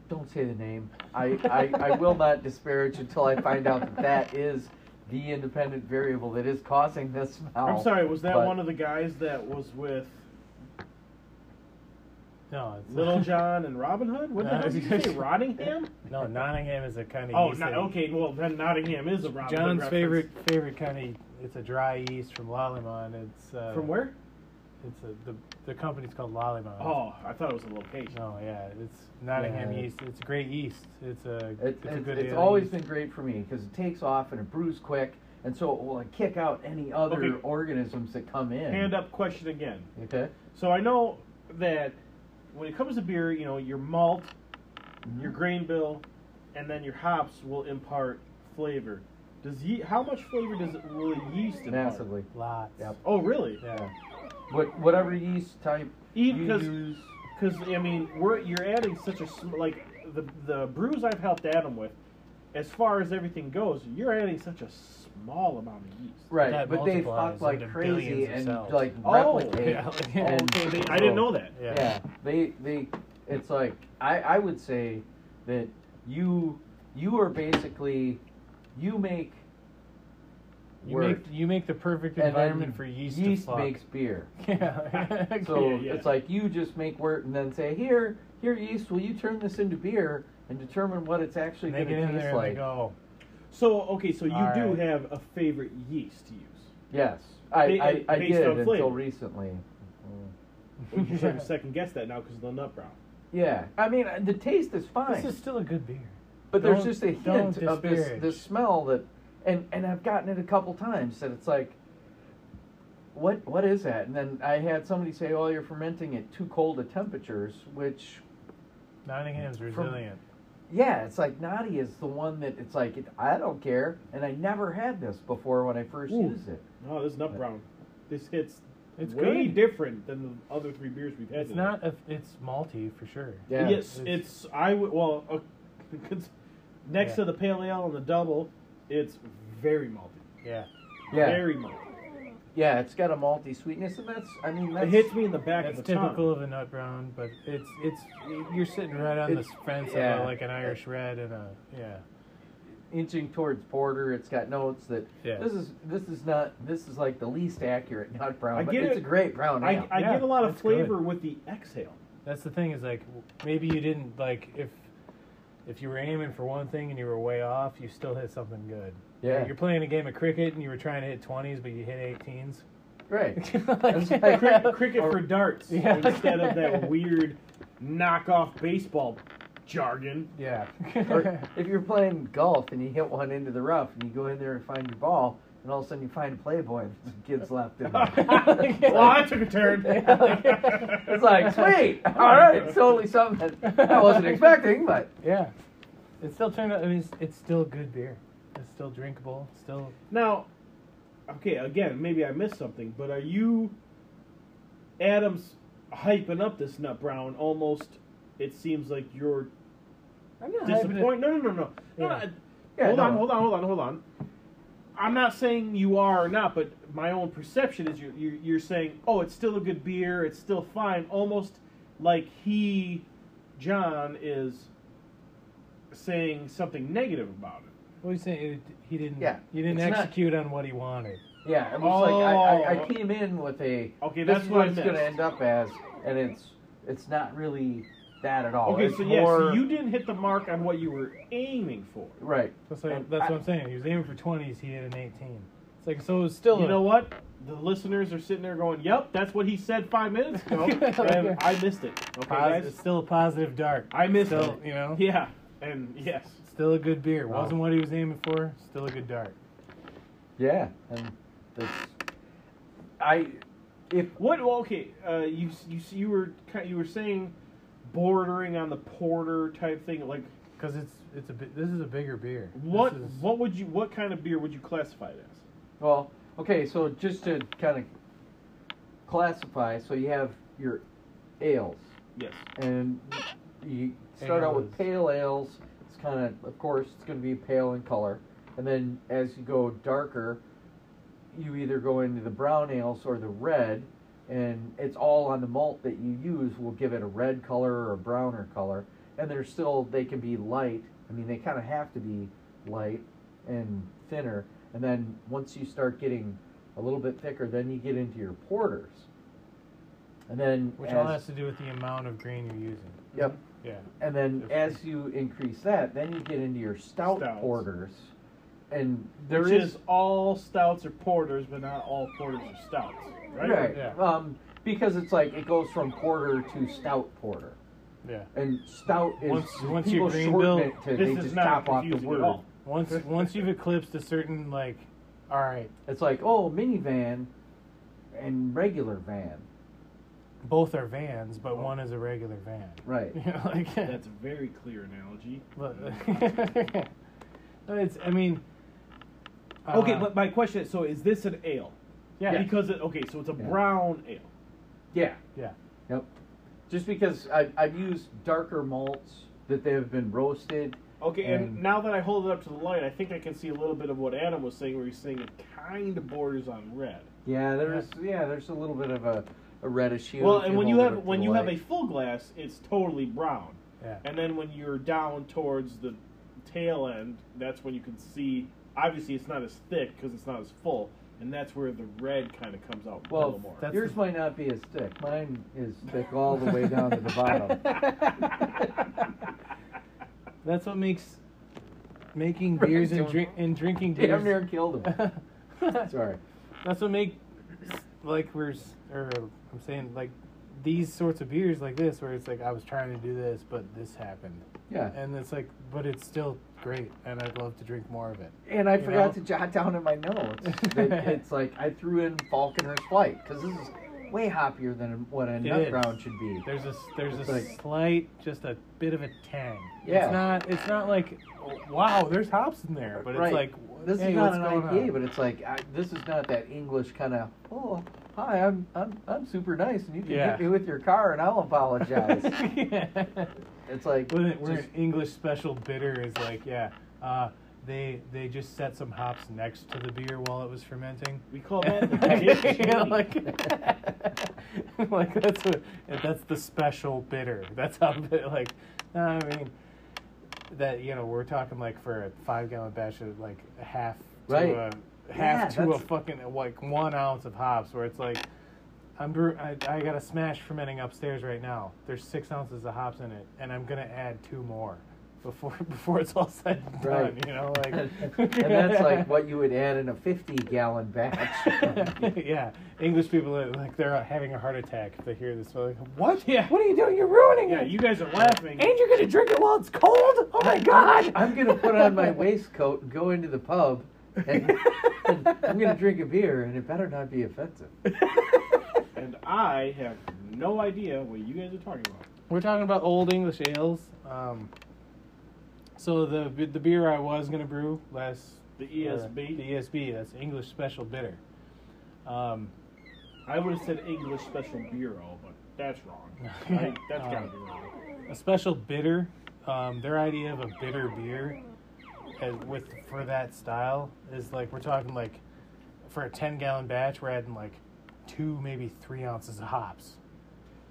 Speaker 3: don't say the name. I, I, I will not disparage until I find out that that is the independent variable that is causing this smell.
Speaker 4: I'm sorry. Was that
Speaker 3: but-
Speaker 4: one of the guys that was with
Speaker 2: no, it's
Speaker 4: Little John and Robin Hood? What the
Speaker 2: No,
Speaker 4: hell did you say? Rottingham?
Speaker 2: No, Nottingham is a kind of.
Speaker 4: Oh,
Speaker 2: yeast
Speaker 4: not,
Speaker 2: that-
Speaker 4: okay. Well, then Nottingham is a Robin Hood
Speaker 2: John's
Speaker 4: reference.
Speaker 2: favorite favorite kind of it's a dry yeast from Lollymon. It's uh,
Speaker 4: From where?
Speaker 2: It's a, the the company's called Lollymon.
Speaker 4: Oh, I thought it was a location.
Speaker 2: No, yeah, it's Nottingham
Speaker 3: Yeah.
Speaker 2: yeast. It's a great yeast. It's a
Speaker 3: It,
Speaker 2: it's, a
Speaker 3: it's,
Speaker 2: good.
Speaker 3: it's
Speaker 2: ale
Speaker 3: always
Speaker 2: yeast.
Speaker 3: been great for me because it takes off and it brews quick and so it will like, kick out any other
Speaker 4: Okay.
Speaker 3: organisms that come in.
Speaker 4: Hand up question again.
Speaker 3: Okay.
Speaker 4: So I know that when it comes to beer, you know, your malt,
Speaker 3: Mm-hmm.
Speaker 4: your grain bill, and then your hops will impart flavor. Does ye- how much flavor does it really yeast impart?
Speaker 3: Massively.
Speaker 2: Lots.
Speaker 3: Yep.
Speaker 4: Oh, really?
Speaker 2: Yeah.
Speaker 3: What whatever yeast type
Speaker 4: Even
Speaker 3: you
Speaker 4: 'cause-
Speaker 3: use.
Speaker 4: Because I mean, we're you're adding such a sm- like the the brews I've helped Adam with, as far as everything goes, you're adding such a small amount of yeast.
Speaker 3: Right,
Speaker 2: That
Speaker 3: but they fuck
Speaker 2: multiplies
Speaker 3: like
Speaker 2: into
Speaker 3: crazy
Speaker 2: billions of
Speaker 3: and
Speaker 2: cells.
Speaker 3: like
Speaker 4: Oh,
Speaker 3: replicate.
Speaker 2: yeah, yeah.
Speaker 3: and-
Speaker 4: Okay, they, I didn't know that.
Speaker 2: Yeah.
Speaker 3: yeah they they it's like i i would say that you you are basically you make
Speaker 2: You
Speaker 3: work,
Speaker 2: make you make the perfect
Speaker 3: and
Speaker 2: environment
Speaker 3: then
Speaker 2: for yeast.
Speaker 3: yeast
Speaker 2: to fuck.
Speaker 3: makes beer
Speaker 2: Yeah.
Speaker 3: so
Speaker 4: Yeah, yeah.
Speaker 3: it's like you just make work and then say here here yeast will you turn this into beer and determine what it's actually
Speaker 2: And they
Speaker 3: going
Speaker 2: get
Speaker 3: to
Speaker 2: in
Speaker 3: taste
Speaker 2: there and
Speaker 3: like
Speaker 2: they go.
Speaker 4: So okay, so you
Speaker 2: All
Speaker 4: do
Speaker 2: right.
Speaker 4: have a favorite yeast to use.
Speaker 3: yes i
Speaker 2: uh,
Speaker 4: Ba-
Speaker 3: i, I
Speaker 4: based
Speaker 3: did
Speaker 4: on
Speaker 3: until
Speaker 4: flavor.
Speaker 3: recently
Speaker 4: We can sort of second guess that now because of the nut brown.
Speaker 3: yeah i mean uh, the taste is fine
Speaker 2: This is still a good beer.
Speaker 3: But there's
Speaker 2: Don't-
Speaker 3: just a
Speaker 2: don't
Speaker 3: hint of this,
Speaker 2: disparage.
Speaker 3: this smell that, and and I've gotten it a couple times that it's like, what what is that? And then I had somebody say, "Oh, you're fermenting it too cold at temperatures," which
Speaker 2: Nottingham's resilient.
Speaker 3: yeah, it's like Naughty is the one that it's like it, I don't care, and I never had this before when I first
Speaker 4: Ooh.
Speaker 3: used it.
Speaker 4: No, Oh, this nut brown. This hits.
Speaker 2: It's
Speaker 4: way
Speaker 2: good.
Speaker 4: different than the other three beers we've had.
Speaker 2: It's
Speaker 4: today.
Speaker 2: not. A, it's malty for sure.
Speaker 3: Yeah.
Speaker 4: yes,
Speaker 2: it's-
Speaker 4: it's, I would well uh, because next
Speaker 2: Yeah.
Speaker 4: to the pale ale and the double, it's very malty.
Speaker 2: Yeah.
Speaker 3: Yeah,
Speaker 4: Very malty.
Speaker 3: yeah, it's got a malty sweetness, and that's I mean that's
Speaker 4: it hits me in the back
Speaker 2: That's
Speaker 4: of the tongue.
Speaker 2: typical of a nut brown, but it's it's you're sitting right on the
Speaker 3: It's-
Speaker 2: fence
Speaker 3: yeah.
Speaker 2: of a, like an Irish red and a yeah.
Speaker 3: inching towards porter. It's got notes that
Speaker 2: Yeah.
Speaker 3: this is this is not this is like the least accurate not brown,
Speaker 4: I
Speaker 3: but
Speaker 4: get
Speaker 3: it's
Speaker 4: it.
Speaker 3: a great brown
Speaker 4: I,
Speaker 3: ale.
Speaker 4: I
Speaker 2: Yeah,
Speaker 4: get a lot of
Speaker 2: that's good.
Speaker 4: flavor with the exhale.
Speaker 2: That's the thing is like maybe you didn't like if if you were aiming for one thing and you were way off, you still hit something good.
Speaker 3: Yeah.
Speaker 2: Like, you're playing a game of cricket and you were trying to hit twenties, but you hit eighteens.
Speaker 3: Right.
Speaker 2: like,
Speaker 3: Cricket-
Speaker 4: Cricket, cricket
Speaker 3: Or-
Speaker 4: for darts
Speaker 2: Yeah.
Speaker 4: instead of that weird knockoff baseball jargon.
Speaker 2: yeah.
Speaker 3: Or if you're playing golf and you hit one into the rough and you go in there and find your ball, and all of a sudden you find a Playboy and some kids left in it.
Speaker 4: well, Oh, I took a turn.
Speaker 3: it's like, sweet! All right, it's totally something that I wasn't expecting, but
Speaker 2: yeah. It still turned out I mean it's, it's still good beer. It's still drinkable. Still
Speaker 4: Now, okay, again, maybe I missed something, but are you Adams hyping up this nut brown almost it seems like you're
Speaker 2: I'm not
Speaker 4: disappointed. No, no, no, no. no,
Speaker 2: Yeah.
Speaker 4: no,
Speaker 3: Yeah,
Speaker 4: hold
Speaker 3: no.
Speaker 4: on, hold on, hold on, hold on. I'm not saying you are or not, but my own perception is you're, you're, you're saying, oh, it's still a good beer, it's still fine, almost like he, John, is saying something negative about it.
Speaker 2: What you saying? It- He didn't.
Speaker 3: Yeah.
Speaker 2: You didn't
Speaker 3: It's not-
Speaker 2: execute on what he wanted.
Speaker 3: yeah, it was like I, I, I
Speaker 4: Oh.
Speaker 3: came in with a
Speaker 4: Okay,
Speaker 3: this
Speaker 4: that's
Speaker 3: is
Speaker 4: what I
Speaker 3: it's going to
Speaker 4: missed.
Speaker 3: end up as, and it's it's not really that at all.
Speaker 4: Okay,
Speaker 3: It's
Speaker 4: so yeah,
Speaker 3: more-
Speaker 4: so you didn't hit the mark on what you were aiming for.
Speaker 3: right.
Speaker 2: That's like,
Speaker 3: And
Speaker 2: that's
Speaker 3: Um, I-
Speaker 2: what I'm saying. He was aiming for 20s. He hit an 18. It's like so. It was still.
Speaker 4: You
Speaker 2: a-
Speaker 4: know what? The listeners are sitting there going, "Yep, that's what he said five minutes ago," and I missed it. Okay,
Speaker 2: posi-
Speaker 4: guys,
Speaker 2: it's still a positive dark.
Speaker 4: I missed
Speaker 2: still,
Speaker 4: it.
Speaker 2: You know.
Speaker 4: Yeah, and yes,
Speaker 2: Still a good beer.
Speaker 3: Wow.
Speaker 2: Wasn't what he was aiming for. Still a good dark.
Speaker 3: Yeah, and that's I if
Speaker 4: What? Well, okay. Uh, you you you were ki- you were saying bordering on the porter type thing. Like
Speaker 2: Because it's it's a bi- this is a bigger beer. This
Speaker 4: what
Speaker 2: is-
Speaker 4: what would you what kind of beer would you classify it as?
Speaker 3: Well, okay, so just to kind of classify, so you have your ales,
Speaker 4: Yes.
Speaker 3: and you start out
Speaker 2: Ales.
Speaker 3: with pale ales. It's kind of, of course, it's going to be pale in color, and then as you go darker, you either go into the brown ales or the red, and it's all on the malt that you use will give it a red color or a browner color, and they're still they can be light. I mean, they kind of have to be light and thinner, and then once you start getting a little bit thicker, then you get into your porters, and then
Speaker 2: Which
Speaker 3: as-
Speaker 2: all has to do with the amount of grain you're using.
Speaker 3: Yep.
Speaker 2: Yeah.
Speaker 3: And then
Speaker 2: Different.
Speaker 3: as you increase that, then you get into your stout
Speaker 4: Stouts.
Speaker 3: porters. And there
Speaker 4: Which
Speaker 3: is
Speaker 4: is all stouts are porters, but not all porters are stouts, right?
Speaker 3: right,
Speaker 2: Yeah.
Speaker 3: um, because it's like it goes from porter to stout porter.
Speaker 2: Yeah.
Speaker 3: And stout is
Speaker 2: Once- once
Speaker 3: people
Speaker 2: your green
Speaker 3: shorten
Speaker 2: bill-
Speaker 3: it to
Speaker 4: This
Speaker 3: they
Speaker 4: is
Speaker 3: just
Speaker 4: not
Speaker 3: top off the
Speaker 4: confusing at
Speaker 3: word.
Speaker 4: all.
Speaker 2: Once once you've eclipsed a certain like
Speaker 5: All right.
Speaker 3: It's like, oh, minivan and regular van.
Speaker 2: Both are vans, but one is a regular van.
Speaker 3: Right.
Speaker 2: You know, like
Speaker 4: That's a very clear analogy.
Speaker 2: But, no, it's. I mean. uh,
Speaker 4: okay, but my question is: so is this an ale?
Speaker 2: yeah,
Speaker 4: Because it, okay, so it's a
Speaker 3: Yeah.
Speaker 4: brown ale.
Speaker 3: Yeah.
Speaker 2: yeah,
Speaker 3: Yep. Just because I, I've used darker malts that they have been roasted.
Speaker 4: Okay, and
Speaker 3: Mm.
Speaker 4: now that I hold it up to the light, I think I can see a little bit of what Adam was saying, where he's saying it kind of borders on red.
Speaker 3: Yeah, there's yeah, there's a little bit of a, a reddish hue.
Speaker 4: well,
Speaker 3: if
Speaker 4: and when you
Speaker 3: hold it up
Speaker 4: have
Speaker 3: to
Speaker 4: when
Speaker 3: the
Speaker 4: you have a
Speaker 3: light.
Speaker 4: full glass, it's totally brown.
Speaker 2: yeah.
Speaker 4: And then when you're down towards the tail end, that's when you can see. Obviously, it's not as thick because it's not as full, and that's where the red kind of comes out a
Speaker 3: well,
Speaker 4: little more.
Speaker 2: that's-
Speaker 3: yours might not be as thick. Mine is thick all the way down to the bottom.
Speaker 2: That's what makes making
Speaker 3: Right,
Speaker 2: beers and,
Speaker 3: don't-
Speaker 2: drink and drinking beers.
Speaker 3: Damn near killed him. Sorry.
Speaker 2: That's what make like we're s- or I'm saying like these sorts of beers like this where it's like I was trying to do this but this happened
Speaker 3: Yeah.
Speaker 2: and it's like but it's still great and I'd love to drink more of it.
Speaker 3: And I
Speaker 2: You
Speaker 3: forgot
Speaker 2: know?
Speaker 3: to jot down in my notes. that it's like I threw in Falconer's Flight because this is way hoppier than what a nut
Speaker 2: is.
Speaker 3: brown should be.
Speaker 2: There's a s- there's
Speaker 3: It's
Speaker 2: a
Speaker 3: like-
Speaker 2: slight just a bit of a tang.
Speaker 3: Yeah.
Speaker 2: It's not it's not like wow there's hops in there but
Speaker 3: Right.
Speaker 2: it's like
Speaker 3: This
Speaker 2: hey,
Speaker 3: is not
Speaker 2: what's
Speaker 3: an
Speaker 2: going
Speaker 3: IPA,
Speaker 2: on?
Speaker 3: but it's like I, this is not that English kind of. Oh, hi, I'm I'm I'm super nice, and you can
Speaker 2: Yeah.
Speaker 3: hit me with your car, and I'll apologize.
Speaker 2: yeah.
Speaker 3: it's like
Speaker 2: We're an- we're
Speaker 3: just-
Speaker 2: an English special bitter is like yeah. Uh, they they just set some hops next to the beer while it was fermenting.
Speaker 4: we call that the
Speaker 2: You know,
Speaker 4: Dick
Speaker 2: like, like that's what that's the special bitter. That's how bit- like I mean that you know we're talking like for a five gallon batch of like half to
Speaker 3: Right.
Speaker 2: a half to
Speaker 3: Yeah,
Speaker 2: a
Speaker 3: that's-
Speaker 2: fucking like one ounce of hops where it's like I'm brew- I, I got a smash fermenting upstairs right now. There's six ounces of hops in it, and I'm gonna add two more before before it's all said and done.
Speaker 3: Right.
Speaker 2: You know, like
Speaker 3: and that's like what you would add in a 50 gallon batch.
Speaker 2: yeah, English people are, like they're uh, having a heart attack if they hear this. They're like, what?
Speaker 4: Yeah.
Speaker 2: What are you doing? You're ruining
Speaker 4: Yeah,
Speaker 2: it.
Speaker 4: you guys are laughing.
Speaker 2: and you're gonna drink it while it's cold? Oh my god!
Speaker 3: I'm gonna put on my waistcoat and go into the pub, and, and I'm gonna drink a beer, and it better not be offensive.
Speaker 4: And I have no idea what you guys are talking about.
Speaker 2: We're talking about old English ales. Um, so the the beer I was gonna brew last
Speaker 4: The
Speaker 2: the
Speaker 4: ESB.
Speaker 2: ESB that's English Special Bitter. Um,
Speaker 4: I would have said English Special Bureau, but that's wrong. I, that's gotta be wrong.
Speaker 2: a special bitter. Um, their idea of a bitter beer, as with for that style, is like we're talking like for a ten gallon batch, we're adding like two, maybe three ounces of hops.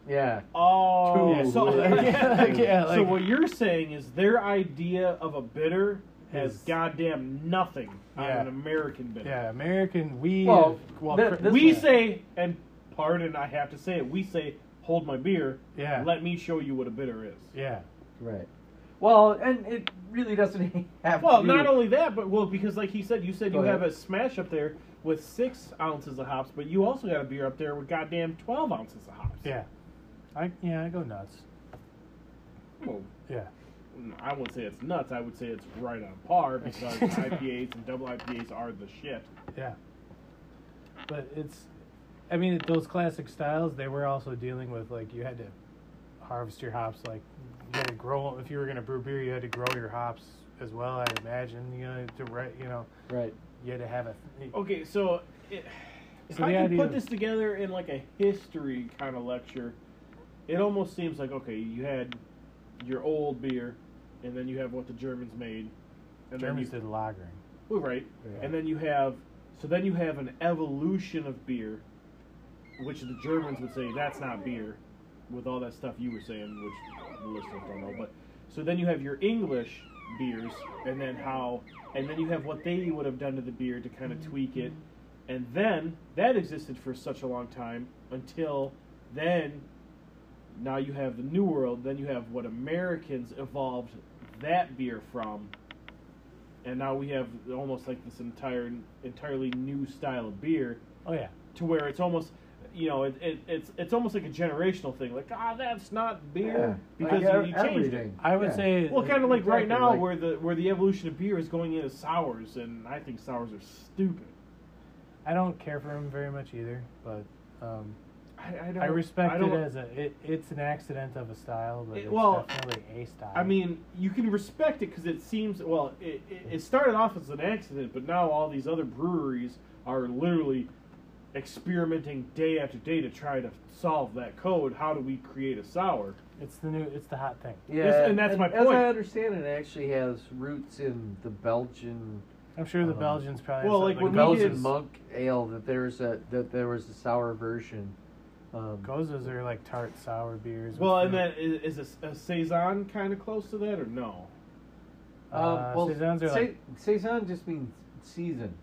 Speaker 3: Yeah.
Speaker 4: Oh,
Speaker 3: Two
Speaker 4: so,
Speaker 3: words.
Speaker 2: yeah, like, yeah,
Speaker 4: so
Speaker 2: like-
Speaker 4: what you're saying is their idea of a bitter has
Speaker 2: Is-
Speaker 4: goddamn nothing
Speaker 2: Yeah.
Speaker 4: on an American bitter.
Speaker 2: Yeah, American we
Speaker 3: Well, th-
Speaker 2: cr-
Speaker 3: this
Speaker 4: we
Speaker 3: one-
Speaker 4: say, and pardon, I have to say it. We say, hold my beer.
Speaker 2: Yeah.
Speaker 4: Let me show you what a bitter is.
Speaker 2: yeah.
Speaker 3: Right. Well, and it really doesn't have.
Speaker 4: Well,
Speaker 3: to do-
Speaker 4: not only that, but well, because like he said, you said
Speaker 3: Go
Speaker 4: you
Speaker 3: ahead.
Speaker 4: have a smash up there with six ounces of hops, but you also got a beer up there with goddamn twelve ounces of hops.
Speaker 2: Yeah. I yeah, I go nuts.
Speaker 4: Well,
Speaker 2: Yeah.
Speaker 4: I wouldn't say it's nuts. I would say it's right on par because IPAs and double IPAs are the shit.
Speaker 2: Yeah. But it's I mean those classic styles, they were also dealing with like you had to harvest your hops like you had to grow if you were going to brew beer, you had to grow your hops as well, I imagine, you know, to re- you know,
Speaker 3: Right.
Speaker 2: you had to have a
Speaker 4: Okay, so it, if
Speaker 2: So
Speaker 4: I
Speaker 2: the
Speaker 4: could
Speaker 2: idea
Speaker 4: put
Speaker 2: of-
Speaker 4: this together in like a history kind of lecture, it almost seems like okay, you had your old beer, and then you have what the Germans made, and
Speaker 2: Germans
Speaker 4: then
Speaker 2: did lagering.
Speaker 4: you, well, right,
Speaker 2: Yeah.
Speaker 4: and then you have so then you have an evolution of beer, which the Germans would say that's not beer, with all that stuff you were saying, which the listeners don't know, but so then you have your English beers, and then how, and then you have what they would have done to the beer to kind of tweak it, and then that existed for such a long time until then. Now you have the New World, then you have what Americans evolved that beer from, and now we have almost like this entire entirely new style of beer
Speaker 2: Oh yeah.
Speaker 4: to where it's almost you know it, it, it's it's almost like a generational thing like ah that's not beer because
Speaker 3: Like,
Speaker 4: you, you
Speaker 3: e-
Speaker 4: changed it
Speaker 3: everything.
Speaker 2: I would
Speaker 3: Yeah.
Speaker 2: say
Speaker 4: well kind of like
Speaker 3: Exactly,
Speaker 4: right now
Speaker 3: like-
Speaker 4: where the where the evolution of beer is going into sours and i think sours are stupid
Speaker 2: I don't care for him very much either, but um,
Speaker 4: I, I, don't,
Speaker 2: I respect
Speaker 4: I
Speaker 2: it
Speaker 4: don't-
Speaker 2: as a it, it's an accident of a style, but
Speaker 4: It-
Speaker 2: it's
Speaker 4: well,
Speaker 2: definitely a style.
Speaker 4: I mean, you can respect it because it seems well. It, it, it started off as an accident, but now all these other breweries are literally experimenting day after day to try to solve that code. How do we create a sour?
Speaker 2: it's the new it's the hot thing.
Speaker 3: Yeah,
Speaker 4: Yes, and that's my
Speaker 3: As
Speaker 4: point.
Speaker 3: I understand, it actually has roots in the Belgian,
Speaker 2: I'm sure the
Speaker 3: Um,
Speaker 2: Belgians probably.
Speaker 4: well,
Speaker 2: have
Speaker 4: like,
Speaker 3: the
Speaker 4: When
Speaker 2: something
Speaker 4: we
Speaker 3: Belgian
Speaker 4: did-
Speaker 3: monk ale. That there's a that there was a sour version. Um,
Speaker 2: goes- Gozas are like tart sour beers. with
Speaker 4: Well, and
Speaker 2: fruit.
Speaker 4: then is, is a, a saison kind of close to that or no?
Speaker 2: Uh,
Speaker 3: Um, well,
Speaker 2: saisons are
Speaker 3: sa-
Speaker 2: like-
Speaker 3: saison just means season,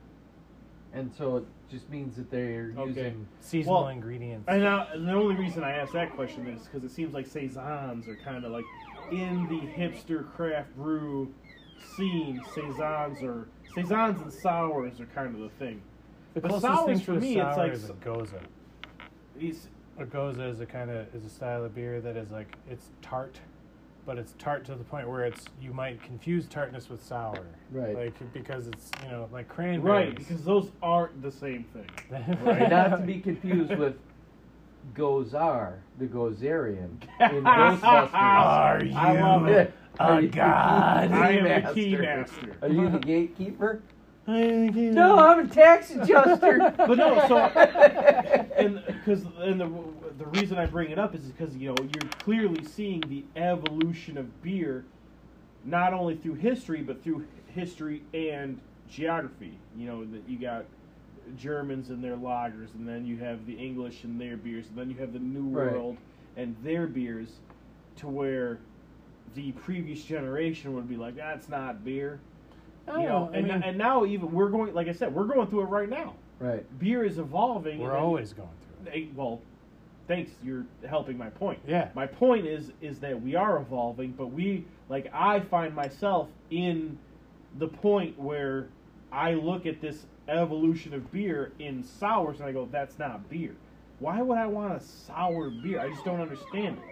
Speaker 3: and so it just means that they're
Speaker 4: Okay.
Speaker 3: using.
Speaker 2: seasonal
Speaker 4: well,
Speaker 2: ingredients.
Speaker 4: And uh, the only reason I asked that question is because it seems like saisons are kind of like in the hipster craft brew scene. Saisons are saisons and sours are kind of the thing.
Speaker 2: the
Speaker 4: but
Speaker 2: closest
Speaker 4: sours
Speaker 2: thing
Speaker 4: for
Speaker 2: to a
Speaker 4: me, it's
Speaker 2: sour
Speaker 4: like
Speaker 2: is a
Speaker 4: s-
Speaker 2: goza.
Speaker 4: These
Speaker 2: A goza is a kind of is a style of beer that is like it's tart, but it's tart to the point where it's you might confuse tartness with sour,
Speaker 3: Right.
Speaker 2: Like because it's you know like cranberries,
Speaker 4: right because those aren't the same thing.
Speaker 3: Not to be confused with Gozar, the Gozarian in
Speaker 2: Are
Speaker 3: Ghostbusters.
Speaker 2: you
Speaker 4: I love it.
Speaker 3: Are
Speaker 2: a
Speaker 3: you the
Speaker 2: god?
Speaker 3: key-
Speaker 4: Oh, I am
Speaker 3: Keymaster.
Speaker 4: a key master.
Speaker 3: Are you the gatekeeper? No,
Speaker 2: no,
Speaker 3: I'm a tax adjuster.
Speaker 4: But no, so and because and the the reason I bring it up is because you know you're clearly seeing the evolution of beer, not only through history but through history and geography. You know that you got Germans and their lagers, and then you have the English and their beers, and then you have the New
Speaker 3: Right.
Speaker 4: World and their beers, to where the previous generation would be like, that's not beer. You know,
Speaker 2: Oh,
Speaker 4: and, and now even we're going, like I said, we're going through it right now
Speaker 3: right.
Speaker 4: beer is evolving.
Speaker 2: we're
Speaker 4: and-
Speaker 2: always going through. It.
Speaker 4: Hey, well, thanks. You're helping my point.
Speaker 2: Yeah.
Speaker 4: My point is is that we are evolving, but we like I find myself in the point where I look at this evolution of beer in sours and I go, that's not beer. Why would I want a sour beer? I just don't understand it.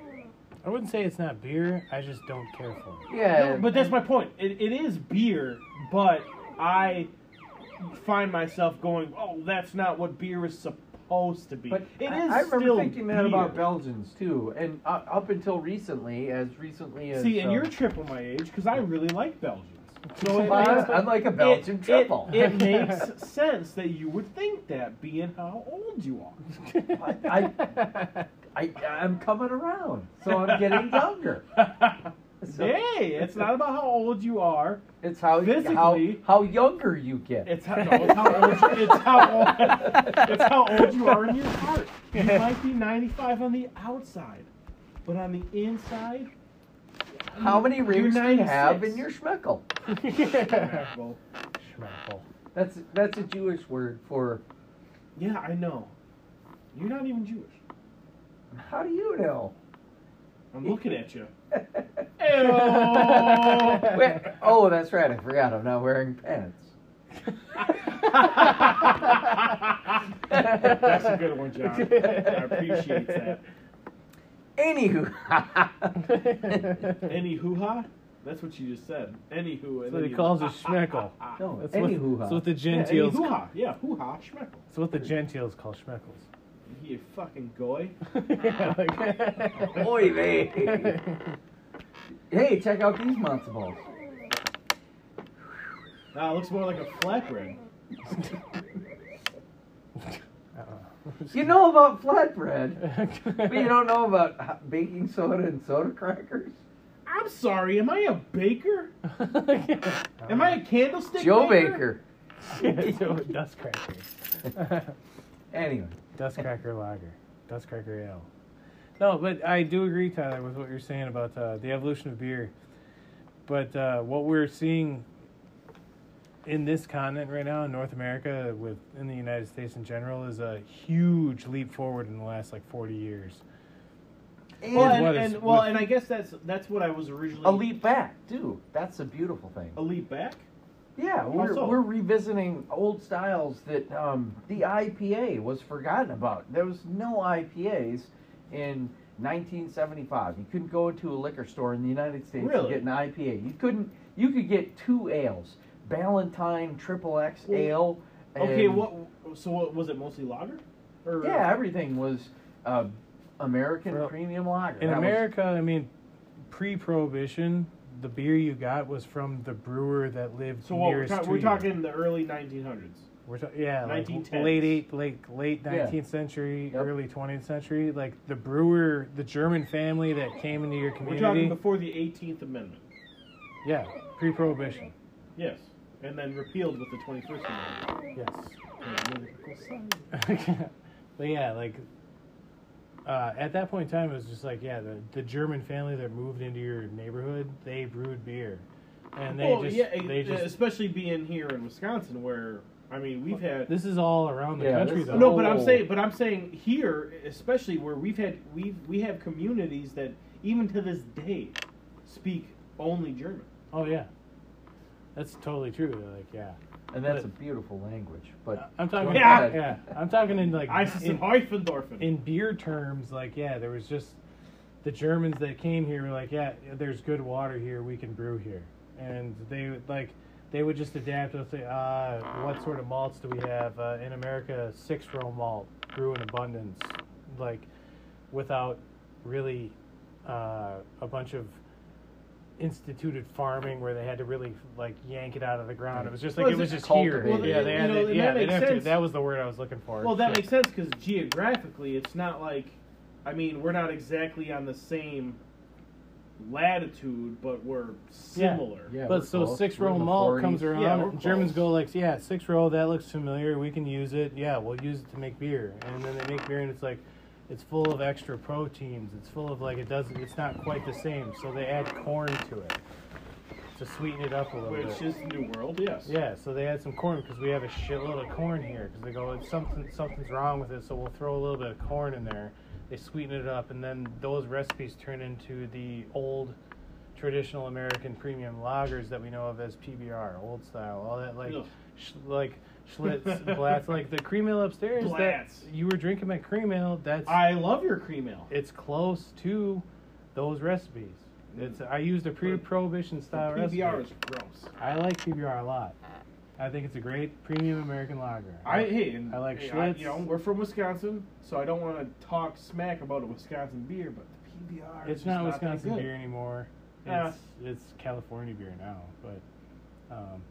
Speaker 2: I wouldn't say it's not beer. I just don't care for it.
Speaker 3: Yeah.
Speaker 4: But that's my point. It, it is beer, but I find myself going, oh, that's not what beer is supposed to be.
Speaker 3: But
Speaker 4: it is
Speaker 3: I, I remember
Speaker 4: still
Speaker 3: thinking that about
Speaker 4: beer.
Speaker 3: Belgians too, and uh, up until recently, as recently as
Speaker 4: See, and
Speaker 3: um,
Speaker 4: you're triple my age because I really like Belgians. So
Speaker 3: Well, I'm- I'm like a Belgian
Speaker 4: it-
Speaker 3: triple.
Speaker 4: It, makes sense that you would think that, being how old you are.
Speaker 3: I, I, I'm coming around, so I'm getting younger. So
Speaker 4: hey, it's not about how old you are.
Speaker 3: It's how how
Speaker 4: physically-
Speaker 3: how younger you get.
Speaker 4: It's how, no, it's how old. You, it's how old. It's how old you are in your heart. You might be 95 on the outside, but on the inside,
Speaker 3: how many rings do you have
Speaker 4: 96.
Speaker 3: in your schmeckel?
Speaker 4: well,
Speaker 2: Schmeckle.
Speaker 3: That's that's a Jewish word for.
Speaker 4: yeah, I know. You're not even Jewish.
Speaker 3: How do you know?
Speaker 4: I'm looking at you. Ew.
Speaker 3: Wait, oh, that's right. I forgot. I'm not wearing pants.
Speaker 4: That's a good one, John. I appreciate that.
Speaker 3: Anywho.
Speaker 4: Any hoo ha? That's what you just said. Any hoo.
Speaker 2: That's what he calls a schmeckle.
Speaker 3: no,
Speaker 2: That's what,
Speaker 3: anywho.
Speaker 2: that's what the
Speaker 4: Yeah, any
Speaker 2: gentiles.
Speaker 4: hoo ha. Yeah, hoo ha. Schmeckle.
Speaker 2: that's what the gentiles call schmeckles.
Speaker 4: You fucking goy.
Speaker 2: yeah, like,
Speaker 3: Oy vey. Hey, check out these matzo balls.
Speaker 4: Ah, it looks more like a flatbread.
Speaker 3: You know about flatbread, but you don't know about h- baking soda and soda crackers.
Speaker 4: I'm sorry. Am I a baker? Am I a candlestick?
Speaker 3: Joe
Speaker 4: maker?
Speaker 3: Baker.
Speaker 2: Dust cracker.
Speaker 3: Anyway,
Speaker 2: Dust cracker lager. Dust cracker ale. No, but I do agree, Tyler, with what you're saying about uh, the evolution of beer. But uh, what we're seeing in this continent right now, in North America, with in the United States in general, is a huge leap forward in the last like 40 years.
Speaker 4: Well,
Speaker 2: Is
Speaker 4: and,
Speaker 2: what is-
Speaker 4: and, well,
Speaker 2: with-
Speaker 4: and I guess that's that's what I was originally
Speaker 3: a leap back, too. That's a beautiful thing.
Speaker 2: Oh,
Speaker 4: A leap back.
Speaker 3: Yeah, we're,
Speaker 4: Also-
Speaker 3: we're revisiting old styles that um, the IPA was forgotten about. There was no IPAs in 1975. You couldn't go to a liquor store in the United States
Speaker 4: Really?
Speaker 3: and get an IPA. You couldn't. You could get two ales: Ballantine Triple X
Speaker 4: Well,
Speaker 3: Ale. And
Speaker 4: Okay, what So what, was it mostly lager? Or uh,
Speaker 3: Yeah, everything was uh, American
Speaker 2: Well,
Speaker 3: premium lager.
Speaker 2: In
Speaker 3: That was-
Speaker 2: America, I mean, pre-prohibition, the beer you got was from the brewer that lived
Speaker 4: So what, we're,
Speaker 2: nearest
Speaker 4: ta-
Speaker 2: to
Speaker 4: we're
Speaker 2: you.
Speaker 4: talking the early 1900s.
Speaker 2: We're ta- yeah, like
Speaker 4: 1910s.
Speaker 2: late eight, like late
Speaker 3: Yeah.
Speaker 2: nineteenth century,
Speaker 3: Yep.
Speaker 2: early twentieth century. Like the brewer, the German family that came into your
Speaker 4: We're
Speaker 2: community.
Speaker 4: talking before the 18th Amendment.
Speaker 2: yeah, pre-prohibition.
Speaker 4: Yes, and then repealed with the 21st Amendment.
Speaker 2: Yes.
Speaker 4: Political science.
Speaker 2: but yeah, like uh, at that point in time, it was just like yeah, the, the German family that moved into your neighborhood, they brewed beer, and they
Speaker 4: Well,
Speaker 2: just
Speaker 4: yeah, it-
Speaker 2: they just
Speaker 4: especially being here in Wisconsin, where I mean we've had
Speaker 2: This is all around the
Speaker 3: Yeah,
Speaker 2: country,
Speaker 3: this-
Speaker 2: though.
Speaker 4: No, but I'm
Speaker 3: Oh.
Speaker 4: saying, but I'm saying here, especially where we've had we we have communities that even to this day speak only German.
Speaker 2: Oh yeah, that's totally true. Like yeah,
Speaker 3: and that's a beautiful language. But
Speaker 2: I'm talking.
Speaker 3: Go
Speaker 2: Yeah,
Speaker 3: ahead.
Speaker 2: I'm talking in like
Speaker 4: Isis and
Speaker 2: in,
Speaker 4: Heufendorfen.
Speaker 2: in beer terms. Like yeah, there was just the Germans that came here were like yeah, there's good water here. We can brew here, and they would like they would just adapt. They'll say, uh, what sort of malts do we have uh, in America? Six row malt brew in abundance, like without really uh, a bunch of instituted farming where they had to really like yank it out of the ground. It was just like
Speaker 4: Well,
Speaker 2: it
Speaker 4: is
Speaker 2: was
Speaker 4: it
Speaker 2: just
Speaker 3: cultivated?
Speaker 2: here. Yeah, they
Speaker 4: You
Speaker 2: had
Speaker 4: know,
Speaker 2: to,
Speaker 4: and
Speaker 2: yeah,
Speaker 4: that
Speaker 2: they
Speaker 4: makes
Speaker 2: have to,
Speaker 4: sense.
Speaker 2: that was the word I was looking for.
Speaker 4: well, that
Speaker 2: Shit.
Speaker 4: makes sense because geographically, it's not like I mean we're not exactly on the same latitude, but we're similar.
Speaker 3: yeah, we're
Speaker 2: But so
Speaker 3: close.
Speaker 2: six
Speaker 3: We're in
Speaker 2: row
Speaker 3: the
Speaker 2: malt
Speaker 3: 40s.
Speaker 2: comes around.
Speaker 4: Yeah, we're
Speaker 2: and Germans
Speaker 4: close.
Speaker 2: go like, yeah, six row. That looks familiar. We can use it. Yeah, we'll use it to make beer. And then they make beer, and it's like, it's full of extra proteins. It's full of like it doesn't. It's not quite the same. So they add corn to it to sweeten it up a little bit.
Speaker 4: Which is the New World, yes.
Speaker 2: Yeah, so they had some corn because we have a shitload of corn here. Because they go, it's something, something's wrong with it, so we'll throw a little bit of corn in there. They sweeten it up, and then those recipes turn into the old, traditional American premium lagers that we know of as PBR, old style, all that like,
Speaker 4: Ugh.
Speaker 2: sh- like Schlitz, Blatz, like the cream ale upstairs that
Speaker 4: Blatz.
Speaker 2: you were drinking at cream ale. That's
Speaker 4: I love your cream ale.
Speaker 2: it's close to those recipes. It's
Speaker 4: Mm.
Speaker 2: I used a pre-prohibition
Speaker 4: The
Speaker 2: style recipe.
Speaker 4: PBR is gross.
Speaker 2: I like PBR a lot. I think it's a great premium American lager.
Speaker 4: I hey, and,
Speaker 2: I like
Speaker 4: hey,
Speaker 2: Schlitz.
Speaker 4: you know, we're from Wisconsin, so I don't want to talk smack about a Wisconsin beer, but the PBR. is
Speaker 2: it's
Speaker 4: just
Speaker 2: not
Speaker 4: that
Speaker 2: Wisconsin
Speaker 4: good.
Speaker 2: beer anymore.
Speaker 4: Yeah.
Speaker 2: It's it's California beer now, but um,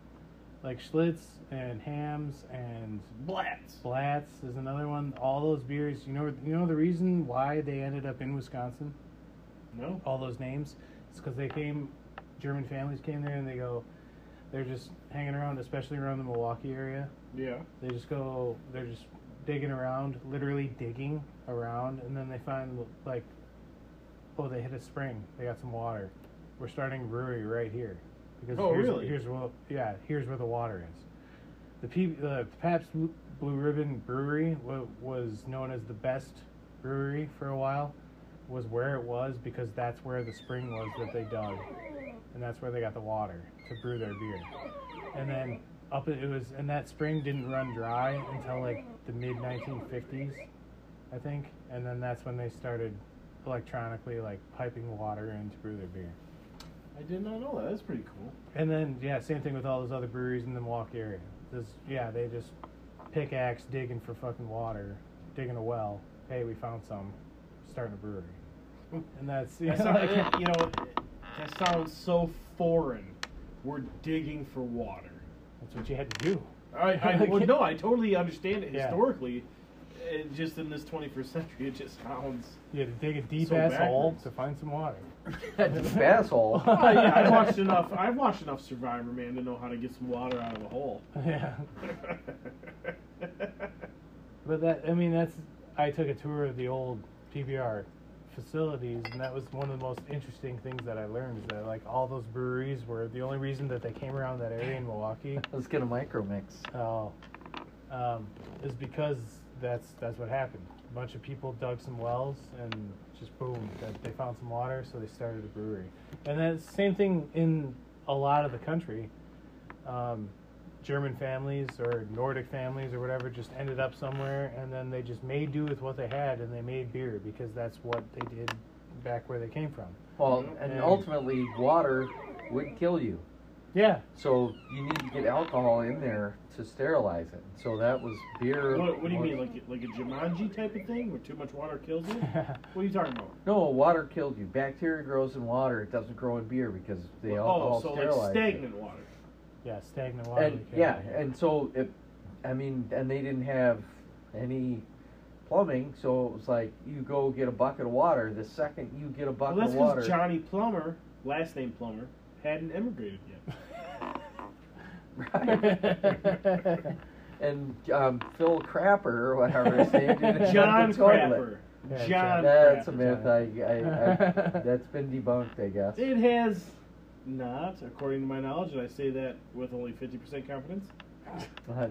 Speaker 2: like Schlitz and Hams and
Speaker 4: Blatz.
Speaker 2: Blatz is another one. All those beers, you know, you know the reason why they ended up in Wisconsin.
Speaker 4: No.
Speaker 2: all those names. It's because they came, German families came there, and they go, they're just hanging around, especially around the Milwaukee area.
Speaker 4: Yeah.
Speaker 2: They just go, they're just digging around, literally digging around, and then they find like, oh, they hit a spring, they got some water. We're starting a brewery right here because
Speaker 4: Oh,
Speaker 2: here's,
Speaker 4: really?
Speaker 2: here's where yeah, here's where the water is. The P, the Pabst Blue Blue Ribbon Brewery wa- was known as the best brewery for a while. Was where it was because that's where the spring was that they dug, and that's where they got the water to brew their beer. And then up it it was, and that spring didn't run dry until like the mid 1950s, I think. And then that's when they started electronically like piping water in to brew their beer.
Speaker 4: I did not know that. That's pretty cool.
Speaker 2: And then yeah, same thing with all those other breweries in the Milwaukee area. This yeah, they just pickaxe digging for fucking water, digging a well. Hey, we found some, starting a brewery. And that's you
Speaker 4: That
Speaker 2: know,
Speaker 4: sounds,
Speaker 2: like-
Speaker 4: you know, that sounds so foreign. We're digging for water.
Speaker 2: that's what you had to do.
Speaker 4: I, I well, no, I totally understand it
Speaker 2: Yeah.
Speaker 4: historically. It, just in this 21st century, it just sounds.
Speaker 2: You had to dig a deep
Speaker 4: So
Speaker 2: ass hole
Speaker 4: backwards.
Speaker 2: to find some water.
Speaker 3: That's an asshole.
Speaker 4: Oh, yeah, I've watched enough. I've watched enough Survivor, man, to know how to get some water out of a hole.
Speaker 2: Yeah. But that I mean that's I took a tour of the old PBR facilities and that was one of the most interesting things that I learned is that like all those breweries were the only reason that they came around that area in Milwaukee
Speaker 3: Let's get a micro mix.
Speaker 2: Oh, um, is because that's that's what happened. A bunch of people dug some wells and just boom, that they found some water, so they started a brewery. And that's the same thing in a lot of the country. Um, German families or Nordic families or whatever just ended up somewhere, and then they just made do with what they had, and they made beer because that's what they did back where they came from.
Speaker 4: Mm,
Speaker 3: Well, and
Speaker 2: Yeah.
Speaker 3: ultimately, water would kill you.
Speaker 2: Yeah.
Speaker 3: So you need to get alcohol in there to sterilize it. So that was beer.
Speaker 4: What, what do you
Speaker 3: was-
Speaker 4: mean, like like a Jumanji type of thing where too much water kills you? What are you talking about?
Speaker 3: No, water killed you. Bacteria grows in water. It doesn't grow in beer because the alcohol
Speaker 4: oh, so
Speaker 3: sterilized
Speaker 4: like
Speaker 3: it.
Speaker 4: stagnant water.
Speaker 2: yeah, stagnant water.
Speaker 3: And
Speaker 2: you
Speaker 3: yeah,
Speaker 2: can't-
Speaker 3: and so it, I mean, and they didn't have any plumbing, so it was like you go get a bucket of water. The second you get a
Speaker 4: Well,
Speaker 3: bucket
Speaker 4: that's
Speaker 3: of water,
Speaker 4: because Johnny Plumber, last name Plumber, hadn't immigrated yet.
Speaker 3: right? and um, Phil Crapper or whatever his name didn't have
Speaker 4: John
Speaker 3: the toilet.
Speaker 4: Crapper.
Speaker 2: Yeah,
Speaker 4: John
Speaker 3: That's a
Speaker 4: Crapper.
Speaker 3: myth. I, I, I, that's been debunked, I guess.
Speaker 4: It has not, according to my knowledge, and I say that with only 50% confidence.
Speaker 3: But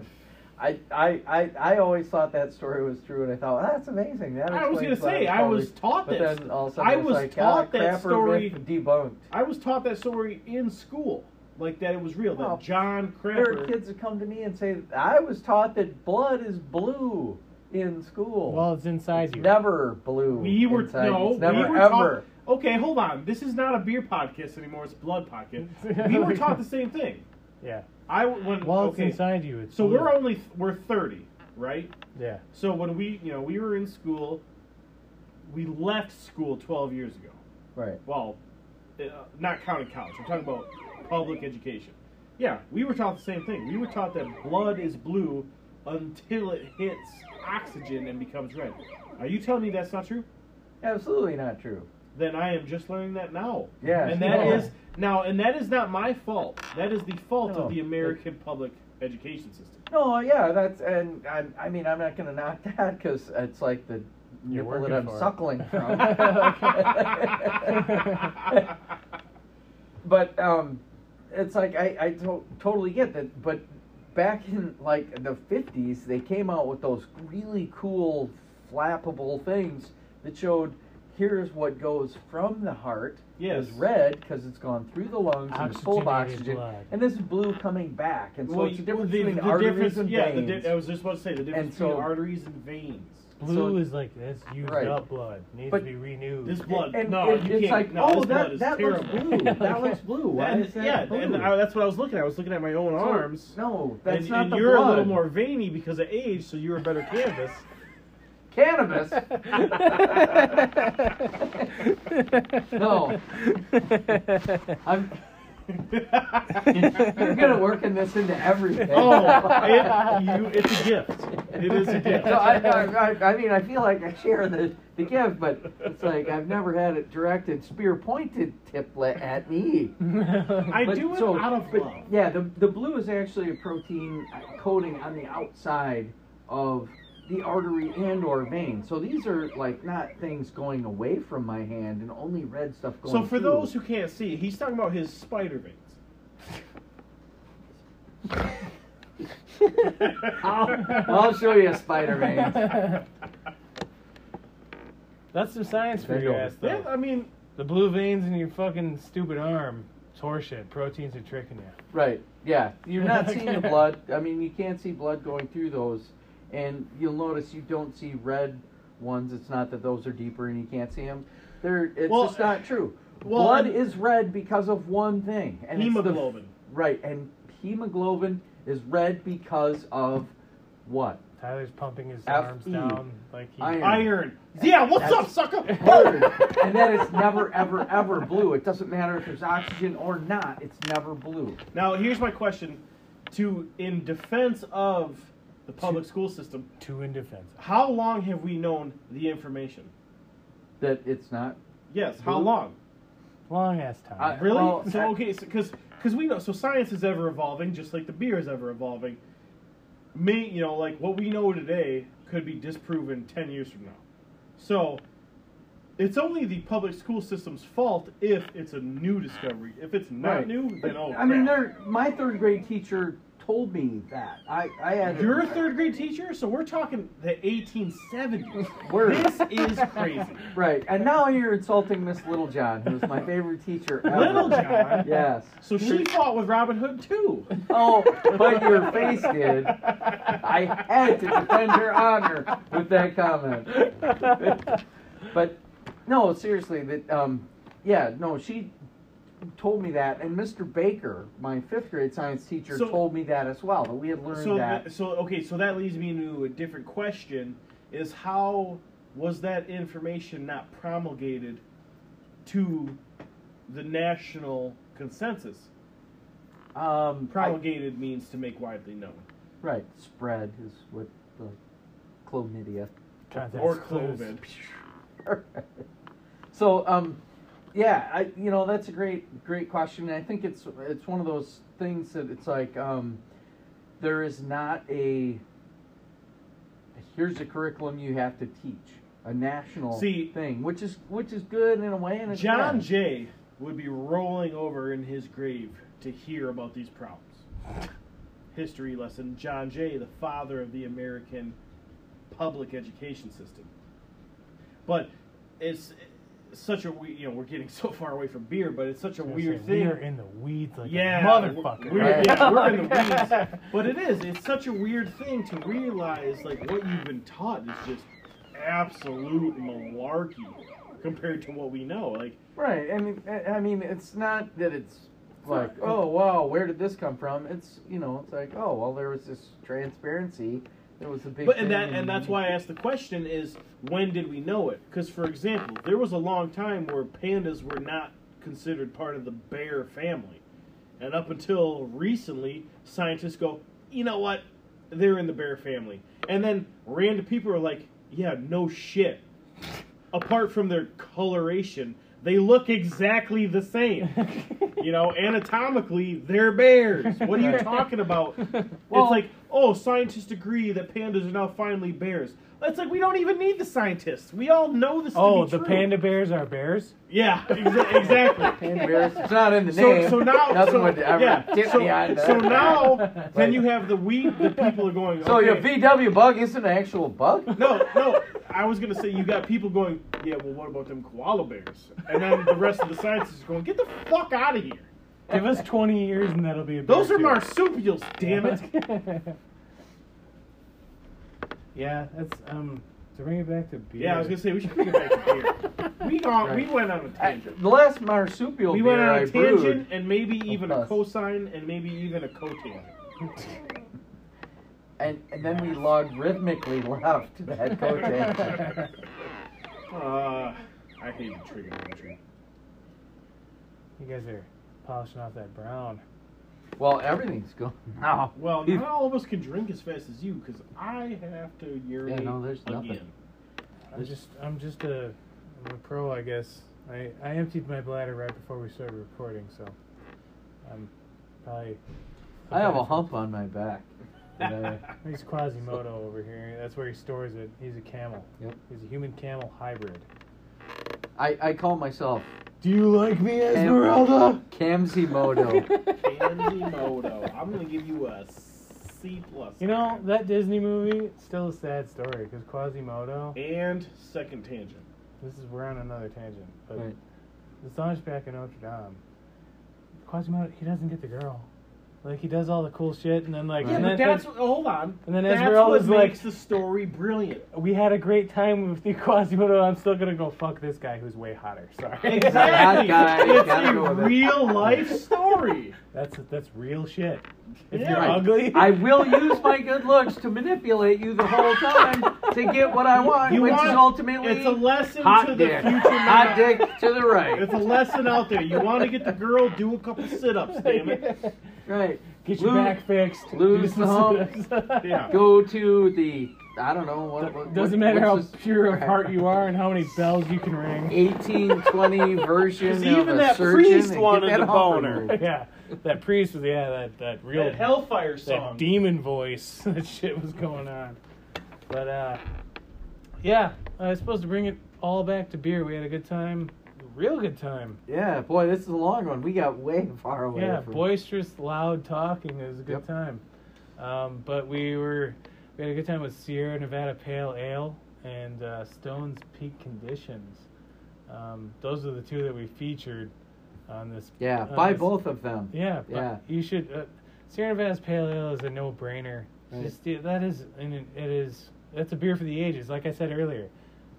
Speaker 3: I, I, I, I always thought that story was true, and I thought "Ah, that's amazing. That
Speaker 4: I was
Speaker 3: going to
Speaker 4: gonna say, I was taught
Speaker 3: but
Speaker 4: that
Speaker 3: Then
Speaker 4: st-
Speaker 3: all of a sudden
Speaker 4: I
Speaker 3: it's
Speaker 4: was
Speaker 3: like,
Speaker 4: taught
Speaker 3: ah,
Speaker 4: that
Speaker 3: Crapper
Speaker 4: story-
Speaker 3: myth debunked.
Speaker 4: I was taught that story in school, like that it was real,
Speaker 3: Well,
Speaker 4: that John
Speaker 3: There are
Speaker 4: Crapper.
Speaker 3: kids that come to me and say, I was taught that blood is blue in school.
Speaker 2: Well, it's inside you.
Speaker 3: never blue.
Speaker 4: We were
Speaker 3: inside you.
Speaker 4: no,
Speaker 3: It's never
Speaker 4: we were taught-
Speaker 3: ever.
Speaker 4: okay, hold on. This is not a beer podcast anymore. It's a blood podcast. We were taught the same thing.
Speaker 2: Yeah.
Speaker 4: I when
Speaker 2: Well,
Speaker 4: okay.
Speaker 2: it's inside you. It's
Speaker 4: So
Speaker 2: blue.
Speaker 4: we're only we're 30, right?
Speaker 2: Yeah.
Speaker 4: So when we, you know, we were in school, we left school 12 years ago.
Speaker 3: Right.
Speaker 4: Well, uh, not counting college. I'm talking about public education. Yeah, we were taught the same thing. We were taught that blood is blue until it hits oxygen and becomes red. Are you telling me that's not true?
Speaker 3: Absolutely not true.
Speaker 4: Then I am just learning that now.
Speaker 3: Yeah,
Speaker 4: And that
Speaker 3: no.
Speaker 4: is now, and that is not my fault. That is the fault
Speaker 3: No.
Speaker 4: of the American public education system.
Speaker 3: No, yeah, that's and I, I mean I'm not gonna knock that because it's like the
Speaker 2: You're
Speaker 3: nipple that
Speaker 2: working
Speaker 3: I'm
Speaker 2: for it.
Speaker 3: suckling from. but um, it's like I I to- totally get that, but back in like the 50s, they came out with those really cool flappable things that showed here's what goes from the heart
Speaker 4: Yes.
Speaker 3: is red because it's gone through the lungs and it's full of
Speaker 2: Oxygenated
Speaker 3: oxygen
Speaker 2: blood.
Speaker 3: and this is blue coming back and so
Speaker 4: Well,
Speaker 3: it's a
Speaker 4: you-
Speaker 3: difference
Speaker 4: the,
Speaker 3: between
Speaker 4: the
Speaker 3: arteries
Speaker 4: difference,
Speaker 3: and
Speaker 4: yeah, the
Speaker 3: veins.
Speaker 4: di- uh, I was just about to say the difference
Speaker 3: And
Speaker 4: between
Speaker 3: so-
Speaker 4: arteries and veins.
Speaker 2: Blue
Speaker 3: So-
Speaker 2: is like that's used
Speaker 3: Right.
Speaker 2: up blood. Needs
Speaker 3: But
Speaker 2: to be renewed.
Speaker 4: This blood,
Speaker 3: And
Speaker 4: no,
Speaker 3: it-
Speaker 4: you
Speaker 3: it's
Speaker 4: can't.
Speaker 3: like,
Speaker 4: no,
Speaker 3: oh,
Speaker 4: this blood
Speaker 3: that,
Speaker 4: is
Speaker 3: that looks
Speaker 4: terrible.
Speaker 3: blue. That looks blue. Why
Speaker 4: And-
Speaker 3: is that
Speaker 4: yeah,
Speaker 3: blue?
Speaker 4: and I, that's what I was looking at. I was looking at my own
Speaker 3: So,
Speaker 4: arms.
Speaker 3: No, that's
Speaker 4: and,
Speaker 3: not
Speaker 4: and
Speaker 3: the
Speaker 4: you're a
Speaker 3: blood.
Speaker 4: little more veiny because of age, so you're a better canvas.
Speaker 3: cannabis. no, I'm. You're gonna working this into everything.
Speaker 4: oh, it, you, it's a gift. It is a gift.
Speaker 3: So I, I, I, I mean, I feel like I share the, the gift, but it's like I've never had it directed spear pointed tiplet at me.
Speaker 4: I
Speaker 3: But
Speaker 4: do it
Speaker 3: so-
Speaker 4: out of
Speaker 3: but
Speaker 4: love.
Speaker 3: Yeah, the, the blue is actually a protein coating on the outside of the artery and or vein. So these are like not things going away from my hand and only red stuff going
Speaker 4: So for
Speaker 3: through.
Speaker 4: those who can't see, he's talking about his spider veins.
Speaker 3: I'll, I'll show you a spider vein.
Speaker 2: That's some science for
Speaker 3: There you
Speaker 2: your
Speaker 3: go.
Speaker 2: ass, though.
Speaker 4: Yeah, I mean,
Speaker 2: The blue veins in your fucking stupid arm. It's horseshit. Proteins are tricking you.
Speaker 3: Right. Yeah. You're not seeing the blood. I mean, you can't see blood going through those, and you'll notice you don't see red ones. It's not that those are deeper and you can't see them. They're. It's
Speaker 4: Well,
Speaker 3: just not true.
Speaker 4: well,
Speaker 3: blood
Speaker 4: and-
Speaker 3: is red because of one thing, and It's
Speaker 4: Hemoglobin.
Speaker 3: the, right, and hemoglobin is red because of what?
Speaker 2: Tyler's pumping his
Speaker 3: F
Speaker 2: arms
Speaker 3: E.
Speaker 2: down like he.
Speaker 3: Iron.
Speaker 4: iron. Yeah, what's up,
Speaker 3: That's-
Speaker 4: sucker?
Speaker 3: and that it's never, ever, ever blue. It doesn't matter if there's oxygen or not. It's never blue.
Speaker 4: Now here's my question: To in defense of the public school system,
Speaker 2: Two in defense.
Speaker 4: how long have we known the information?
Speaker 3: That it's not.
Speaker 4: Yes, how
Speaker 3: Blue?
Speaker 4: long?
Speaker 2: Long ass time.
Speaker 3: I-
Speaker 4: Really?
Speaker 3: Well,
Speaker 4: so
Speaker 3: I-
Speaker 4: okay, because because we know so science is ever evolving, just like the beer is ever evolving. Me, you know, like what we know today could be disproven ten years from now. So it's only the public school system's fault if it's a new discovery. If it's not
Speaker 3: Right.
Speaker 4: new,
Speaker 3: But,
Speaker 4: then oh,
Speaker 3: I mean,
Speaker 4: crap.
Speaker 3: they're, my third grade teacher told me that. I, I had
Speaker 4: You're a third grade teacher, so we're talking the 1870s.
Speaker 3: Word.
Speaker 4: This is crazy.
Speaker 3: right, and now you're insulting Miss Little John, who's my favorite teacher. Ever.
Speaker 4: Little John.
Speaker 3: Yes.
Speaker 4: So she fought with Robin Hood too.
Speaker 3: Oh, but your face did. I had to defend her honor with that comment. but no, seriously, that um, yeah, no, she told me that, and Mr. Baker, my fifth grade science teacher,
Speaker 4: So-
Speaker 3: told me that as well. That we had learned
Speaker 4: So,
Speaker 3: that.
Speaker 4: so okay, so that leads me to a different question: Is how was that information not promulgated to the national consensus?
Speaker 3: um, I-
Speaker 4: Promulgated means to make widely known,
Speaker 3: right, spread is what the chlamydia.
Speaker 2: Trying to
Speaker 4: or
Speaker 2: ask clues.
Speaker 4: COVID.
Speaker 3: so um yeah i you know that's a great great question and i think it's it's one of those things that it's like um there is not a here's a curriculum you have to teach a national
Speaker 4: See-
Speaker 3: thing which is which is good in a way and it's
Speaker 4: John
Speaker 3: bad.
Speaker 4: Jay would be rolling over in his grave to hear about these problems. History lesson John Jay, the father of the American public education system. But it's such a we, you know we're getting so far away from beer, but it's such a
Speaker 2: I was
Speaker 4: weird
Speaker 2: gonna say,
Speaker 4: thing.
Speaker 2: We are in the weeds like
Speaker 4: yeah,
Speaker 2: a motherfucker.
Speaker 4: We're,
Speaker 3: Right.
Speaker 4: yeah, we're in the weeds. But it is. It's such a weird thing to realize like what you've been taught is just absolute malarkey compared to what we know. Like
Speaker 3: right i mean I- i mean it's not that it's like
Speaker 4: Right.
Speaker 3: oh wow where did this come from it's you know it's like oh well there was this transparency there was a big
Speaker 4: But and that
Speaker 3: thing
Speaker 4: and that's why I asked the question is when did we know it? Because for example, there was a long time where pandas were not considered part of the bear family, and up until recently, scientists go, you know what, they're in the bear family, and then random people are like, yeah, no shit. Apart from their coloration, they look exactly the same. You know, anatomically, they're bears. What are you talking about? it's
Speaker 3: Well-
Speaker 4: like, oh, scientists agree that pandas are now finally bears. It's like we don't even need the scientists. We all know this. to
Speaker 2: Oh,
Speaker 4: be
Speaker 2: the
Speaker 4: true.
Speaker 2: panda bears are bears.
Speaker 4: Yeah, exa- exactly.
Speaker 3: Panda bears. It's not in the
Speaker 4: so,
Speaker 3: name.
Speaker 4: so now,
Speaker 3: nothing
Speaker 4: so,
Speaker 3: would ever
Speaker 4: yeah,
Speaker 3: tip
Speaker 4: so,
Speaker 3: me on that.
Speaker 4: so now, then you have the we. The people are going.
Speaker 3: So
Speaker 4: okay.
Speaker 3: your VW bug isn't an actual bug.
Speaker 4: No, no. I was gonna say you got people going. Yeah, well, what about them koala bears? And then the rest of the scientists are going, get the fuck out of here.
Speaker 2: Give us 20 years and that'll be a bear
Speaker 4: Those are
Speaker 2: too.
Speaker 4: marsupials, damn it.
Speaker 2: yeah, that's um to bring it back to beer.
Speaker 4: Yeah, I was gonna say we should bring it back to beer. We gone, we went on a
Speaker 3: I-
Speaker 4: tangent.
Speaker 3: the last marsupial
Speaker 4: We
Speaker 3: beer
Speaker 4: went on
Speaker 3: I
Speaker 4: a tangent
Speaker 3: brewed.
Speaker 4: and maybe even a
Speaker 3: Plus.
Speaker 4: cosine and maybe even a cotangent.
Speaker 3: and, and then we logarithmically left that cotangent.
Speaker 2: eh?
Speaker 4: Uh, I hate trigonometry.
Speaker 2: You guys are polishing off that brown.
Speaker 3: well, everything's gone
Speaker 4: Ah,
Speaker 3: now.
Speaker 4: Well, not all of us can drink as fast as you because I have to urinate
Speaker 3: Yeah, no, there's nothing.
Speaker 4: again.
Speaker 2: I'm just I'm just a I'm a pro, I guess. I I emptied my bladder right before we started recording, so I'm probably
Speaker 3: I have a hump on my back. that I-
Speaker 2: He's Quasimodo over here. That's where he stores it. He's a camel.
Speaker 3: Yep.
Speaker 2: He's a human camel hybrid.
Speaker 3: I, I call myself
Speaker 2: Do you like me,
Speaker 3: Esmeralda? Kamsimoto.
Speaker 4: Candymoto. I'm gonna give you a C plus.
Speaker 2: You know that Disney movie? It's still a sad story because Quasimodo.
Speaker 4: And second tangent.
Speaker 2: This is we're on another tangent, but
Speaker 3: Right.
Speaker 2: the song's back in Notre Dame. Quasimodo, he doesn't get the girl. Like he does all the cool shit, and then like,
Speaker 4: Yeah,
Speaker 2: and
Speaker 4: but
Speaker 2: then,
Speaker 4: that's what, hold on.
Speaker 2: and then
Speaker 4: that's
Speaker 2: Esmeralda's
Speaker 4: what
Speaker 2: like-
Speaker 4: makes the story brilliant.
Speaker 2: we had a great time with the Quasimodo. I'm still gonna go fuck this guy who's way hotter. Sorry,
Speaker 4: Exactly.
Speaker 3: That guy,
Speaker 4: it's
Speaker 3: gotta
Speaker 4: a
Speaker 3: go with it.
Speaker 4: real life story.
Speaker 2: that's that's real shit. If
Speaker 4: Yeah.
Speaker 2: you're
Speaker 4: Right.
Speaker 2: ugly,
Speaker 3: I will use my good looks to manipulate you the whole time to get what I want,
Speaker 4: You
Speaker 3: which
Speaker 4: want-
Speaker 3: is ultimately
Speaker 4: It's a lesson to
Speaker 3: hot
Speaker 4: the
Speaker 3: dick.
Speaker 4: future.
Speaker 3: Hot
Speaker 4: man.
Speaker 3: dick to the right.
Speaker 4: It's a lesson out there. You want to get the girl, do a couple sit ups, damn it.
Speaker 3: Right.
Speaker 2: get your
Speaker 3: Lose-
Speaker 2: back fixed.
Speaker 3: lose
Speaker 2: do
Speaker 3: the hump.
Speaker 2: sit-ups.
Speaker 4: Yeah.
Speaker 3: Go to the. I don't know. What, what-
Speaker 2: Doesn't
Speaker 3: what-
Speaker 2: matter how
Speaker 3: what's this-
Speaker 2: pure of heart you are and how many bells you can ring.
Speaker 3: 1820 version.
Speaker 4: Because
Speaker 3: of
Speaker 4: even
Speaker 3: a
Speaker 4: that
Speaker 3: surgeon
Speaker 4: priest
Speaker 3: and get
Speaker 4: wanted
Speaker 3: that
Speaker 4: the
Speaker 3: hump
Speaker 4: boner.
Speaker 3: removed.
Speaker 2: Yeah, that priest was yeah that that real
Speaker 4: That Hellfire
Speaker 2: that
Speaker 4: song.
Speaker 2: demon voice that shit was going on but uh yeah i was supposed to bring it all back to beer we had a good time real good time
Speaker 3: Yeah, boy, this is a long one. We got way far away.
Speaker 2: yeah
Speaker 3: from,
Speaker 2: boisterous loud talking it was a good
Speaker 3: Yep.
Speaker 2: time um but we were we had a good time with sierra nevada pale ale and uh stone's peak conditions um those are the two that we featured on this
Speaker 3: Yeah,
Speaker 2: on
Speaker 3: buy
Speaker 2: this-
Speaker 3: both of them.
Speaker 2: Uh, yeah, but
Speaker 3: Yeah.
Speaker 2: You should. Uh, Sierra Nevada's Pale Ale is a no-brainer.
Speaker 3: Right.
Speaker 2: Just yeah, that is, and it it is. That's a beer for the ages. Like I said earlier,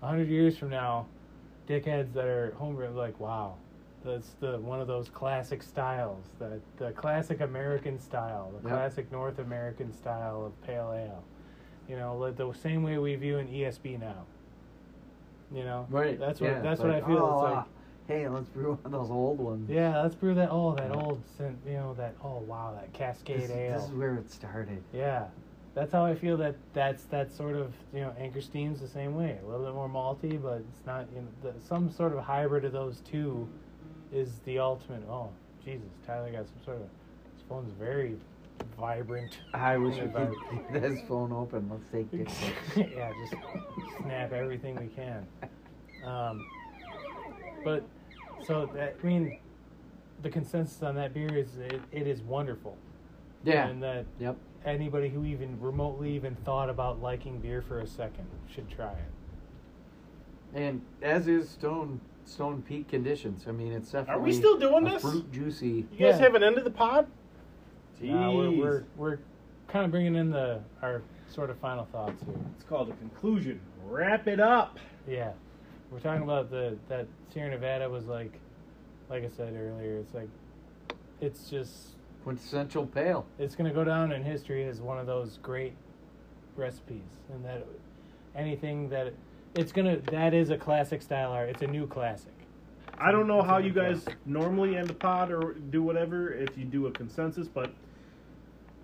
Speaker 2: hundred years from now, dickheads that are homebrew will be like, wow, That's the one of those classic styles, the the classic American style, the
Speaker 3: Yep.
Speaker 2: classic North American style of pale ale. You know, like the same way we view an ESB now. You know,
Speaker 3: Right.
Speaker 2: That's what
Speaker 3: yeah,
Speaker 2: that's
Speaker 3: it's
Speaker 2: what
Speaker 3: like,
Speaker 2: I feel.
Speaker 3: "Oh,
Speaker 2: it's like,
Speaker 3: ah, hey, let's brew one of those old ones.
Speaker 2: yeah, let's brew that. Oh, that old scent. You know, that. Oh, wow, that Cascade
Speaker 3: This, is-
Speaker 2: ale.
Speaker 3: this is where it started.
Speaker 2: Yeah, that's how I feel. That that's that sort of you know Anchor Steam's the same way. A little bit more malty, but it's not. You know, the, some sort of hybrid of those two is the ultimate. Oh, Jesus, Tyler got some sort of. His phone's very vibrant.
Speaker 3: I wish we
Speaker 2: Yeah,
Speaker 3: could keep this phone open. Let's take this.
Speaker 2: yeah, just snap everything we can. Um, but so that I mean, the consensus on that beer is it, it is wonderful.
Speaker 3: Yeah.
Speaker 2: And that
Speaker 3: Yep.
Speaker 2: anybody who even remotely even thought about liking beer for a second should try it.
Speaker 3: And as is Stone Stone Peak conditions. I mean, it's definitely.
Speaker 4: still doing
Speaker 3: a
Speaker 4: this?
Speaker 3: Fruit juicy.
Speaker 4: You
Speaker 2: Yeah.
Speaker 4: guys have an end of the pod?
Speaker 2: Uh, we're,
Speaker 4: Jeez.
Speaker 2: we're we're kind of bringing in the our sort of final thoughts here.
Speaker 4: It's called a conclusion. Wrap it up.
Speaker 2: Yeah, we're talking about the that Sierra Nevada was like, like I said earlier, it's like, it's just
Speaker 3: Quintessential pale.
Speaker 2: it's gonna go down in history as one of those great recipes, and that anything that it's gonna that is a classic style art. It's a new classic.
Speaker 4: I don't know how you guys normally end the pod or do whatever if you do a consensus, but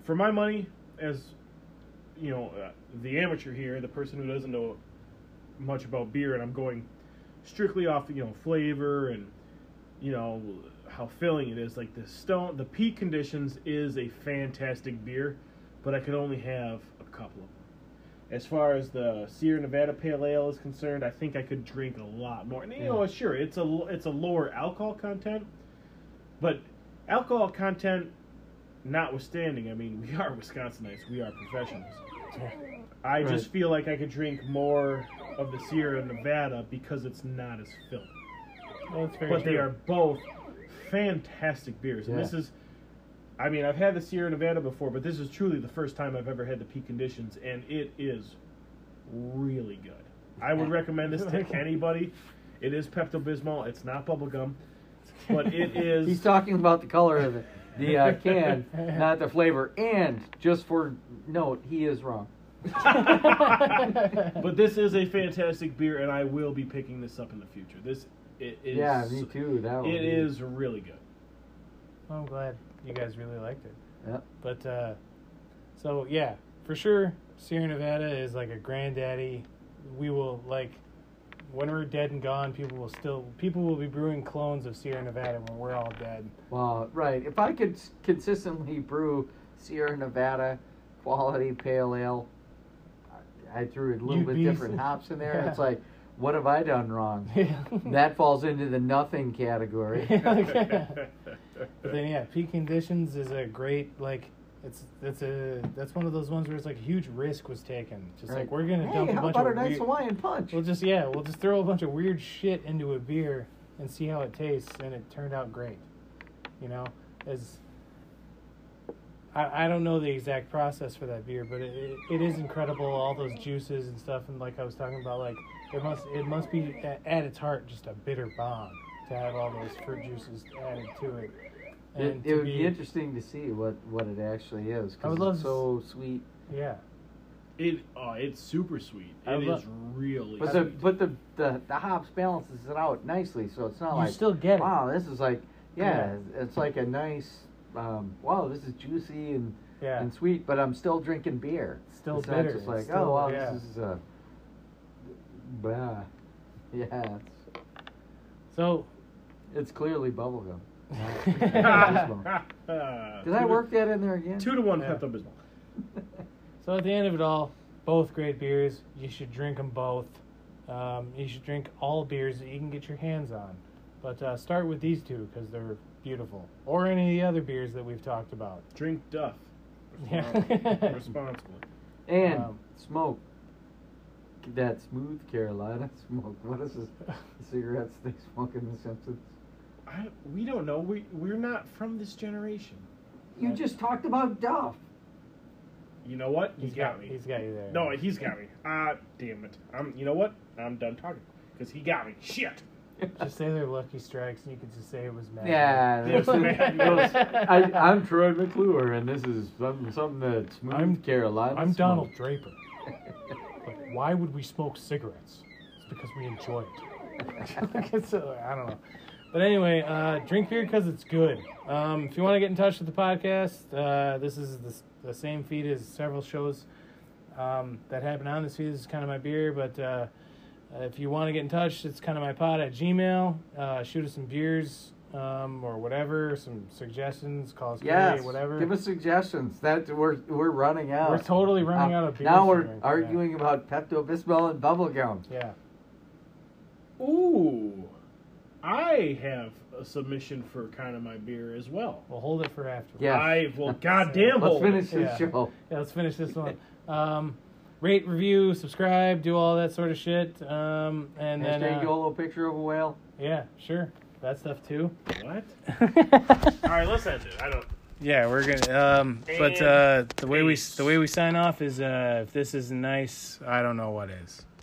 Speaker 4: for my money, as you know, uh, the amateur here, the person who doesn't know much about beer, and I'm going strictly off you know flavor and you know how filling it is. Like the stone, the peak conditions is a fantastic beer, but I could only have a couple of them. As far as the Sierra Nevada Pale Ale is concerned, I think I could drink a lot more. And you know,
Speaker 2: Yeah.
Speaker 4: sure, it's a l- it's a lower alcohol content, but alcohol content notwithstanding, I mean, we are Wisconsinites, we are professionals. I just
Speaker 3: Right.
Speaker 4: feel like I could drink more of the Sierra Nevada because it's not as filled.
Speaker 2: Well, it's very
Speaker 4: But they
Speaker 2: true.
Speaker 4: are both fantastic beers. And
Speaker 3: Yeah.
Speaker 4: this is, I mean, I've had the Sierra Nevada before, but this is truly the first time I've ever had the peak conditions, and it is really good. I would recommend this to anybody. It is Pepto Bismol, it's not bubblegum, but it is.
Speaker 3: He's talking about the color of the, the uh, can, not the flavor. And just for note, he is wrong.
Speaker 4: But this is a fantastic beer, and I will be picking this up in the future. This it is.
Speaker 3: yeah, me too. That one.
Speaker 4: It is really good.
Speaker 2: Well, I'm glad you guys really liked it.
Speaker 3: Yep.
Speaker 2: But uh, so yeah, for sure, Sierra Nevada is like a granddaddy. We will like when we're dead and gone, people will still people will be brewing clones of Sierra Nevada when we're all dead.
Speaker 3: Well, right. If I could s- consistently brew Sierra Nevada quality pale ale, I, I threw a little
Speaker 2: You'd
Speaker 3: bit
Speaker 2: be-
Speaker 3: different hops in there.
Speaker 2: yeah.
Speaker 3: It's like, what have I done wrong?
Speaker 2: Yeah.
Speaker 3: that falls into the nothing category.
Speaker 2: But then yeah, peak conditions is a great like it's that's a that's one of those ones where it's like a huge risk was taken. Just like
Speaker 3: Right.
Speaker 2: we're gonna
Speaker 3: hey,
Speaker 2: dump a
Speaker 3: how
Speaker 2: bunch
Speaker 3: about
Speaker 2: of
Speaker 3: a nice
Speaker 2: weird-
Speaker 3: Hawaiian punch?
Speaker 2: We'll just yeah, we'll just throw a bunch of weird shit into a beer and see how it tastes, and it turned out great. You know, as I, I don't know the exact process for that beer, but it, it, it is incredible. All those juices and stuff, and like I was talking about, like there must it must be at, at its heart just a bitter bomb to have all those fruit juices added to it.
Speaker 3: it,
Speaker 2: uh, to
Speaker 3: it would be, interesting to see what, what it actually is
Speaker 2: I would
Speaker 3: because
Speaker 2: love
Speaker 3: it's
Speaker 2: s-
Speaker 3: so sweet.
Speaker 2: Yeah,
Speaker 4: It oh, it's super sweet.
Speaker 2: I
Speaker 4: It
Speaker 2: lo-
Speaker 4: is really.
Speaker 3: But the
Speaker 4: sweet.
Speaker 3: but the, the the hops balances it out nicely, so it's not
Speaker 2: you
Speaker 3: like
Speaker 2: still get it.
Speaker 3: wow, this is like yeah,
Speaker 2: Yeah.
Speaker 3: it's- it's like a nice um, wow, this is juicy and
Speaker 2: Yeah.
Speaker 3: and sweet, but I'm still drinking beer.
Speaker 2: It's still
Speaker 3: it's
Speaker 2: bitter.
Speaker 3: Not just
Speaker 2: It's
Speaker 3: like
Speaker 2: still-
Speaker 3: oh wow,
Speaker 2: yeah.
Speaker 3: this is a bah. yeah, it's,
Speaker 2: So
Speaker 3: it's clearly bubblegum. Did
Speaker 4: Two
Speaker 3: I
Speaker 4: to-
Speaker 3: work that in there again?
Speaker 4: Two to one
Speaker 2: Yeah.
Speaker 4: Pepto Bismol.
Speaker 2: So at the end of it all, both great beers. You should drink them both. Um, you should drink all beers that you can get your hands on, but uh, start with these two because they're beautiful, or any of the other beers that we've talked about.
Speaker 4: Drink Duff.
Speaker 2: Yeah.
Speaker 4: Responsibly. Responsibly.
Speaker 3: And
Speaker 2: Um,
Speaker 3: smoke. That smooth Carolina smoke. What is this? Cigarettes they smoke in The Simpsons.
Speaker 4: I, we don't know. We we're not from this generation.
Speaker 3: You just talked about Duff.
Speaker 4: You know what? You
Speaker 2: He's
Speaker 4: got,
Speaker 2: got,
Speaker 4: me.
Speaker 2: he's got you there.
Speaker 4: No, he's got me. Ah, damn it. I'm. You know what? I'm done talking because he got me. Shit.
Speaker 2: Just say they're lucky strikes, and you could just say it was Matt.
Speaker 3: Yeah,
Speaker 4: Yes, man, yes.
Speaker 3: I, I'm Troy McClure, and this is something, something that's smooth
Speaker 2: I'm-
Speaker 3: Carolina.
Speaker 2: I'm
Speaker 3: smooth.
Speaker 2: Donald Draper. But why would we smoke cigarettes? It's because we enjoy it. so, I don't know. But anyway, uh, drink beer because it's good. Um, if you want to get in touch with the podcast, uh, this is the, s- the same feed as several shows um, that happen on this feed. This is kind of my beer, but uh, uh, if you want to get in touch, it's kind of my pod at Gmail. Uh, shoot us some beers um, or whatever, some suggestions, call us
Speaker 3: Yes,
Speaker 2: Gary, whatever.
Speaker 3: Give us suggestions. That we're we're running out.
Speaker 2: We're totally running
Speaker 3: Now-
Speaker 2: out of beer.
Speaker 3: Now we're arguing about Pepto Bismol and bubblegum.
Speaker 2: Yeah.
Speaker 4: Ooh, I have a submission for kind of my beer as well.
Speaker 2: We'll hold it for after.
Speaker 3: Yes.
Speaker 4: I well, goddamn.
Speaker 3: Let's
Speaker 4: hold it.
Speaker 3: finish this
Speaker 2: Yeah.
Speaker 3: show.
Speaker 2: Yeah, let's finish this one. Um, rate, review, subscribe, do all that sort of shit. Um, and then
Speaker 3: Hashtag
Speaker 2: uh,
Speaker 3: YOLO picture of a whale.
Speaker 2: yeah, sure, that stuff too.
Speaker 4: What? All right, let's end it. I don't.
Speaker 2: yeah, we're gonna. Um, but uh, the way we the way we sign off is uh, if this isn't nice, I don't know what is.